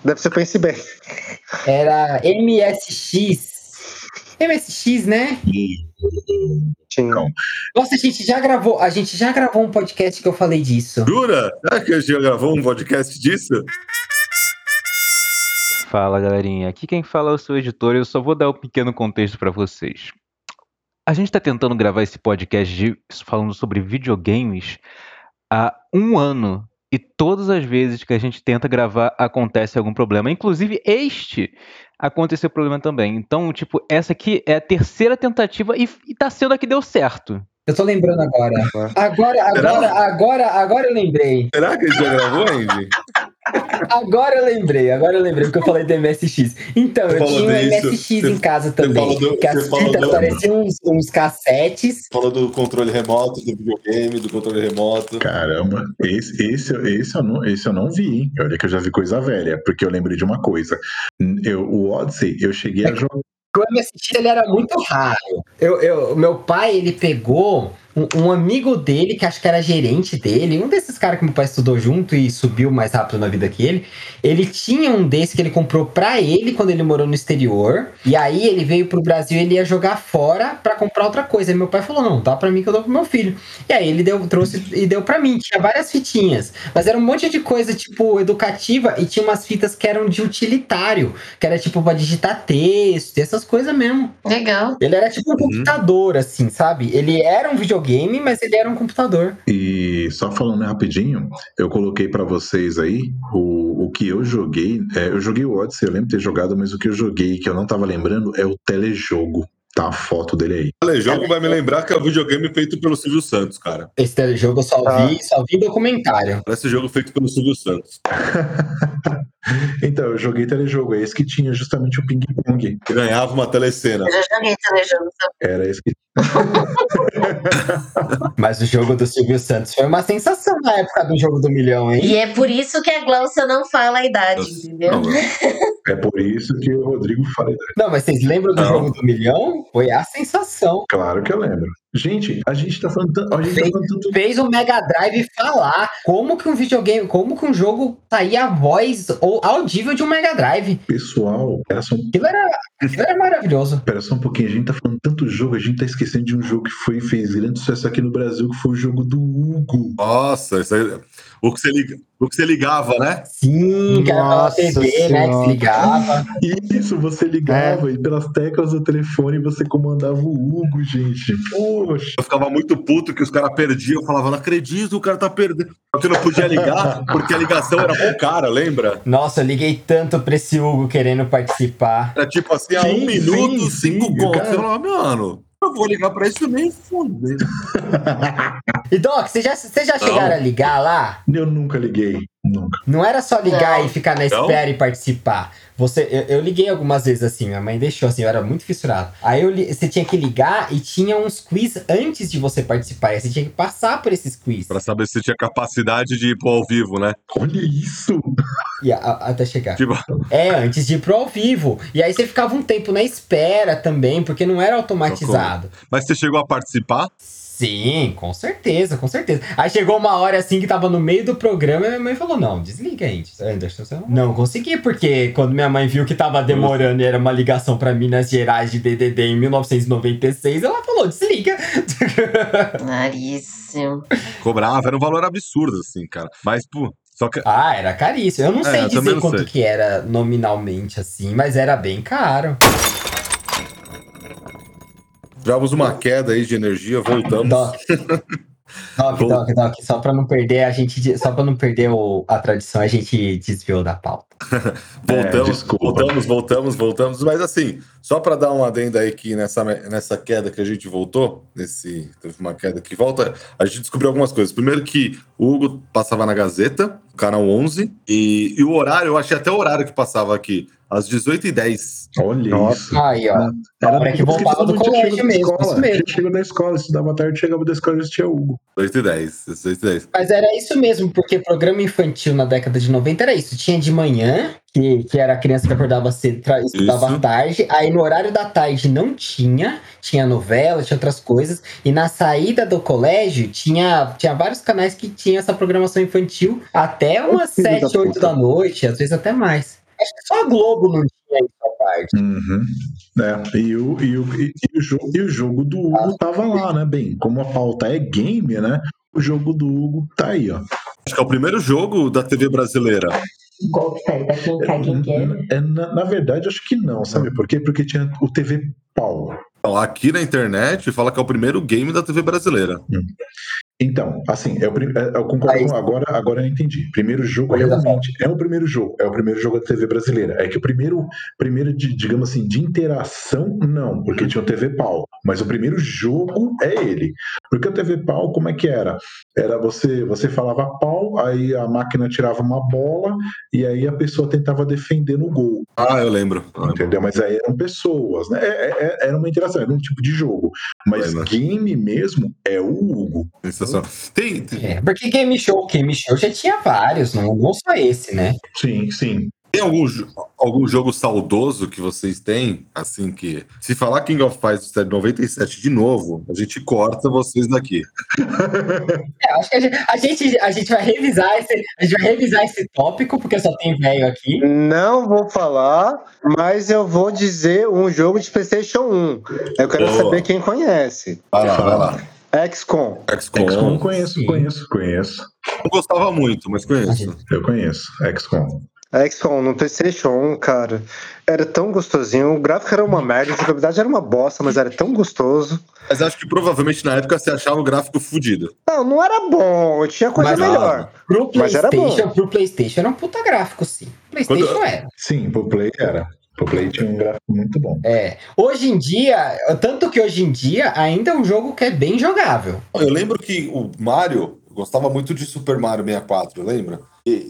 Speaker 6: Deve ser pense bem.
Speaker 5: Era MSX. MSX, né?
Speaker 6: Tinha.
Speaker 5: Nossa, a gente já gravou, a gente já gravou um podcast que eu falei disso.
Speaker 2: Jura? Será que a gente já gravou um podcast disso?
Speaker 3: Fala galerinha, aqui quem fala é o seu editor e eu só vou dar um pequeno contexto para vocês. A gente está tentando gravar esse podcast de- falando sobre videogames há um ano. E todas as vezes que a gente tenta gravar, acontece algum problema. Inclusive, este aconteceu problema também. Então, tipo, essa aqui é a terceira tentativa e, e tá sendo a que deu certo.
Speaker 5: Eu tô lembrando agora. Agora, agora,
Speaker 2: um-
Speaker 5: agora, agora eu lembrei.
Speaker 2: Será que a gente já gravou, Andy?
Speaker 5: Agora eu lembrei, agora eu lembrei porque eu falei do MSX. Então,
Speaker 2: Você
Speaker 5: eu
Speaker 2: falou
Speaker 5: tinha um
Speaker 2: disso,
Speaker 5: MSX em
Speaker 2: você-
Speaker 5: casa
Speaker 2: falou
Speaker 5: também.
Speaker 2: do-
Speaker 5: que as
Speaker 2: você falou
Speaker 5: fitas
Speaker 2: do-
Speaker 5: pareciam uns, uns cassetes.
Speaker 2: Falou do controle remoto, do videogame, do controle remoto.
Speaker 8: Caramba, esse, esse, esse, eu não, esse eu não vi, hein? Olha que eu já vi coisa velha, porque eu lembrei de uma coisa. Eu, o Odyssey, eu cheguei a jogar.
Speaker 5: O MSX ele era muito raro. Eu, eu, meu pai, ele pegou um, um amigo dele, que acho que era gerente dele, um desses caras que meu pai estudou junto e subiu mais rápido na vida que ele. Ele tinha um desse que ele comprou pra ele quando ele morou no exterior. E aí ele veio pro Brasil, ele ia jogar fora pra comprar outra coisa. Aí meu pai falou: "Não, dá pra mim que eu dou pro meu filho". E aí ele deu, trouxe e deu pra mim. Tinha várias fitinhas, mas era um monte de coisa tipo educativa e tinha umas fitas que eram de utilitário, que era tipo pra digitar texto, e essas coisas mesmo.
Speaker 4: Legal.
Speaker 5: Ele era tipo um computador, assim, sabe? Ele era um videogame, mas ele era um computador.
Speaker 8: E só falando rapidinho, eu coloquei pra vocês aí o, o que eu joguei. É, eu joguei o Odyssey, eu lembro de ter jogado, mas o que eu joguei que eu não tava lembrando é o telejogo. Tá a foto dele aí.
Speaker 2: O jogo vai me lembrar que é um videogame feito pelo Silvio Santos, cara.
Speaker 5: Esse telejogo eu só
Speaker 6: Ah.
Speaker 5: vi, só vi documentário.
Speaker 2: Parece jogo feito pelo Silvio Santos.
Speaker 8: Então, eu joguei telejogo, é esse que tinha justamente o ping-pong.
Speaker 2: Que ganhava uma telecena.
Speaker 4: Eu já joguei telejogo.
Speaker 8: Era esse que
Speaker 5: Mas o jogo do Silvio Santos foi uma sensação na época do jogo do milhão, hein?
Speaker 4: E é por isso que a Glaucia não fala a idade, entendeu?
Speaker 2: Não,
Speaker 8: É por isso que o Rodrigo fala.
Speaker 5: Não, mas vocês lembram do
Speaker 2: Não.
Speaker 5: jogo do milhão? Foi a sensação.
Speaker 8: Claro que eu lembro. Gente, a gente tá falando tanto. A gente tá
Speaker 5: Sim.
Speaker 8: falando tanto.
Speaker 5: Fez o Mega Drive falar como que um videogame, como que um jogo saía a voz ou audível de um Mega Drive.
Speaker 8: Pessoal, pera só, um-
Speaker 5: Aquilo era, aquilo era maravilhoso.
Speaker 8: pera só um pouquinho. A gente tá falando tanto jogo, a gente tá esquecendo de um jogo que foi, fez grande sucesso aqui no Brasil, que foi o jogo do Hugo.
Speaker 2: Nossa, isso aí, o, que você liga- o que você ligava, né?
Speaker 5: Sim, que era pela
Speaker 6: Nossa
Speaker 5: TV, né? Que se
Speaker 6: Senhora.
Speaker 5: ligava.
Speaker 8: Isso, você ligava e pelas teclas do telefone você comandava o Hugo, gente. Poxa.
Speaker 2: Eu ficava muito puto que os caras perdiam. Eu falava, não acredito, o cara tá perdendo. Só que eu não podia ligar, porque a ligação era com o cara, lembra?
Speaker 5: Nossa, eu liguei tanto pra esse Hugo querendo participar.
Speaker 2: Era tipo assim, a
Speaker 8: Sim,
Speaker 2: um
Speaker 8: sim,
Speaker 2: minuto,
Speaker 8: sim,
Speaker 2: cinco contos.
Speaker 8: cara.
Speaker 2: Eu falava, mano, eu vou ligar pra isso nem fuder.
Speaker 5: E Doc, vocês já, vocês já
Speaker 2: Não.
Speaker 5: chegaram a ligar lá?
Speaker 8: Eu nunca liguei. Nunca.
Speaker 5: Não era só ligar
Speaker 4: Não.
Speaker 5: e ficar na espera e participar. Você, eu, eu liguei algumas vezes assim, minha mãe deixou assim, eu era muito fissurado. Aí eu li- você tinha que ligar e tinha uns quiz antes de você participar. Aí você tinha que passar por esses quiz.
Speaker 2: Pra saber se tinha capacidade de ir pro ao vivo, né?
Speaker 8: Olha isso.
Speaker 5: E a- a- até chegar.
Speaker 2: Tipo,
Speaker 5: É, antes de ir pro ao vivo. E aí você ficava um tempo na espera também, porque não era automatizado.
Speaker 2: mas você chegou a participar?
Speaker 5: Sim, com certeza, com certeza. Aí chegou uma hora assim que tava no meio do programa e minha mãe falou: Não, desliga aí, Anderson. Você não... não consegui, porque quando minha mãe viu que tava demorando e era uma ligação pra Minas Gerais de DDD em 1996, ela falou: Desliga.
Speaker 4: Claríssimo.
Speaker 2: Cobrava, era um valor absurdo, assim, cara. Mas, pô, só que
Speaker 5: ah, era caríssimo. Eu não
Speaker 2: É,
Speaker 5: sei
Speaker 2: eu também
Speaker 5: dizer
Speaker 2: não
Speaker 5: quanto
Speaker 2: sei.
Speaker 5: que era nominalmente assim, mas era bem caro.
Speaker 2: tivemos uma queda aí de energia, voltamos.
Speaker 5: Doc. Doc,
Speaker 2: Bom.
Speaker 5: Doc, Doc, só pra não perder a gente, só pra não perder o- a tradição, a gente desviou da pauta.
Speaker 8: É,
Speaker 2: Voltamos,
Speaker 8: desculpa.
Speaker 2: voltamos, voltamos, voltamos. Mas assim, só para dar um adendo aí que nessa, nessa queda que a gente voltou, nesse, teve uma queda que volta, a gente descobriu algumas coisas. Primeiro que o Hugo passava na Gazeta, canal 11, e, e o horário, eu achei até o horário que passava aqui, às 18h10.
Speaker 8: Olha
Speaker 2: Nossa.
Speaker 8: isso.
Speaker 5: Aí, ó.
Speaker 8: Era
Speaker 5: hora que
Speaker 8: depois
Speaker 5: voltava
Speaker 8: todo
Speaker 5: do
Speaker 8: mundo
Speaker 5: colégio
Speaker 8: chegava da
Speaker 5: mesmo,
Speaker 8: escola.
Speaker 5: isso mesmo.
Speaker 8: A gente chegou da escola, estudava tarde, chegava da escola e assistia Hugo.
Speaker 2: 18h10, 18h10.
Speaker 5: Mas era isso mesmo, porque programa infantil na década de 90 era isso. Tinha de manhã, que, que era a criança que acordava cedo tra- estudava
Speaker 2: Isso.
Speaker 5: à tarde. Aí no horário da tarde não tinha, tinha novela, tinha outras coisas. E na saída do colégio tinha, tinha vários canais que tinha essa programação infantil até umas
Speaker 8: filho da
Speaker 5: 7, 8
Speaker 8: puta.
Speaker 5: da noite, às vezes até mais. Acho que só a Globo não tinha isso à tarde.
Speaker 8: Uhum. É, e, o, e, o, e, e o jogo, e o jogo do Hugo tava lá, né? Bem, como a pauta é game, né? O jogo do Hugo tá aí, ó.
Speaker 2: Acho que é o primeiro jogo da TV brasileira.
Speaker 4: Qual que tá aí? Da quem
Speaker 8: É, na, na verdade, acho que não, sabe por quê? Porque tinha o TV Pau.
Speaker 2: Então, aqui na internet fala que é o primeiro game da TV brasileira.
Speaker 8: Então, assim, é o prim- é- eu concordo
Speaker 5: Aí-
Speaker 8: com agora, agora eu entendi. Primeiro jogo
Speaker 5: Olha só.
Speaker 8: realmente é o primeiro jogo, é o primeiro jogo da TV brasileira. É que o primeiro, primeiro de, digamos assim, de interação, não, porque tinha o TV Pau, mas o primeiro jogo é ele. Porque o TV Pau, como é que era? Era você, você falava pau, aí a máquina tirava uma bola e aí a pessoa tentava defender no gol.
Speaker 2: Ah, eu lembro. Eu lembro.
Speaker 8: Entendeu? Mas aí eram pessoas, né? É- é- é- Era uma interação, era um tipo de jogo. Mas
Speaker 2: Lembra.
Speaker 8: game mesmo é o Hugo.
Speaker 2: Sensacional. é Tem, tem
Speaker 5: É, porque Game Show, Game Show já tinha vários, não, não só esse, né?
Speaker 8: Sim, sim.
Speaker 2: tem algum, jo- algum jogo saudoso que vocês têm? Assim que. Se falar King of Fighters é de 97 de novo, a gente corta vocês daqui.
Speaker 5: É, acho que a gente, a gente, a gente vai revisar esse, a gente vai revisar esse tópico, porque só tem velho aqui.
Speaker 6: Não vou falar, mas eu vou dizer um jogo de PlayStation 1. Eu quero
Speaker 2: Boa.
Speaker 6: saber quem conhece.
Speaker 2: Vai lá, vai lá.
Speaker 6: XCOM.
Speaker 2: XCOM.
Speaker 8: XCOM conheço,
Speaker 5: sim.
Speaker 8: conheço, conheço.
Speaker 2: Não gostava muito, mas conheço.
Speaker 8: Eu conheço XCOM.
Speaker 6: XCOM no PlayStation 1, cara. Era tão gostosinho. O gráfico era uma merda, a jogabilidade era uma bosta, mas era tão gostoso.
Speaker 2: Mas acho que provavelmente na época você achava o gráfico fudido.
Speaker 6: Não, não era bom, tinha coisa
Speaker 5: Mas-
Speaker 6: melhor.
Speaker 5: Pro
Speaker 6: Mas era
Speaker 5: PlayStation, pro PlayStation era um puta gráfico, sim. PlayStation era.
Speaker 8: Sim, pro Play era. Pro Play tinha um gráfico muito bom.
Speaker 5: É. Hoje em dia, tanto que hoje em dia, ainda é um jogo que é bem jogável.
Speaker 2: Eu lembro que o Mario eu gostava muito de Super Mario 64, lembra?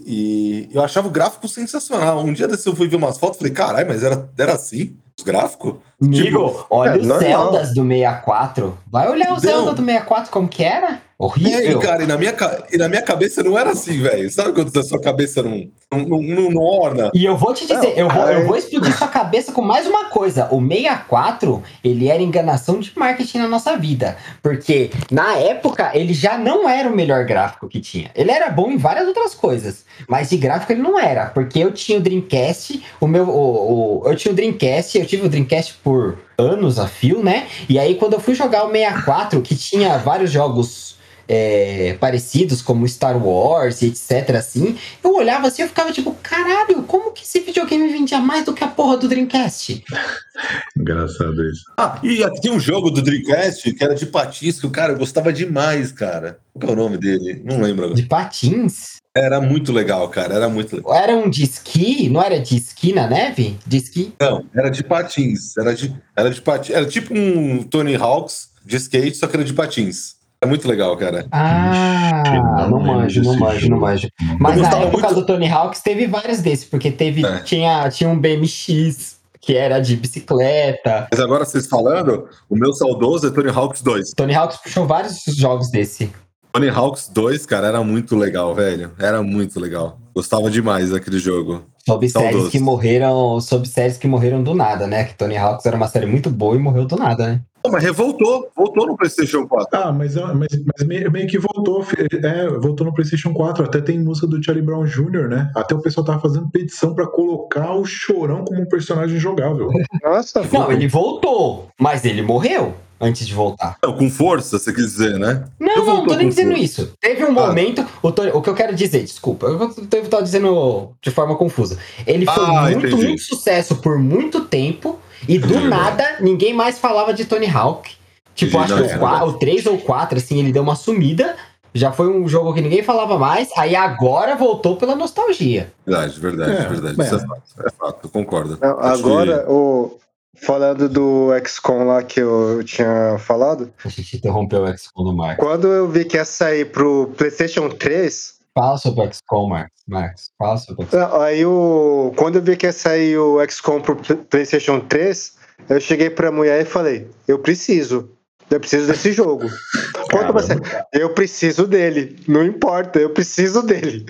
Speaker 2: E, e eu achava o gráfico sensacional. Um dia desse eu fui ver umas fotos e falei, caralho, mas era, era assim? Os gráficos?
Speaker 5: Amigo, Tipo, olha
Speaker 6: é
Speaker 5: os
Speaker 6: normal.
Speaker 5: Zeldas do 64. Vai olhar
Speaker 2: Então.
Speaker 5: o Zelda do 64 como que era?
Speaker 2: É,
Speaker 5: Horrível.
Speaker 2: e, cara, e na, minha, ca- e na minha cabeça não era assim, velho. Sabe quando a sua cabeça não, não, não, não- não orna?
Speaker 5: E eu vou te dizer, eu, vou, eu vou explodir sua cabeça com mais uma coisa. O 64, ele era enganação de marketing na nossa vida. Porque na época ele já não era o melhor gráfico que tinha. Ele era bom em várias outras coisas. Mas de gráfico ele não era. Porque eu tinha o Dreamcast, o meu. o- o- eu tinha o Dreamcast, eu tive o Dreamcast por anos a fio, né? E aí quando eu fui jogar o 64, que tinha vários jogos. é, parecidos como Star Wars, etc. assim, eu olhava assim e ficava tipo, caralho, como que esse videogame vendia mais do que a porra do Dreamcast?
Speaker 8: Engraçado isso.
Speaker 2: Ah, e aqui tem um jogo do Dreamcast que era de patins, que o cara eu gostava demais, cara. Qual que é o nome dele? Não lembro agora.
Speaker 5: De patins?
Speaker 2: Era muito legal, cara. Era muito legal.
Speaker 5: Era um de esqui? Não era de esqui na neve? De esqui?
Speaker 2: Não, era de patins. Era de, era de patins. Era tipo um Tony Hawks de skate, só que era de patins. É muito legal, cara.
Speaker 8: Ixi,
Speaker 5: Ah,
Speaker 8: não
Speaker 5: não
Speaker 8: lembro
Speaker 5: manjo, não
Speaker 8: desse
Speaker 5: manjo, não
Speaker 8: jogo.
Speaker 5: manjo. Mas
Speaker 2: Eu
Speaker 5: na
Speaker 2: gostava
Speaker 5: época
Speaker 2: muito-
Speaker 5: do Tony Hawks teve vários desses, porque teve,
Speaker 2: É.
Speaker 5: tinha, tinha um BMX, que era de bicicleta.
Speaker 2: Mas agora vocês falando, o meu saudoso é Tony Hawks 2.
Speaker 5: Tony Hawks puxou vários jogos desse.
Speaker 2: Tony Hawks 2, cara, era muito legal, velho. Era muito legal. Gostava demais daquele jogo.
Speaker 5: Sobre séries
Speaker 2: Saudoso.
Speaker 5: que morreram, sobre séries que morreram do nada, né? Que Tony Hawks era uma série muito boa e morreu do nada, né?
Speaker 2: Não, mas revoltou. Voltou no PlayStation 4.
Speaker 8: Ah, mas, ah, mas, mas me- meio que voltou. fi- É, voltou no PlayStation 4. Até tem música do Charlie Brown Jr., né? Até o pessoal tava fazendo petição pra colocar o Chorão como um personagem jogável.
Speaker 6: Nossa,
Speaker 5: ah, Não, ele voltou, mas ele morreu antes de voltar.
Speaker 2: Não, com força, você quer dizer, né?
Speaker 5: Não,
Speaker 2: Ele
Speaker 5: não, não
Speaker 2: voltou
Speaker 5: tô nem
Speaker 2: com
Speaker 5: dizendo
Speaker 2: força.
Speaker 5: isso. Teve um
Speaker 2: Ah.
Speaker 5: momento. O, Tony- o que eu quero dizer, desculpa, eu devo estar dizendo de forma confusa. Ele foi
Speaker 2: Ah,
Speaker 5: muito,
Speaker 2: entendi.
Speaker 5: muito sucesso por muito tempo, e do
Speaker 2: Entendi,
Speaker 5: nada ninguém mais falava de Tony Hawk. Tipo,
Speaker 2: Entendi,
Speaker 5: acho
Speaker 2: não,
Speaker 5: que
Speaker 2: é
Speaker 5: o, qua-
Speaker 2: verdade.
Speaker 5: o 3 ou 4, assim, ele deu uma sumida. Já foi um jogo que ninguém falava mais, aí agora voltou pela nostalgia.
Speaker 2: Verdade, verdade,
Speaker 8: É,
Speaker 2: verdade.
Speaker 8: bem.
Speaker 2: Isso é fato, é fato, eu concordo.
Speaker 6: Não,
Speaker 2: Acho que-
Speaker 6: agora, o, falando do XCOM lá que eu tinha falado,
Speaker 5: A gente interrompeu o XCOM do Marcos.
Speaker 6: quando eu vi que ia sair pro PlayStation 3,
Speaker 5: Fala sobre o XCOM, Marcos. Marcos, fala sobre o XCOM.
Speaker 6: não, ah, aí o, quando eu vi que ia sair o XCOM pro Pl- PlayStation 3, eu cheguei pra mulher e falei: Eu preciso. Eu preciso desse jogo. Quanto
Speaker 8: Caramba.
Speaker 6: você? Eu preciso dele. Não importa, eu preciso dele.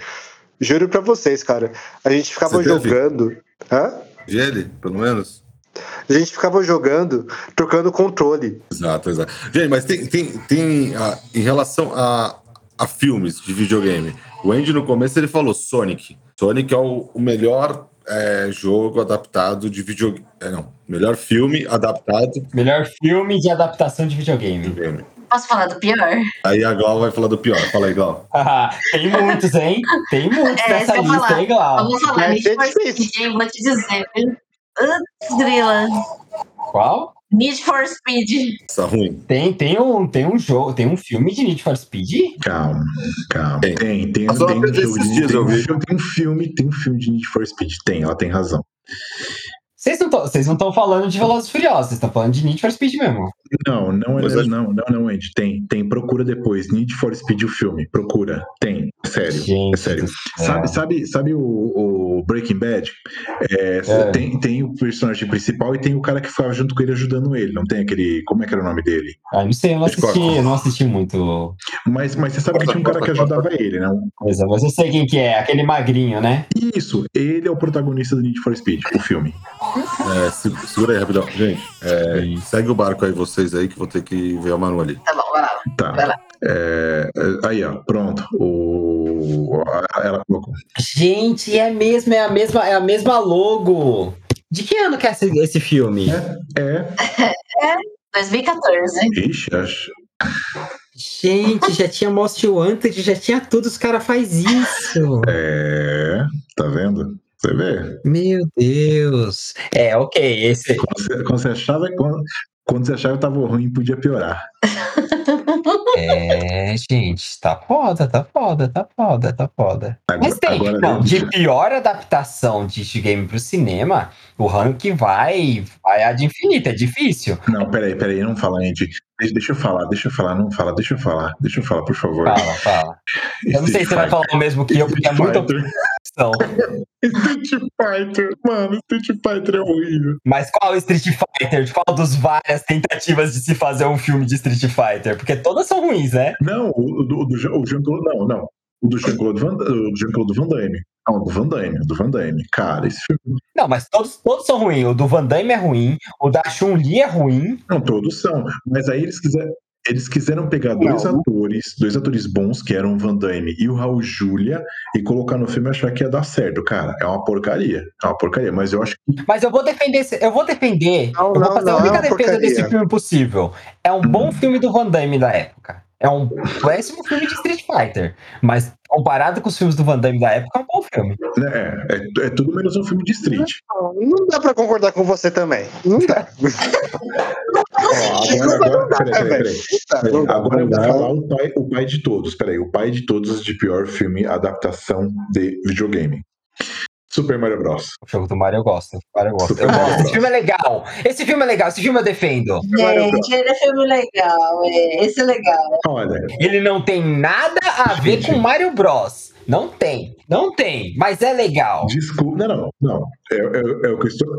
Speaker 6: Juro pra vocês, cara. A gente ficava
Speaker 2: Você teve?
Speaker 6: jogando. Hã?
Speaker 2: De ele, pelo menos?
Speaker 6: A gente ficava jogando, trocando controle.
Speaker 2: Exato, exato. Gente, mas tem, tem, tem ah, em relação a, a filmes de videogame, o Andy no começo ele falou Sonic. Sonic é o, o melhor eh, jogo adaptado de videogame. É, não, melhor filme adaptado de
Speaker 5: Melhor filme de adaptação de videogame.
Speaker 2: videogame.
Speaker 4: Posso falar do pior?
Speaker 2: Aí a Gal vai falar do pior. Fala aí, Gal.
Speaker 5: Tem muitos, hein? Tem muitos
Speaker 4: É,
Speaker 5: nessa
Speaker 4: se eu
Speaker 5: lista,
Speaker 4: falar.
Speaker 5: hein,
Speaker 4: Eu
Speaker 5: Glau?
Speaker 4: vou falar,
Speaker 6: Vai
Speaker 4: me
Speaker 6: ser
Speaker 4: esforcei,
Speaker 6: difícil.
Speaker 4: vou te dizer, viu? Antes, grila.
Speaker 5: Qual?
Speaker 4: Need for Speed.
Speaker 2: Essa Tá ruim.
Speaker 5: Tem, tem, um, tem um jogo, tem um filme de Need for Speed?
Speaker 8: Calma, calma.
Speaker 2: Tem.
Speaker 8: Tem, tem, tem,
Speaker 2: Mas eu
Speaker 8: um
Speaker 2: aprendi
Speaker 8: jogo
Speaker 2: esses
Speaker 8: de
Speaker 2: dias,
Speaker 8: tem,
Speaker 2: eu
Speaker 8: um
Speaker 2: vi.
Speaker 8: filme, tem um filme, tem um filme de Need for Speed. Tem, ela tem razão.
Speaker 5: Vocês não tão- vocês não estão falando de Velozes e Furiosos, vocês estão falando de Need for Speed mesmo.
Speaker 8: Não, não é,
Speaker 2: Pois é.
Speaker 8: não, não, não, Andy. Tem, tem. Procura depois. Need for Speed o filme. Procura. Tem. É sério.
Speaker 5: Gente
Speaker 8: É sério.
Speaker 5: do céu.
Speaker 8: Sabe, sabe, sabe o, o Breaking Bad? É,
Speaker 5: É.
Speaker 8: Tem, tem o personagem principal e tem o cara que ficava junto com ele ajudando ele. Não tem aquele. Como é que era o nome dele?
Speaker 5: Ah, não sei, eu não assisti,
Speaker 2: Hitchcock.
Speaker 5: eu não assisti muito
Speaker 8: Mas, mas você sabe que
Speaker 2: Corta,
Speaker 8: tinha um cara que
Speaker 2: corta,
Speaker 8: ajudava ele, né? Um-
Speaker 5: coisa, mas eu sei quem que é, aquele magrinho, né?
Speaker 8: Isso, ele é o protagonista do Need for Speed, o filme.
Speaker 9: É, se- segura aí rapidão. Gente, é, segue o barco aí, vocês aí, que vou ter que ver a Manu ali.
Speaker 4: Tá bom, vai lá. Vai
Speaker 8: Tá.
Speaker 4: lá.
Speaker 8: É, é, aí, ó, pronto. O, a- ela colocou.
Speaker 5: Gente, é mesmo, é a mesma, é a mesma logo. De que ano que é esse, esse filme?
Speaker 8: É.
Speaker 4: 2014.
Speaker 8: Ixi, acho.
Speaker 5: Gente, já tinha Most Wanted, já tinha tudo, os caras faz isso.
Speaker 8: É. Tá vendo? Você vê?
Speaker 5: Meu Deus. É, ok, [laughs] esse
Speaker 8: Quando você, quando você achava quando, quando você achava que tava ruim, podia piorar.
Speaker 5: é, gente, tá foda, tá foda, tá foda, tá foda. Mas tem,
Speaker 8: agora
Speaker 5: não,
Speaker 8: né?
Speaker 5: de pior adaptação de videogame pro cinema, o ranking vai, vai a de infinito, é difícil.
Speaker 8: Não, peraí, peraí, não fala, Andy. Deixa, deixa eu falar, deixa eu falar, não fala, deixa eu falar, deixa eu falar, por favor.
Speaker 5: Fala, fala. Eu não sei se você
Speaker 8: [laughs]
Speaker 5: vai falar o mesmo que eu, porque é muita
Speaker 8: Fighter. [laughs]
Speaker 5: opção.
Speaker 8: Street Fighter, mano, Street Fighter é horrível.
Speaker 5: Mas qual Street Fighter? De qual dos várias tentativas de se fazer um filme de Street Fighter? Porque todas são ruins, né?
Speaker 8: Não, o o do, o do Jean- o Jean-Claude, não, não. O do Jean-Claude Van, o do Jean-Claude Van Damme. Não, do Van Damme, do Van Damme. Cara, esse filme.
Speaker 5: Não, mas todos, todos são ruins. O do Van Damme é ruim, o da Chun-Li é ruim.
Speaker 8: Não, todos são. Mas aí eles quiseram. Eles quiseram pegar dois
Speaker 5: Não.
Speaker 8: atores, dois atores bons, que eram o Van Damme e o Raul Julia, e colocar no filme e achar que ia dar certo. Cara, é uma porcaria. É uma porcaria. Mas eu acho que.
Speaker 5: Mas eu vou defender, esse- eu vou defender.
Speaker 6: Não,
Speaker 5: eu vou
Speaker 6: não,
Speaker 5: fazer
Speaker 6: não,
Speaker 5: a
Speaker 6: é
Speaker 5: única
Speaker 6: uma
Speaker 5: defesa
Speaker 6: porcaria.
Speaker 5: desse filme possível. É um bom filme do Van Damme da época. É um péssimo filme de Street Fighter. Mas comparado com os filmes do Van Damme da época, é um bom filme.
Speaker 8: né, É, é, é tudo menos um filme de street.
Speaker 6: Não, não dá pra concordar com você também. Não dá.
Speaker 8: Ó, É, agora, agora, peraí,
Speaker 6: É,
Speaker 8: peraí,
Speaker 6: velho.
Speaker 8: peraí.
Speaker 6: Tá,
Speaker 8: Peraí,
Speaker 6: não dá.
Speaker 8: Agora eu vou
Speaker 6: Não.
Speaker 8: falar o pai, o pai de todos. Peraí, o pai de todos de pior filme adaptação de videogame. Super Mario Bros.
Speaker 5: O jogo do Mario eu gosto. o Mario eu gosto.
Speaker 8: Super
Speaker 5: Eu
Speaker 8: Mario
Speaker 5: gosto. Esse
Speaker 8: Bros.
Speaker 5: filme é legal. Esse filme é legal. Esse filme eu defendo.
Speaker 8: Mario
Speaker 4: Gente, ele é filme legal. É. Esse é legal.
Speaker 8: Olha,
Speaker 5: Ele não tem nada a ver
Speaker 8: Gente.
Speaker 5: com Mario Bros. Não tem. Não tem. Mas é legal.
Speaker 8: desculpa. Não, não, não. É, é- é o que eu estou,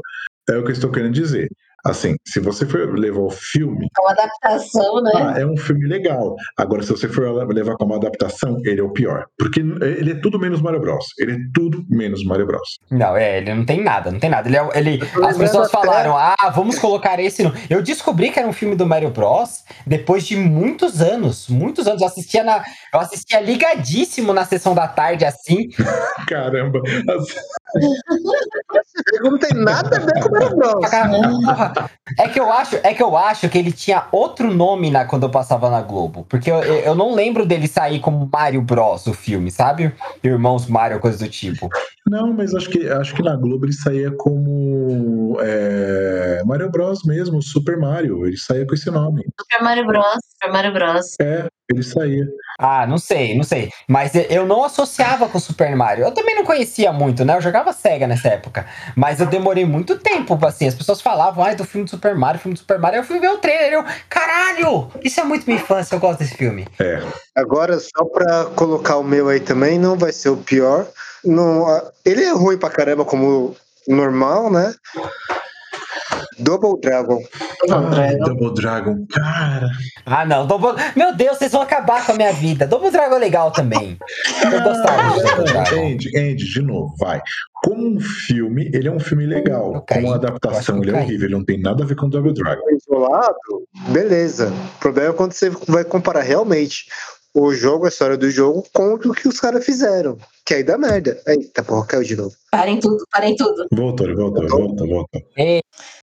Speaker 8: é o que eu estou querendo dizer. Assim, se você for levar o filme,
Speaker 4: É uma adaptação, né?
Speaker 8: ah, é um filme legal. Agora, se você for levar como adaptação, ele é o pior. Porque ele é tudo menos Mario Bros. Ele é tudo menos Mario Bros.
Speaker 5: Não, é, ele não tem nada, não tem nada. Ele, é- ele-
Speaker 6: tô
Speaker 5: as
Speaker 6: lembrando
Speaker 5: pessoas
Speaker 6: até-
Speaker 5: falaram, ah, vamos colocar esse. No... Eu descobri que era um filme do Mario Bros. depois de muitos anos, muitos anos. Eu assistia, na, eu assistia ligadíssimo na sessão da tarde, assim.
Speaker 8: Caramba, as-
Speaker 6: Não tem nada a ver com o Mario Bros.
Speaker 5: Porra, é que eu acho, é que eu acho que ele tinha outro nome na, quando eu passava na Globo, porque eu, eu eu não lembro dele sair como Mario Bros. o filme, sabe? Irmãos Mario, coisa do tipo.
Speaker 8: Não, mas acho que, acho que na Globo ele saía como é, Mario Bros mesmo, Super Mario. Ele saía com esse nome.
Speaker 4: Super Mario Bros. Super Mario Bros.
Speaker 8: Ele saía.
Speaker 5: Ah, não sei, não sei. Mas e- eu não associava com o Super Mario. Eu também não conhecia muito, né? Eu jogava Sega nessa época. Mas eu demorei muito tempo, assim. As pessoas falavam, ai, do filme do Super Mario, filme do Super Mario. Eu fui ver o trailer, eu, caralho! Isso é muito minha infância, eu gosto desse filme.
Speaker 8: É.
Speaker 6: Agora, só pra colocar o meu aí também, não vai ser o pior. Não, a- ele é ruim pra caramba, como normal, né? Double Dragon.
Speaker 4: Double
Speaker 8: Ai,
Speaker 4: Dragon.
Speaker 8: Double Dragon, cara.
Speaker 5: Ah, não, Double... Meu Deus, vocês vão acabar com a minha vida. Double Dragon é legal também. Eu gostava de Double Dragon.
Speaker 8: Andy, Andy, de novo, vai. Como um filme, ele é um filme
Speaker 5: Eu
Speaker 8: legal.
Speaker 5: caí,
Speaker 8: Como
Speaker 5: eu acho que
Speaker 8: adaptação,
Speaker 5: eu
Speaker 8: ele é
Speaker 5: caí.
Speaker 8: horrível. Ele não tem nada a ver com Double Dragon.
Speaker 6: Isolado, beleza. O problema é quando você vai comparar realmente o jogo, a história do jogo, com o que os caras fizeram. Que aí dá merda. Eita, porra, caiu de novo.
Speaker 4: Parem tudo, parem tudo.
Speaker 8: Voltou, ele voltou, voltou, voltou.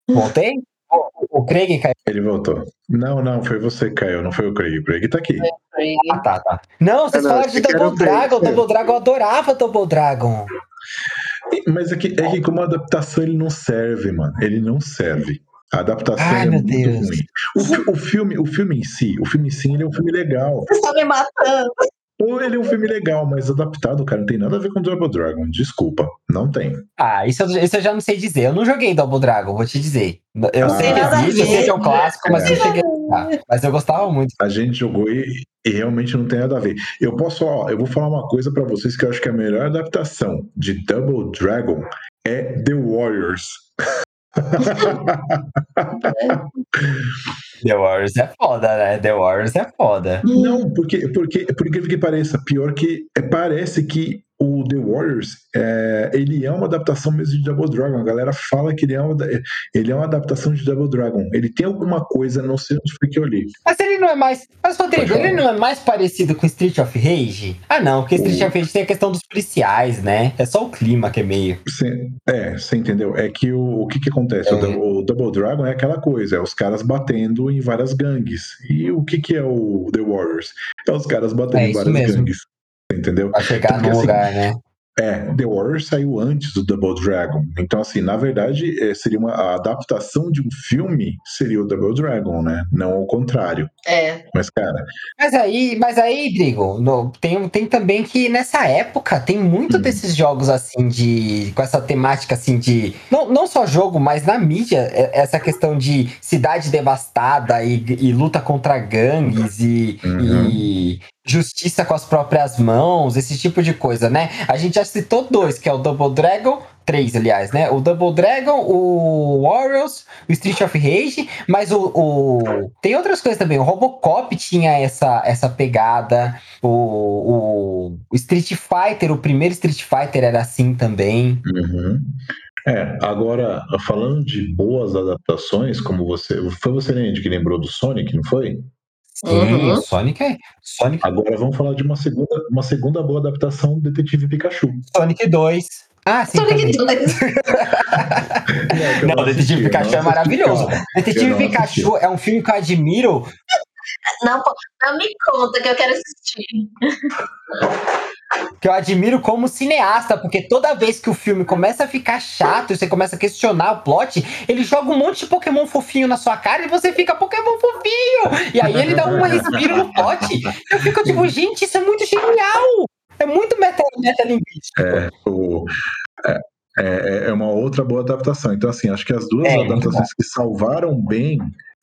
Speaker 5: Voltei? O, o Craig caiu.
Speaker 8: Ele voltou. Não, não, foi você que caiu, não foi o Craig. O Craig tá aqui.
Speaker 4: Craig.
Speaker 5: Ah, tá, tá. Não, vocês
Speaker 6: Ah, não,
Speaker 5: falaram de
Speaker 6: esse cara é
Speaker 5: Double
Speaker 6: o Craig,
Speaker 5: Dragon.
Speaker 6: é.
Speaker 5: Double Dragon, eu adorava Double Dragon.
Speaker 8: Mas é que, é que como adaptação ele não serve, mano. Ele não serve. A adaptação
Speaker 11: Ai,
Speaker 8: é
Speaker 11: meu
Speaker 8: muito
Speaker 11: Deus.
Speaker 8: ruim. O, fi- o filme, o filme em si, o filme em si, ele é um filme legal.
Speaker 4: Você está me matando.
Speaker 8: Ou ele é um filme legal, mas adaptado, cara, não tem nada a ver com Double Dragon. Desculpa, não tem.
Speaker 5: Ah, isso, eu- isso eu já não sei dizer. Eu não joguei em Double Dragon, vou te dizer. Eu
Speaker 8: Ah,
Speaker 5: sei que
Speaker 4: tem nada a
Speaker 5: existe, eu sei
Speaker 4: ver.
Speaker 5: que é um clássico, mas eu
Speaker 8: É.
Speaker 5: não cheguei a jogar. Mas eu gostava muito.
Speaker 8: A gente jogou e, e realmente não tem nada a ver. Eu posso, ó, eu vou falar uma coisa pra vocês que eu acho que a melhor adaptação de Double Dragon é The Warriors.
Speaker 5: The Warriors é foda, né? The Warriors é foda.
Speaker 8: Não, porque, porque por incrível que pareça, pior que é, parece que o The Warriors é, ele é uma adaptação mesmo de Double Dragon. A galera fala que ele é uma, da- ele é uma adaptação de Double Dragon. Ele tem alguma coisa, não sei onde foi que eu li.
Speaker 5: Mas ele não é mais. Mas, Rodrigo,
Speaker 8: Pode
Speaker 5: ele não é mais parecido com Street of Rage? Ah, não, porque Street
Speaker 8: O-
Speaker 5: of Rage tem a questão dos policiais, né? É só o clima que é meio.
Speaker 8: Cê- é, você entendeu? É que o, o que que acontece?
Speaker 5: É.
Speaker 8: O, Dou- o Double Dragon é aquela coisa, é os caras batendo em várias gangues. E o que que é o The Warriors? É os caras batendo
Speaker 5: É
Speaker 8: em
Speaker 5: isso
Speaker 8: várias
Speaker 5: mesmo.
Speaker 8: gangues. Você entendeu?
Speaker 5: Pra chegar
Speaker 8: Porque,
Speaker 5: num
Speaker 8: assim,
Speaker 5: lugar, né?
Speaker 8: É, The Warriors saiu antes do Double Dragon. Então, assim, na verdade, é, seria uma a adaptação de um filme seria o Double Dragon, né? Não ao contrário.
Speaker 4: É,
Speaker 8: Mas, cara,
Speaker 5: Mas aí, mas aí, Drigo, no- tem, um, tem também que nessa época tem muito
Speaker 8: Hum.
Speaker 5: desses jogos assim de. com essa temática assim de. Não, não só jogo, mas na mídia, é- essa questão de cidade devastada e, e luta contra gangues e,
Speaker 8: Uhum.
Speaker 5: e justiça com as próprias mãos, esse tipo de coisa, né? A gente já citou dois, que é o Double Dragon. Três, aliás, né? O Double Dragon, o Warriors o Street of Rage, mas o, o- tem outras coisas também. O Robocop tinha essa, essa pegada. O, o- o Street Fighter, o primeiro Street Fighter era assim também.
Speaker 8: Uhum. É, agora, falando de boas adaptações, como você. Foi você, Leandro, que lembrou do Sonic, não foi?
Speaker 5: Sim,
Speaker 4: Uhum.
Speaker 5: o Sonic é Sonic,
Speaker 8: Agora vamos falar de uma segunda, uma segunda boa adaptação do
Speaker 5: [laughs]
Speaker 8: Detetive Pikachu.
Speaker 5: Sonic 2. Ah, sim,
Speaker 4: Sonic
Speaker 5: também.
Speaker 4: 2.
Speaker 8: Não, É, que eu
Speaker 5: Não, Detetive
Speaker 8: assisti, eu não
Speaker 5: Pikachu é
Speaker 8: assisti,
Speaker 5: maravilhoso.
Speaker 8: calma.
Speaker 5: Detetive
Speaker 8: Eu não assisti.
Speaker 5: Pikachu é um filme que eu admiro.
Speaker 4: Não, pô, não me conta que eu quero assistir.
Speaker 5: que eu admiro como cineasta, porque toda vez que o filme começa a ficar chato e você começa a questionar o plot, ele joga um monte de Pokémon fofinho na sua cara e você fica Pokémon fofinho! E aí ele dá um respiro no plot. Eu fico tipo, gente, isso é muito genial! É muito meta, metalinguístico.
Speaker 8: O- é, é, é uma outra boa adaptação. Então, assim, acho que as duas
Speaker 5: É, muito
Speaker 8: adaptações que salvaram bem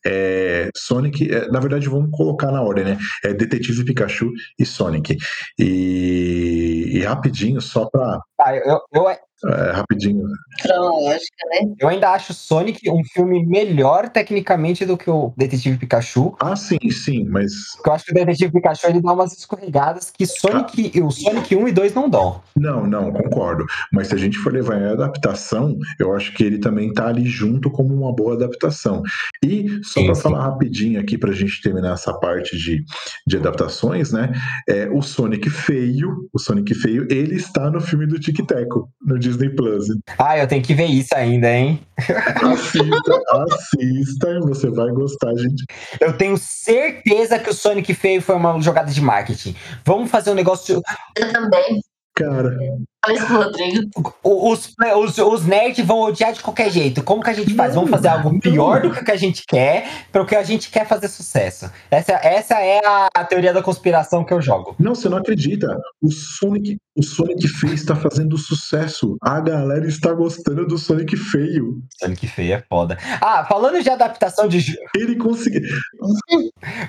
Speaker 8: é, Sonic, é, na verdade, vamos colocar na ordem, né? É Detetive Pikachu e Sonic. E, e rapidinho, só pra.
Speaker 5: Ah, eu, eu,
Speaker 8: é, rapidinho.
Speaker 4: Cronológica, né?
Speaker 5: eu ainda acho Sonic um filme melhor tecnicamente do que o Detetive Pikachu.
Speaker 8: Ah, sim, sim, mas.
Speaker 5: Porque eu acho que o Detetive Pikachu ele dá umas escorregadas que Sonic, o Sonic 1 e 2 não dão.
Speaker 8: Não, não, concordo. Mas se a gente for levar em adaptação, eu acho que ele também tá ali junto como uma boa adaptação. E só
Speaker 5: Sim,
Speaker 8: para
Speaker 5: sim.
Speaker 8: falar rapidinho aqui para a gente terminar essa parte de, de adaptações, né? É, o Sonic feio, o Sonic feio, ele está no filme do Tic Teco no Disney Plus.
Speaker 5: Ah, eu tenho que ver isso ainda, hein? [laughs]
Speaker 8: Assista, assista, e você vai gostar, gente.
Speaker 5: Eu tenho certeza que o Sonic feio foi uma jogada de marketing. Vamos fazer um negócio.
Speaker 4: Eu também.
Speaker 8: Cara,
Speaker 4: Fala isso pro Rodrigo.
Speaker 5: o- Os, os, os nerds vão odiar de qualquer jeito. Como que a gente faz? Vamos fazer algo pior do que o que a gente quer, para o que a gente quer fazer sucesso. Essa, essa é a, a teoria da conspiração que eu jogo.
Speaker 8: não, você não acredita. O Sonic, o Sonic feio está fazendo sucesso. A galera está gostando do Sonic feio.
Speaker 5: Sonic feio é foda. Ah, falando de adaptação de. jo-
Speaker 8: Ele conseguiu.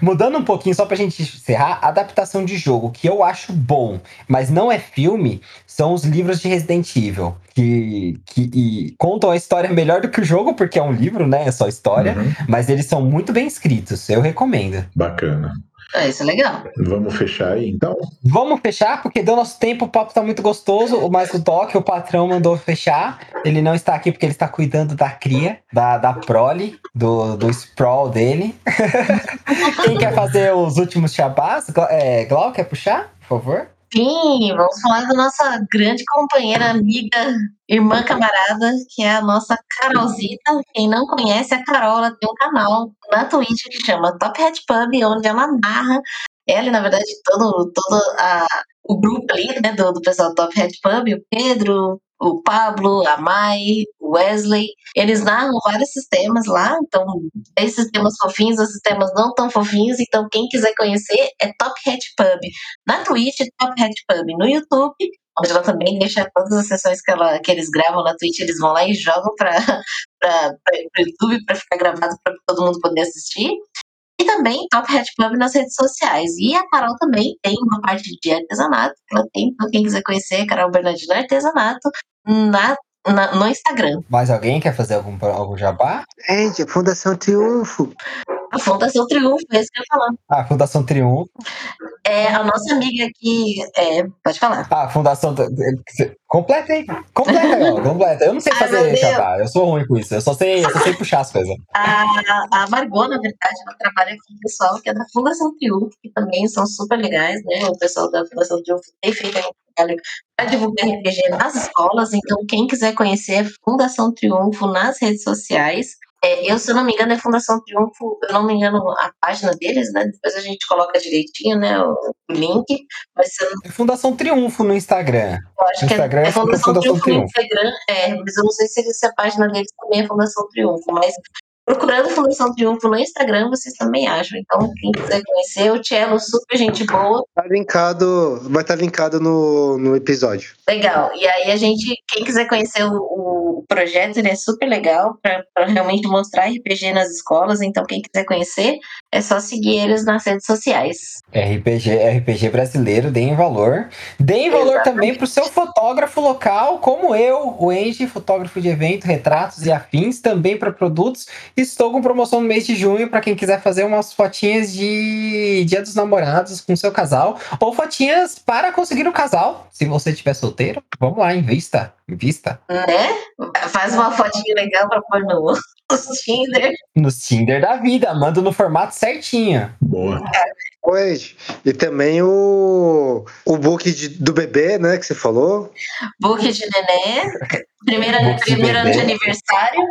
Speaker 5: Mudando um pouquinho, só pra gente encerrar, adaptação de jogo que eu acho bom, mas não é filme, são os livros de Resident Evil. Que, que e contam a história melhor do que o jogo, porque é um livro, né? É só história.
Speaker 8: Uhum.
Speaker 5: Mas eles são muito bem escritos, eu recomendo.
Speaker 8: Bacana.
Speaker 4: Ah, isso é legal.
Speaker 8: Vamos fechar aí, então?
Speaker 5: Vamos fechar, porque deu nosso tempo, o papo tá muito gostoso. O mais do Toque, o patrão, mandou fechar. Ele não está aqui porque ele está cuidando da cria, da, da prole, do, do sprawl dele. [laughs] Quem quer fazer os últimos chabás? Gla- É, Glau, quer puxar? Por favor.
Speaker 4: Sim, vamos falar da nossa grande companheira, amiga, irmã camarada, que é a nossa Carolzita. Quem não conhece, a Carol ela tem um canal na Twitch que chama Top Hat Pub, onde ela narra. Ela, e, na verdade, todo, todo a, o grupo ali, né, do, do pessoal do Top Hat Pub, o Pedro, o Pablo, a Mai, o Wesley, eles narram vários sistemas lá, então tem sistemas fofinhos, os sistemas não tão fofinhos, então quem quiser conhecer é Top Hat Pub. Na Twitch, Top Hat Pub, no YouTube, onde ela também deixa todas as sessões que, ela, que eles gravam na Twitch, eles vão lá e jogam [laughs] para o YouTube para ficar gravado para todo mundo poder assistir. E também Top Hat Pub nas redes sociais. E a Carol também tem uma parte de artesanato. Ela tem, então quem quiser conhecer, Carol Bernardino é Artesanato na, na- no Instagram.
Speaker 5: Mais alguém quer fazer algum, algum jabá?
Speaker 6: Gente, Fundação Triunfo.
Speaker 4: A Fundação Triunfo, é isso que eu ia falar.
Speaker 5: Ah, Fundação Triunfo.
Speaker 4: É a nossa amiga aqui. é, pode falar.
Speaker 5: Ah, Fundação. do- Completa aí. Completa, Gal, completa. Eu não sei
Speaker 4: Ai, meu
Speaker 5: fazer
Speaker 4: Deus.
Speaker 5: jabá. Eu sou ruim com isso. Eu só sei, eu só sei puxar as coisas.
Speaker 4: A, a Margot, na verdade, ela trabalha com o pessoal que é da Fundação Triunfo, que também são super legais, né? O pessoal da Fundação Triunfo tem feito aí um trabalho para divulgar RPG nas escolas, então quem quiser conhecer é Fundação Triunfo nas redes sociais. É, eu, se eu não me engano, é Fundação Triunfo, eu não me engano a página deles, né? Depois a gente coloca direitinho, né? O o link, mas se eu
Speaker 5: É Fundação Triunfo no Instagram.
Speaker 4: eu acho que é,
Speaker 5: Instagram
Speaker 4: é
Speaker 5: é
Speaker 4: Fundação,
Speaker 5: Fundação
Speaker 4: Triunfo, no
Speaker 5: Triunfo.
Speaker 4: Instagram, é, mas eu não sei se, se a página deles também é Fundação Triunfo, mas procurando Fundação Triunfo no Instagram, vocês também acham. Então, quem quiser conhecer, o Tchelo, super gente boa,
Speaker 6: Tá linkado, vai estar linkado no, no episódio.
Speaker 4: legal. E aí a gente, quem quiser conhecer o, o projeto, ele é super legal para realmente mostrar RPG nas escolas, então quem quiser conhecer, é só seguir eles nas redes sociais.
Speaker 5: RPG, RPG brasileiro, deem valor. Deem valor também pro seu fotógrafo local, como eu, o Engie, fotógrafo de evento, retratos e afins, também para produtos. Estou com promoção no mês de junho para quem quiser fazer umas fotinhas de Dia dos Namorados com seu casal, ou fotinhas para conseguir um casal, se você estiver solteiro. Vamos lá, invista, invista.
Speaker 4: Né? Faz uma fotinha legal para pôr no [laughs] no Tinder.
Speaker 5: No Tinder da vida, manda no formato certinho.
Speaker 8: Boa.
Speaker 6: Oi, gente. e também o, o book de- do bebê, né, que você falou.
Speaker 4: Book de neném, primeira,
Speaker 5: Book de
Speaker 4: primeiro ano de
Speaker 5: bebê.
Speaker 4: aniversário.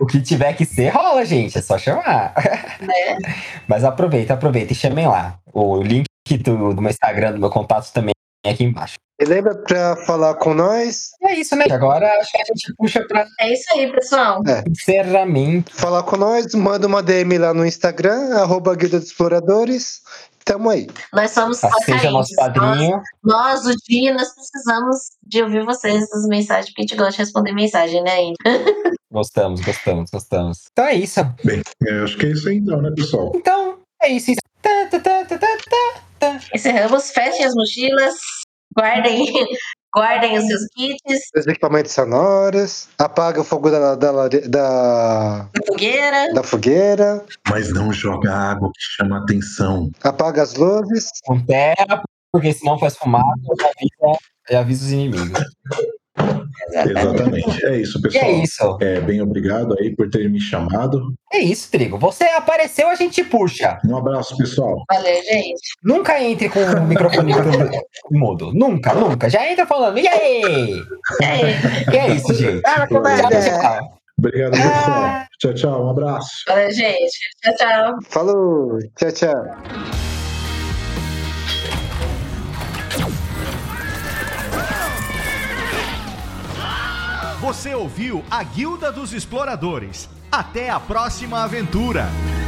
Speaker 5: O que tiver que ser, rola, gente. É só chamar. Né? [laughs] Mas aproveita, aproveita e chamem lá. O link do, do meu Instagram, do meu contato também é aqui embaixo.
Speaker 6: E lembra pra falar com nós?
Speaker 5: E é isso, né? Agora acho que a gente puxa pra
Speaker 4: É isso aí, pessoal.
Speaker 5: encerramento.
Speaker 6: Falar com nós, manda uma DM lá no Instagram, arroba Guilda dos Exploradores. Tamo aí.
Speaker 4: Nós somos
Speaker 5: Tá?
Speaker 4: só
Speaker 5: Seja nosso
Speaker 4: carentes. Nós,
Speaker 5: padrinho.
Speaker 4: nós, o dia, nós precisamos de ouvir vocês nas mensagens, porque a gente gosta de responder mensagem, né? Indy?
Speaker 5: Gostamos, gostamos, gostamos. Então é isso.
Speaker 8: Bem, eu acho que é isso aí então, né, pessoal?
Speaker 5: Então é isso. Tá, tá, tá, tá, tá.
Speaker 4: Encerramos, fechem as mochilas, guardem, [laughs] guardem os seus kits,
Speaker 6: Os equipamentos sonoros, apaga o fogo da, da, lare- da,
Speaker 4: a fogueira,
Speaker 6: da fogueira,
Speaker 8: Mas não joga água que chama atenção.
Speaker 6: apaga as luzes.
Speaker 5: Com terra, porque senão faz fumaça e avisa, e avisa os inimigos.
Speaker 8: Exatamente. É
Speaker 5: [laughs]
Speaker 8: isso,
Speaker 5: E é
Speaker 8: pessoal.
Speaker 5: isso.
Speaker 8: É, bem obrigado aí por ter me chamado.
Speaker 5: É isso, Trigo. Você apareceu, a gente puxa.
Speaker 8: Um abraço, pessoal.
Speaker 4: Valeu, gente.
Speaker 5: Nunca entre com o microfone então. mudo. Nunca, nunca. Já entra falando. E aí?
Speaker 4: E aí?
Speaker 5: E é isso, gente.
Speaker 6: Ah,
Speaker 5: Tchau,
Speaker 6: comadre!
Speaker 5: tchau.
Speaker 8: Obrigado,
Speaker 5: Ah.
Speaker 8: pessoal. Tchau, tchau. Um abraço.
Speaker 4: Valeu, gente. Tchau, tchau.
Speaker 6: Falou, tchau, tchau.
Speaker 1: Você ouviu a Guilda dos Exploradores. Até a próxima aventura!